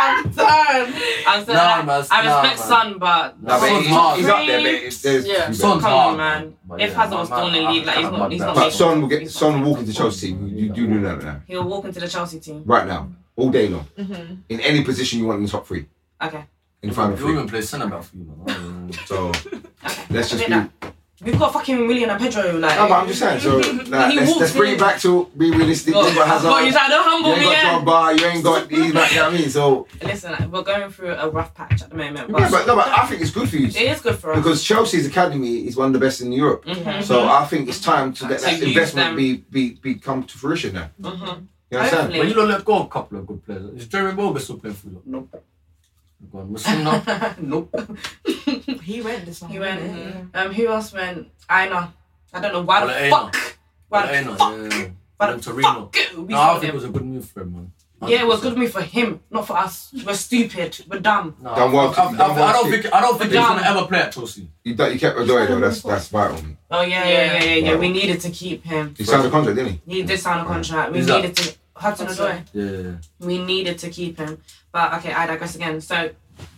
E: I'm done.
C: I'm so
G: Nah,
C: like,
G: man,
C: I
G: nah,
C: respect
G: man.
C: Son, but
H: Nah, but
G: Son's
H: he's,
G: hard.
H: he's up there, but it's- there's
E: Yeah.
H: few
G: Son's
C: Come
G: hard.
C: on, man.
G: But
C: If
G: yeah,
C: Hazard was
G: man,
C: still in the
G: I-
C: league, like,
G: I
C: he's
G: can't
C: not- he's
G: back
C: not
G: that.
H: But
C: making-
H: Son will get Son will walk into Chelsea. You, you do know that now,
C: he'll walk into the Chelsea team.
H: right now, all day long,
C: Mm-hmm.
H: in any position you want in the top three,
C: Okay.
H: in the final
G: You
H: three.
G: even play centre back for you, man.
H: So let's just
C: I
H: be.
C: did
H: No,
C: We've got fucking William and Pedro, like.
H: but I'm just saying. So nah,
C: He
H: let's,
C: walks
H: let's bring it
C: in.
H: back to be realistic.
C: Oh,
H: You've got Hazard.
C: God, you trying to
H: you
C: humble
H: ain't
C: me,
H: got
C: yeah?
H: John Barr. You ain't got these. Like, you know what I mean? So
C: Listen, like, we're going through a rough patch at the moment, but,
H: yeah, but no, but I think it's good for you.
C: it is good for us.
H: because Chelsea's academy is one of the best in Europe.
C: Mm-hmm.
H: So I think it's time to let
C: To
H: that
C: use
H: investment
C: them.
H: be, be be come to fruition now.
C: Mm-hmm.
H: You understand?
C: Hopefully.
G: But you don't let go of a couple of good players. Is Jeremy Boga still playing for you? Nope. Go on, Messina.
C: nope.
E: He went this one.
C: He went. Um, who else went? Aina. I don't know why
G: Ole
C: the
G: Aina.
C: fuck. Why the
G: Moreno,
C: fuck?
G: yeah, yeah.
C: Why
G: Went
C: the
G: to Reno.
C: fuck? We
G: No, I
C: sold
G: think it was
C: him.
G: a good move for him, man.
C: Yeah, it was
G: 100%.
C: good move for him, not for us. We're stupid. We're dumb.
G: No,
H: Done well
G: I, I,
H: to-
G: I,
H: done well
G: I don't
H: to-
G: think I don't think he's
C: Done.
G: gonna ever play at Chelsea.
H: You, don't- you kept Odoi though. That's that's vital.
C: Oh yeah, yeah, yeah, yeah. yeah.
H: Wow.
C: We needed to keep him.
H: He signed a contract, didn't he?
C: He did sign a contract. We
G: He's
C: needed to. Hudson Odoi.
G: Yeah, yeah, yeah.
C: We needed to keep him. But okay, I digress again. So,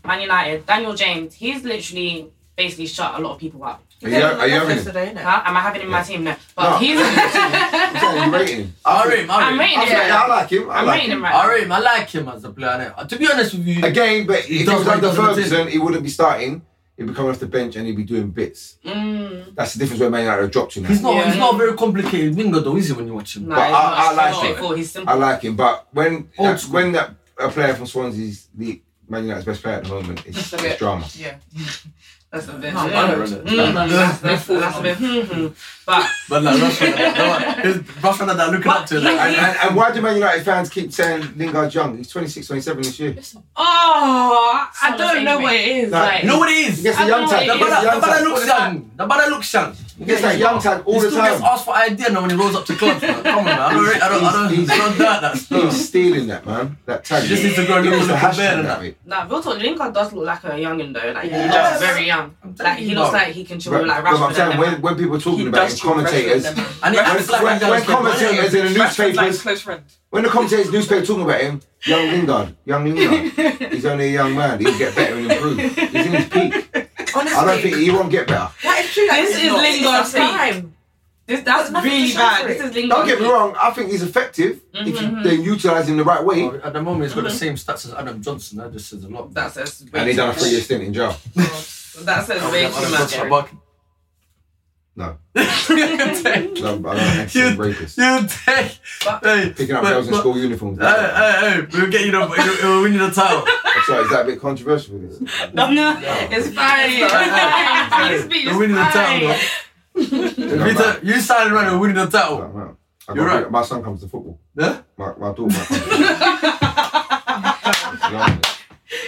C: Man United, Daniel James, he's literally basically shut a lot of people up.
H: Are you- are you having him?
C: Huh? Am I having him in my team? No. But
H: No.
C: he's.
H: I'm rating him.
G: I rate him. I
C: I'm
G: rate
C: rating
G: him.
C: him.
H: I like him. I
C: I'm
H: like
C: rating
H: him.
C: him right
G: I
C: now.
G: rate him. I like him as a player. innit? To be honest with you,
H: Again, but if he
G: does
H: was
G: like
H: under
G: the routine.
H: Ferguson, he wouldn't be starting. He'd be coming off the bench and he'd be doing bits.
C: Mm.
H: That's the difference where Man United have dropped him.
G: he's not he's not a very complicated winger though, is he? When you watch him,
C: No,
H: But
C: he's
H: I-
C: not.
H: I
C: He's
H: like him.
C: straightforward. He's simple.
H: I like him, but when
G: Old
H: that,
G: school.
H: when that a player from Swansea's the Man United's best player at the moment, it's, it's drama.
C: Yeah. That's a bit.
G: No,
C: yeah.
G: I don't know.
C: Mm, that's, that's, that's a bit. hmm, hmm. But
G: but like Rashford, that- that- Rashford that I'm looking up to,
H: And,
G: like,
H: and, and why do Man United fans keep saying Lingard's young? He's 26, 27 this year.
C: oh, I don't know what it is.
H: No,
C: Like,
G: you know what it is?
H: He gets
C: I
H: the young
C: don't know
H: tag.
C: what it
G: The
H: He
C: is.
H: gets
G: brother, the
H: the young
G: brother
H: tag all
G: looks
H: the time.
G: young. The brother looks young.
H: He gets that young tag all
G: He
H: the
G: still gets
H: time.
G: asked for idea now when he rolls up to clubs. Man. Come on, man. I don't, rate- I don't, I don't,
H: He's-
G: I don't doubt that
H: He's
G: stuff.
H: stealing that, man. That tag.
G: He just needs to go
H: He
G: look
H: needs
G: a
H: to
G: little
H: hash
G: better
H: him
G: than
H: that
G: that.
H: way.
C: Nah, real talk, Lingard does look like a youngin though. Like he's
G: Yes.
C: just very young.
G: I'm telling
C: Like he
G: you,
C: looks
G: bro.
C: like he can dribble
H: But,
C: like
H: but I'm
C: Rashford.
H: saying
C: and
H: when,
C: them.
H: when people are talking about him, commentators,
G: And he
H: when,
G: acts like
H: when-
G: that
H: when
G: as well.
H: commentators in the
I: Rashford's like
H: newspapers,
I: close friend.
H: when the commentators newspaper talking about him, young Lingard, young Lingard, he's only a young man. He'll get better and improve. He's in his peak.
I: Honestly,
H: I don't think he won't get better.
I: that is true. That
C: This
I: he's
C: is
I: not. It's
C: Lingard's
I: a crime.
C: This that's
I: nothing to
C: really
I: show
C: bad.
I: for
C: This
I: it.
C: is Lingard.
H: Don't get me wrong. I think he's effective if you, they utilise him the right way.
G: Well, Oh, At the moment, he's got the same stats as Adam Johnson. That just says a lot.
C: That says way
H: And he
C: too
H: done a
C: much.
H: three-year stint in jail.
C: That says way
G: Adam
C: too much.
G: Johnson, but-
H: No,
G: You take-
H: no, I don't
G: You-
H: accident rapist.
G: you Uh, take. Hey,
H: Picking up
G: but-
H: girls in
G: but-
H: school uniforms.
G: Hey, hey, hey, we'll get you the, we'll- we'll win you the title.
H: I'm sorry, is that a bit controversial? This?
C: No, no, it's fine. It's fine. Please be
G: We'll win you the
C: it's
G: title,
C: fine.
G: though. If you ta- You sign around and win the title.
H: I
G: Oh. You're right.
H: My son comes to football.
G: Yeah?
H: My, my daughter. My son.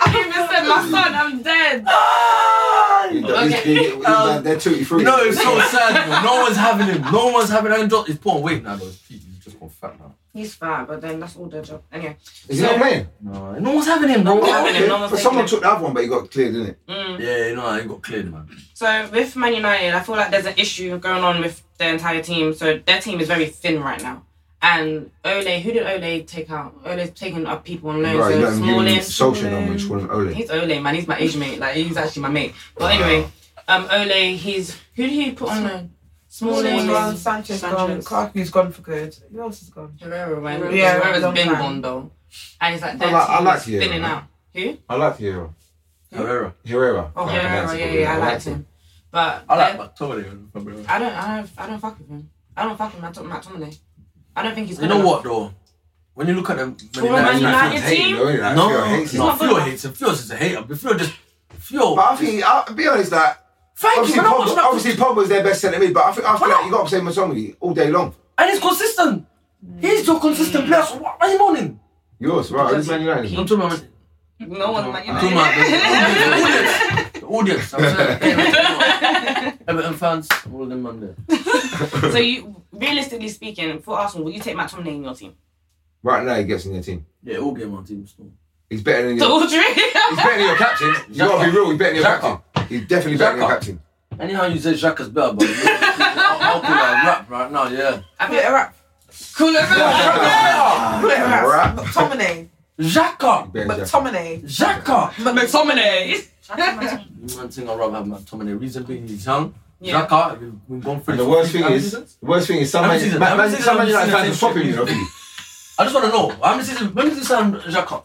C: I even said my son, I'm dead.
G: Ah!
H: He's done- he's- he- he's done- They're two, three.
G: You know, it's so sad. man. No one's having him. No one's having Adam Johnson. He's putting weight now, though. His feet- He's just gone fat now.
C: He's fat, but then that's all their job. Anyway,
H: Is he not playing?
G: No, no one's having him, bro.
C: one's having
H: Okay.
C: him. no one's
H: But someone
C: taking
H: took that one, but he got cleared, didn't it?
G: Yeah, you know, he got cleared, man.
C: Mm. so with Man United, I feel like there's an issue going on with their entire team. So their team is very thin right now. And Ole, who did Ole take out? Ole's taking up people on loan.
H: Right,
C: so
H: you don't even give him
C: Smalling,
H: social number, just call him Ole.
C: He's Ole, man. He's my age mate. Like he's actually my mate. But anyway, um, Ole, he's who did he put on loan?
I: Smalling's
C: Smalling,
I: gone, Sanchez,
D: Sanchez.
I: gone, Lukaku's gone for good. Who else is gone?
C: Herrera, man.
I: Yeah,
C: Herrera's
I: long
C: been
I: time.
C: gone though, and it's like their
H: I like- I
C: team
H: like
C: is
H: Herrera,
C: spinning
H: man.
C: out. Who?
H: I like Herrera.
G: Herrera.
H: Herrera.
C: Oh,
H: Fucking
C: Herrera,
H: that's
C: yeah,
H: a
C: yeah,
H: good
C: I
H: one.
C: liked him. But
G: I
C: their-
G: like Bactori. Herrera.
C: I don't, I don't, I don't fuck with him. I don't fuck with Matt, Matt Tomlin. I don't think he's. good
G: You know
C: enough.
G: what though? When you look at them,
C: For Man
H: That's
C: United
H: not hating,
C: team?
H: though, isn't it? That's
G: no,
H: pure
G: no,
H: hating.
G: no, Fio hates him. Fio's just a hater. But Fio just Fio.
H: But I think, I'll be honest, like,
G: Thank you.
H: obviously,
G: man, I'm
H: Pogba,
G: watching that-
H: obviously Pogba's their best centre mid, but I think after
G: Why
H: that,
G: not?
H: you got to say Matomidi all day long.
G: and he's consistent. He's your consistent player. So what why are you moaning?
H: Yours, right? This Man United.
G: I'm talking about.
C: No one, Man
G: I'm talking
C: United.
G: about the- the audience. The audience. I'm saying. Everton fans, all of them on there.
C: So you, realistically speaking, for Arsenal, will you take Matt Tomlin in your team?
H: Right now, he gets in your team.
G: Yeah, all game on team. still.
H: He's better than
C: To
H: your,
C: all three.
H: he's better than your captain. You gotta be real. He's better than your
G: Xhaka.
H: captain. He's definitely better than your
G: Xhaka.
H: captain.
G: Anyhow, you say Xhaka's better, but I'll, I'll call that a wrap right now. Yeah.
C: I think a wrap.
I: Cool it around. Cool it
H: Alright.
I: around. McTominay.
G: Xhaka.
H: Better than Xhaka.
I: McTominay.
G: Xhaka.
I: McTominay.
G: One thing I rather have my Tom and the reason being he's young.
C: Yeah.
G: Xhaka, we've, we've gone through
H: And the
G: it
H: worst
G: for
H: thing
G: how many
H: is, the
G: seasons?
H: worst thing is some
G: How
H: Man
G: many seasons?
H: Man-
G: How many
H: Man-
G: seasons
H: some Man
G: have you
H: United
G: seen
H: fans
G: him
H: will swap him,
G: since?
H: you know. really.
G: I just want to know how many seasons. When did you sign Xhaka?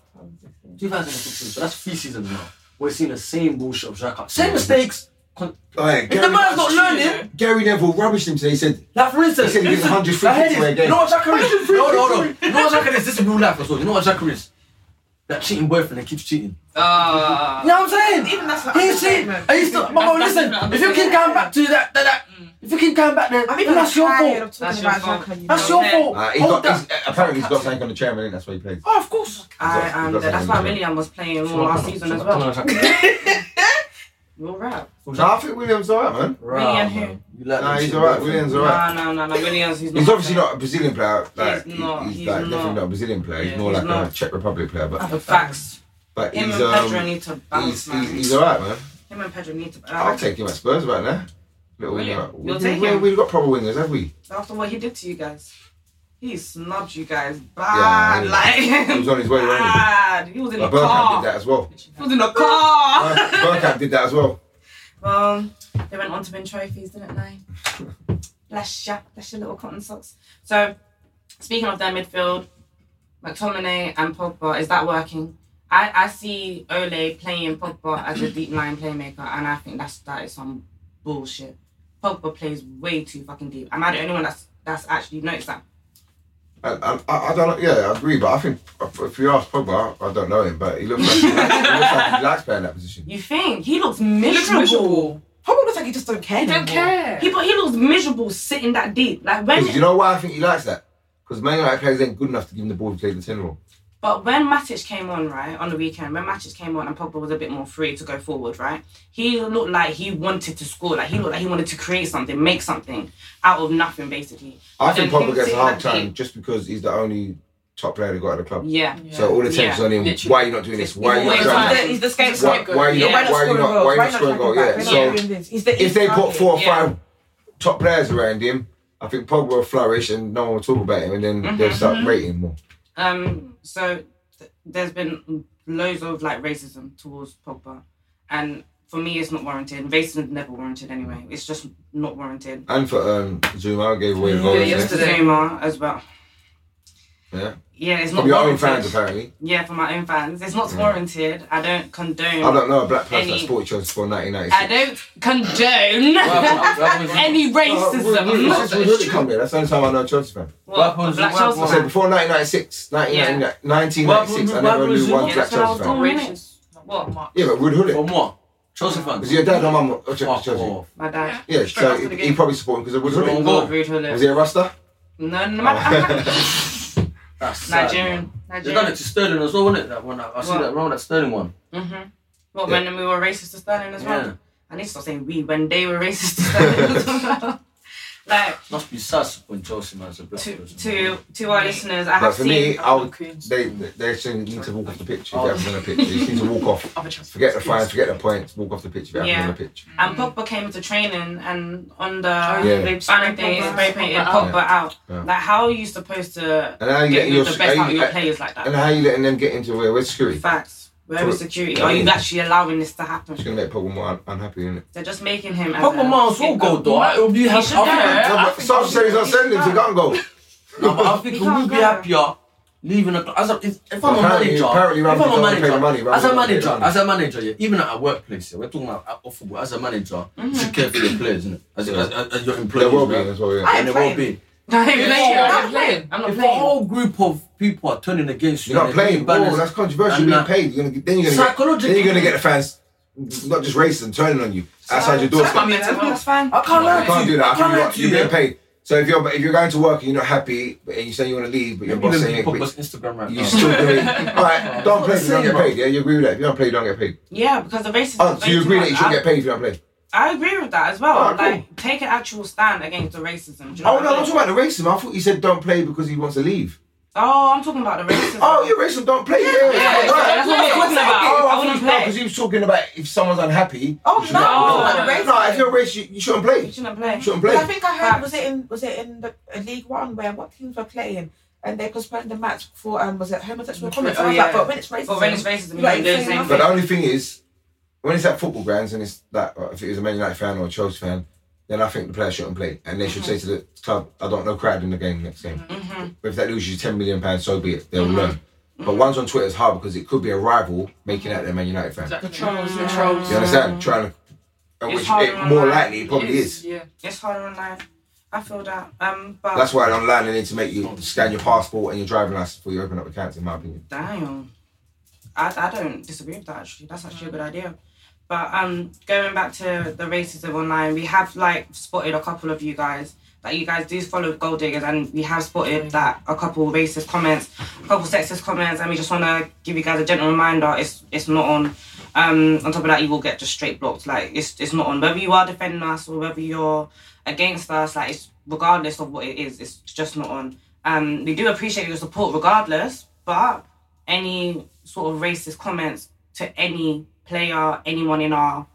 G: 2016. So that's three seasons now. We're seeing the same bullshit of Xhaka. Same mistakes. Con-
H: Oh, yeah,
G: if the man's not learning,
H: Gary Neville rubbished him today. He said,
G: like for instance,
H: He said he gives
G: listen,
H: 100 free
G: the head is-
H: kicks away a game.
G: You know what Xhaka is? No, no, no. You know what Xhaka is? This is real life as well. You know what Xhaka is? That cheating boyfriend that keeps cheating.
C: Uh,
G: You know what I'm saying? Even
I: that's an
G: He's cheating.
I: understatement.
G: Are you still, Mama, listen, if you keep going back to that, that, that if you keep going back there,
I: I'm
G: then
I: even
G: that's your
I: tired
G: fault.
I: of
C: That's
I: talking
C: your
I: about
C: fault.
I: Xhaka. you
G: That's
I: know.
G: your fault.
H: uh, he's
G: Hold
H: got, he's,
G: that.
H: apparently he's got something on the chairman, and that's why he plays.
G: Oh, of course.
C: I am.
H: That's-
C: That's why William was playing all last season as well. You're right.
H: No, I think William's alright, man.
C: William who?
G: You like
H: Nah,
G: that
H: he's
G: shit,
H: alright.
G: bro.
H: William's alright.
C: No, no, no, no. Williams, he's not.
H: He's obviously not a Brazilian player. Like,
C: He's not,
H: He's,
C: he's
H: like,
C: not.
H: definitely not a Brazilian player.
C: Yeah,
H: he's more
C: he's
H: like a
C: not.
H: Czech Republic player. But,
C: The facts.
H: but
C: Him
H: he's,
C: and Pedro
H: um,
C: need to
H: he's,
C: bounce, man.
H: he's, he's alright, man.
C: Him and Pedro need to uh, bounce.
H: I'll take him at Spurs right now. Little
C: Really?
H: winger.
C: You'll
H: We-
C: take
H: we-
C: him?
H: We've got proper wingers, have we?
C: After what he did to you guys.
I: He snubbed you guys bad. like
H: he was on his way around.
C: Ah,
I: bad. He was in
H: Like,
I: the
H: Burkham
I: car.
H: did that as well.
I: He was in the car.
H: Burkham did that as well.
C: Well, they went on to win trophies, didn't they? Bless ya, bless your little cotton socks.
F: So,
C: Speaking of their midfield, McTominay and Pogba, is that working? I, I see Ole playing Pogba as a deep line playmaker, and I think that's that is some bullshit. Pogba plays way too fucking deep. Am I the only one that's that's actually noticed that?
H: And, and I, I don't know, yeah, I agree, but I think if you ask Pogba, I, I don't know him, but he looks like he, likes, he looks like he likes playing that position.
C: You think he looks
E: looks
C: miserable?
E: miserable.
C: Pogba looks like he just don't care. He don't care. He, but he looks miserable sitting that deep. Like when
H: 'Cause you know why I think he likes that? Because Man United players ain't good enough to give him the ball to play the 10 role.
C: But when Matic came on, right, on the weekend, when Matic came on and Pogba was a bit more free to go forward, right, he looked like he wanted to score. Like he looked like he wanted to create something, make something out of nothing, basically.
H: I
C: But
H: think
C: then
H: Pogba
C: him
H: gets a
C: sitting
H: hard
C: at
H: time
C: deep-
H: just because he's the only top player they got at the club.
C: Yeah. Yeah.
H: So all the attention's
C: Yeah,
H: on him. Why are you not doing this? Why are you not
E: He's
H: doing
E: the-
H: that?
E: he's the
H: Why,
E: scapegoat.
H: why are you
E: Yeah. Why
H: not? Why are you
E: not scoring
H: not?
E: goals?
H: Why are you
E: Why
H: not
E: not
H: scoring goal?
E: tracking back?
H: Yeah.
E: Why not
H: So
E: doing this? He's the-
H: if they
E: he's
H: put
E: target.
H: four or
E: Yeah.
H: five top players around him, I think Pogba will flourish and no one will talk about him, and then they'll
C: Mhm,
H: start
C: mhm.
H: rating him more.
C: Um, so th- there's been loads of like racism towards Pogba, and for me, it's not warranted. Racism is never warranted anyway. It's just not warranted.
H: And for um, Zuma gave away the goal yesterday.
C: Neymar as well.
H: Yeah.
C: Yeah, it's
H: From
C: not
H: your own
C: warranted.
H: fans apparently. Mm.
C: Yeah, for my own fans, it's not
H: Yeah.
C: warranted. I don't condone.
H: I don't know a black person
C: any-
H: that sported Chelsea for 1996.
C: I don't condone
H: Well, well, well, well,
C: any
H: Oh, Well, well, well,
C: racism.
H: since we really come here, That's the only time I know a Chelsea fan.
C: What? What happens- Black what Chelsea
H: I
C: happens-
H: said before 1996, 1996, I never knew one black Chelsea fan.
C: What?
H: Yeah, but Wood Hoodie. From
G: what? Chelsea fan.
H: Was your dad or mum a Chelsea? Chelsea?
C: My dad.
H: Yeah, so he, he probably supported him because of Wood
C: Wrong
H: Hoodie.
C: goal.
H: Was he a Rasta?
C: No, no, no.
G: That's sad,
C: Nigerian.
G: man. They done
C: Nigerian.
G: it to Sterling as well, wasn't it? That one. I see
C: What?
G: that wrong. That Sterling one.
C: Mm-hmm. What, when we were racist to Sterling as well?
G: Yeah.
C: I need to stop saying we, when they were racist to Sterling as well. Like,
G: Must be sad when Chelsea man's a black
C: to,
G: person.
C: to, to our listeners, I
H: But
C: have
H: for
C: seen...
H: me, I would, they they actually need to walk off the pitch if
C: Oh.
H: they haven't done a pitch. They just need to walk off. Forget the fines, forget the points, walk off the pitch if they haven't
C: Yeah.
H: done a pitch.
C: And Pogba came to training and on the
H: yeah.
C: they banner
F: Pogba.
C: thing, it's spray painted
F: Pogba
C: Pogba
H: out.
C: out.
H: Yeah.
C: Like, how are you supposed to
H: And how you
C: get
H: letting
C: your,
H: your
C: the
H: how
C: best
H: you-
C: out of your players like that?
H: And how you letting them get into where? Where's security?
C: Facts. Where is security? Are you actually allowing this to happen?
H: It's gonna make Pogba more un- unhappy, isn't it?
C: They're just making him. as
G: Pogba
C: a-
G: might as well go though. I,
C: He
G: you have,
C: should
G: I,
C: go.
H: No, but some say he's not sending him to Gungo.
G: No, but I think
C: He can't
G: we'd be
C: go.
G: happier leaving a club. As a, if, if I'm a
H: Apparently-
G: manager,
H: apparently
G: if
H: Ramsey
G: I'm a
H: don't wanna pay
G: manager,
H: the money, Ramsey
G: as a
H: don't wanna pay the
G: manager,
H: money.
G: as a manager, yeah, even at a workplace, yeah, we're talking about at- of football. As a manager,
C: Mm-hmm.
G: you should care for your players, innit? As, as, as, as your employees,
H: well-being
G: right?
H: as well, yeah.
G: And their well-being.
C: I'm
G: If
C: playing.
G: a-
C: I'm not playing. I'm not
G: If a
C: playing.
G: whole group of people are turning against you,
H: You're not
G: and they're
H: playing.
G: doing banners
H: Whoa, that's controversial.
G: and
H: You're being
G: that-
H: paid. You're gonna, get- then you're gonna get. Then
G: Psychologically.
H: you're gonna get the fans, not just racism, turning on you outside your
C: That's my
H: doorstep.
C: mental health. That's fine.
G: I can't lie
H: I
G: to
H: can't
G: you.
H: do that. I
G: I can't lie
H: think
G: to
H: you're,
G: you.
H: you're
G: yeah.
H: being paid. So if you're if you're going to work and you're not happy and you say you want to leave, but your
G: Even
H: boss saying
G: Pogba's Instagram right
H: you
G: now.
H: still doing. Alright, don't play. You don't get
G: Bro.
H: paid. Yeah, you agree with that. If you don't play, you don't get paid.
C: Yeah, because the racism.
H: Oh,
C: is
H: so you
C: way too
H: agree that you
C: much.
H: shouldn't get paid if you don't play?
C: I, I agree with that as well.
H: Alright, cool.
C: Like, take an actual stand against the racism. Do you know
H: Oh
C: what
H: no,
C: I
H: I'm
C: mean?
H: talking about the racism. I thought you said don't play because he wants to leave.
C: Oh, I'm talking about the racism.
H: Oh, you're racist. Don't play. Yeah,
C: yeah,
H: right.
C: that's what I'm talking about.
H: Oh,
C: I
H: I
C: wouldn't
H: wouldn't play
C: play.
H: because he was talking about if someone's unhappy.
E: Oh,
H: you should
E: no.
H: not-
E: No,
H: no, if you're racist, you, you shouldn't play. You
C: shouldn't play.
H: Shouldn't
E: But
H: play.
E: I think I heard was it in was it in the uh, League One where what teams were playing and they postponed the match for um was it homosexual comments?
C: Oh,
E: I was
C: yeah.
E: like, but when it's racism,
C: But when it's racism, you
E: like,
C: don't do the
E: saying
C: same
H: But
E: nothing.
H: the only thing is, when it's at football grounds and it's that, uh, if it was a Man United fan or a Chelsea fan, then I think the player shouldn't play, and they should say to the club, "I don't know crowd in the game next game. But if that loses you ten million pounds, so be it. They'll learn." But ones on Twitter is hard because it could be a rival making out their Man United fan.
D: The trolls, the trolls.
H: You understand? Trying to, and
C: It's
H: which
C: harder
H: it,
C: on
H: more
C: life.
H: likely it probably is.
D: Yeah.
C: It's harder on life. I feel that. Um, but
H: That's why online they need to make you scan your passport and your driving license before you open up accounts. In my opinion,
C: Damn. I, I don't disagree with that actually. That's actually a good idea. But um going back to the racism online, we have like spotted a couple of you guys that you guys do follow gold diggers and we have spotted that a couple racist comments, a couple sexist comments, and we just wanna give you guys a gentle reminder it's it's not on. Um on top of that you will get just straight blocked. Like it's it's not on. Whether you are defending us or whether you're against us, like it's regardless of what it is, it's just not on. Um we do appreciate your support regardless, but any sort of racist comments to any player, anyone in our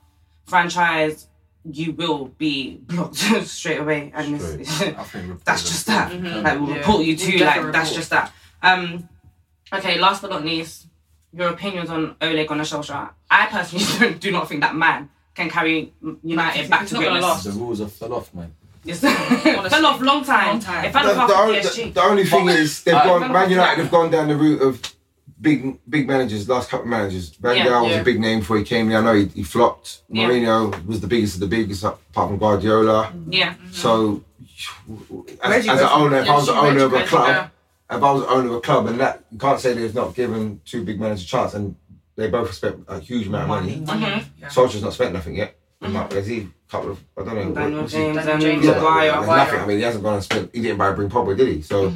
C: franchise, you will be blocked straight away, and it's, that's just that.
I: Mhm.
C: Like we'll
I: Yeah.
C: report you
I: We'll
C: to,
I: get
C: like
I: the
C: that's
I: report.
C: just that. Um, okay. Last but not least, your opinions on Oleg Gunnar I personally don't, do not think that man can carry United back to greatness.
G: The rules have fell off, man.
C: It's fell off long time. Long time. It fell
H: the,
C: off
H: the
C: after
H: only,
C: PSG.
H: the, the only thing is they've
G: Uh,
H: gone Man United have gone down the route of big big managers, last couple of managers. Van
C: Yeah,
H: Gaal was
C: yeah.
H: a big name before he came. here. I know he, he flopped.
C: Yeah.
H: Mourinho was the biggest of the biggest apart from Guardiola.
C: Yeah. Mm-hmm.
H: So as,
C: Reggie
H: as an
C: West-
H: owner, if I was the
C: yeah,
H: owner of a
C: Reggie
H: club,
C: West,
H: if I was the owner of a club and that you can't say they've not given two big managers a chance and they both spent a huge amount of money.
C: Mhm.
H: Solskjaer's not spent nothing yet.
C: Mm-hmm.
H: Like, Is he a couple of I don't know.
C: Daniel
H: what- what's he-
C: James
H: Yeah,
C: and
H: there's
C: Maguire.
H: nothing. I mean, he hasn't gone and spent. He didn't buy Bring Pogba, did he? So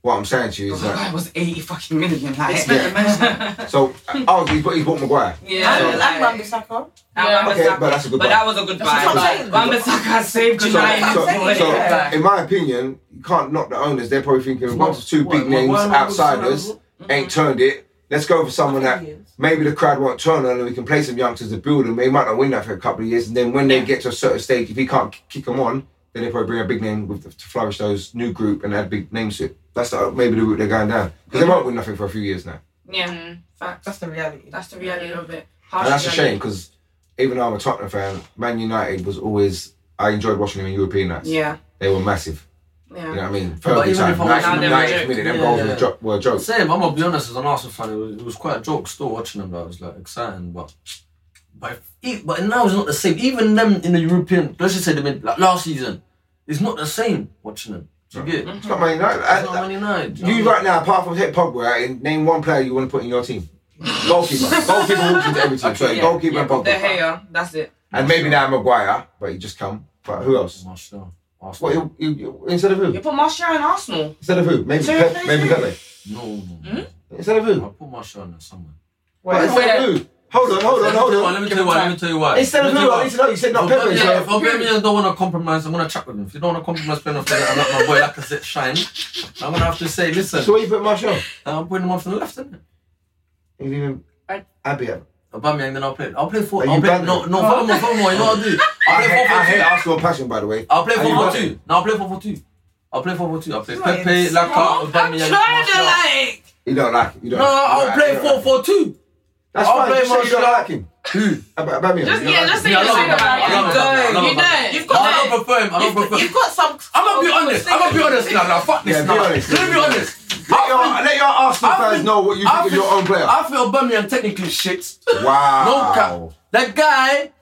H: what I'm saying to you is
C: It
H: that.
C: was 80 fucking million. Like,
H: They spent So oh, he's bought, he's bought Maguire.
C: Yeah.
H: So-
C: Yeah.
E: And Wan-Bissaka.
C: Yeah.
H: Okay, but that's a good
C: But
H: buy.
C: that was a good
E: That's what I'm
C: buy.
E: saying.
C: Wan Bissaka saved
H: So,
C: United.
H: so-
C: boy.
H: so, in my opinion, you can't knock the owners. They're probably thinking, well, two
G: why-
H: big
G: why-
H: names,
G: why am I looking
H: outsiders,
G: so
H: ain't turned it. Let's go for someone that maybe the crowd won't turn on, and we can play some youngsters to build them. They might not win that for a couple of years, and then when they get to a certain stage, if he can't k- kick them on, then they probably bring a big name with to flourish those new group and add big names to it. That's the, maybe the route they're going down because they won't win nothing for a few years now,
C: Yeah, facts. That's the reality. That's the reality of it. Harsh
H: and that's a shame
C: reality.
H: because even though I'm a Tottenham fan, Man United was always I enjoyed watching them in European nights.
C: Yeah.
H: they were massive.
C: Yeah.
H: You know what I mean?
G: But
H: Fergie
G: even
H: time,
G: if I was-
H: 90,
G: Now they're a
H: 90th minute, them
G: joke.
H: goals
G: Yeah.
H: were, a jo- were a joke.
G: Same. I'm gonna be honest. As an Arsenal fan, it was, it was quite a joke. Still watching them, though, it was like exciting. But but if, e- but now it's not the same. Even them in the European, let's just say them in like last season, it's not the same watching them. Do you get?
H: It's not Man United. I-
G: It's not Man United.
H: You right now, apart from Hit Pogba, right, name one player you want to put in your team. Goalkeeper. goalkeeper walks into every team. so
C: Yeah,
H: goalkeeper
C: yeah,
H: and Pogba.
C: De Gea, that's it.
H: And maybe now Maguire, but he just come. But who else?
G: Martial.
H: What, he'll- he'll- he'll- instead of who?
C: You put Martial in Arsenal.
H: Instead of who? Maybe
C: So
H: Pep,
C: who's
H: maybe
C: who?
H: Pele.
G: No, no.
H: Instead of who?
G: I put Martial in there somewhere.
H: But instead of who? Hold on, hold on, hold on.
G: Let me tell you why. Let me tell you why.
H: Instead
G: Let
H: of
G: me
H: who?
G: tell
H: I need to know. You said not
G: If
H: Pepe.
G: Aubameyang-
H: so-
G: if Aubameyang don't want to compromise, I'm gonna chat with him. If you don't want to compromise playing off the left, I'm like my boy Lacazette shine. I'm gonna have to say, listen.
H: So where you put Martial?
G: I'm putting him off to the left, innit?
H: He's even. Abby. Abby.
G: Aubameyang, then I'll play. I'll play four.
H: Are
G: I'll
H: you
G: play,
H: banning
G: no,
H: him?
G: no, follow more, follow more. You know what I'll do? I'll
H: I
G: play
H: hate,
G: four
H: I hate
G: four two.
H: Arsenal passion, by the way.
G: I'll play
H: Are you
G: four four
H: banning
G: two.
H: him?
G: No, I'll play four four two. I'll play four four two. I'll play Pepe, Laka, Aubameyang, Martial.
C: like.
H: You don't like it. You don't
G: No, I'll
H: you don't-
G: play
H: you don't like
G: four
H: it.
G: four two.
H: That's
G: I'll
H: fine.
G: play
H: You said you
G: Martial.
H: don't like him.
G: Who?
H: Ab- Aubameyang. you don't
C: yeah,
H: like
C: just
H: him.
C: say
G: Yeah, I
C: you
G: love him.
C: about
G: I love him. I
C: it. You
G: love him.
C: don't.
G: You've
C: You've
G: got.
C: got
G: I don't prefer him. I don't prefer him.
I: You've got some.
G: I'm gonna be honest. I'm gonna be honest now. Now, fuck this
H: Yeah, be
G: now.
H: honest.
G: Let me be honest.
H: Let your, let your Arsenal
G: I
H: fans
G: think-
H: know what you
G: I
H: think of your own player.
G: I feel Birmingham technically shit. No cap.
H: wow.
G: That guy,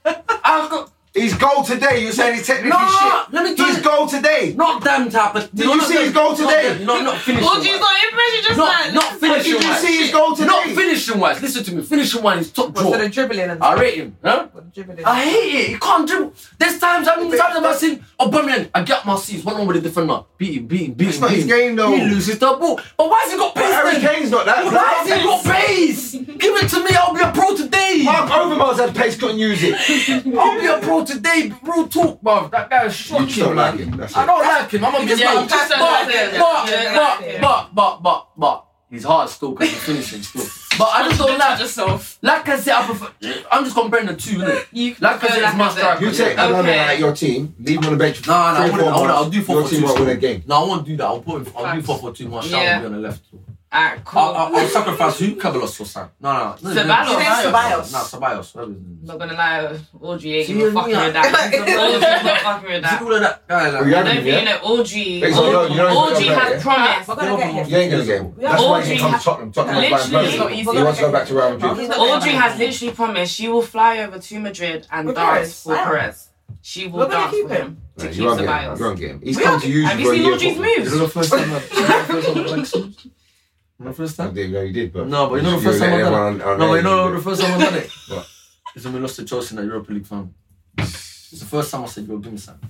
G: I've got
H: His goal today, you're saying he's technically
G: No,
H: shit.
G: let me tell
H: his
G: you-
H: goal today.
G: not damn type, but
H: Did you see his goal today?
G: No, not finishing.
C: Well, she's
G: wise.
C: not impressed. She just
G: Not,
C: like.
G: not finishing.
H: Did you
G: wise.
H: see his goal today?
G: Not finishing wise. Listen to me. Finishing wise is top draw.
I: dribbling and
G: I rate him. Huh?
I: dribbling.
G: I hate it. He can't dribble. There's times, how many times have I seen Aubameyang? I get my seats. One on with a different man. Beat him, beat him, beat him.
H: That's not
G: beat
H: his
G: him.
H: game, though.
G: He loses the ball. But why has he got pace
H: Harry
G: then?
H: Kane's not that.
G: Why has he got pace? Give it to me. I'll be a pro today.
H: Mark Overmars had pace, couldn't use it.
G: I'll be a pro today. Real talk, bruv. That guy is shocking.
H: You just don't
G: man.
H: like him, that's
G: I
H: it.
G: don't like him. I'm gonna be
I: just
G: yeah,
I: don't like
G: but, but,
I: him. Yeah,
G: but,
I: yeah.
G: but, but, but, but, he's hard still because he's finishing still. But I just don't like
I: yourself.
G: Like I said, I prefer, I'm just comparing the two, innit?
I: You
G: Like I
I: prefer
G: said, it's my
I: Lacazette.
G: striker.
H: You take
G: yeah.
H: another man out of your team, leave him on the bench.
G: No, no, I
H: three,
G: wouldn't.
H: four
G: I wouldn't. I'll
H: months,
G: do four
H: Your
G: for
H: team
G: two.
H: won't win a
G: still.
H: game.
G: No, I won't do that. I'll put. I'll do
I: Facts.
G: four for two. Marshall
C: Yeah.
G: will be on the left.
C: Alright, cool.
G: I'll, I'll, I'll sacrifice who? Cavalos or something. No, no, no.
C: Ceballos.
I: Ceballos.
G: No, Ceballos. whatever his name
C: I'm
G: is.
C: not gonna lie, Audrey ain't
G: See,
C: even
G: you
C: fucking
G: know-
C: with that. Audrey's not fucking with
G: See
C: that.
G: all of that guy like.
H: Are you
C: I don't
H: having him,
C: think you
H: yeah?
C: know Audrey.
H: He's not-
C: Audrey,
H: you know he's not
C: Audrey
H: gonna
C: has
H: get
C: promised.
E: Ah,
I: We're gonna get
H: You
I: him.
H: ain't gonna get him. That's why he
C: Audrey
H: didn't come
C: ha-
H: to Tottenham. Tottenham was buying
C: Literally.
H: Burnley. He wants to go back to Real Madrid.
C: Audrey has literally promised she will fly over to Madrid and
I: With
C: dance
I: Perez,
C: for
I: yeah.
C: Perez. She will
I: We're gonna
C: dance
I: keep
C: with
I: him.
C: him
H: No,
C: to
H: you
C: keep
H: won't get him. You
C: Ceballos.
H: won't get him. He's
C: We
H: come
C: are-
H: to use
C: have you
H: for a
C: seen
H: year
C: Audrey's
H: football.
G: You know the first time. I- you know the first time I drank Sims? You know the first
H: No,
G: time.
H: you know, you did, but
G: No, but you know the first
H: let
G: time I
H: everyone
G: done it.
H: on- on
G: No, but
H: there,
G: you know
H: did.
G: the first time I done it.
H: What?
G: It's when we lost to Chelsea in the Europa League final. It's the first time I said, "Yo, give me some."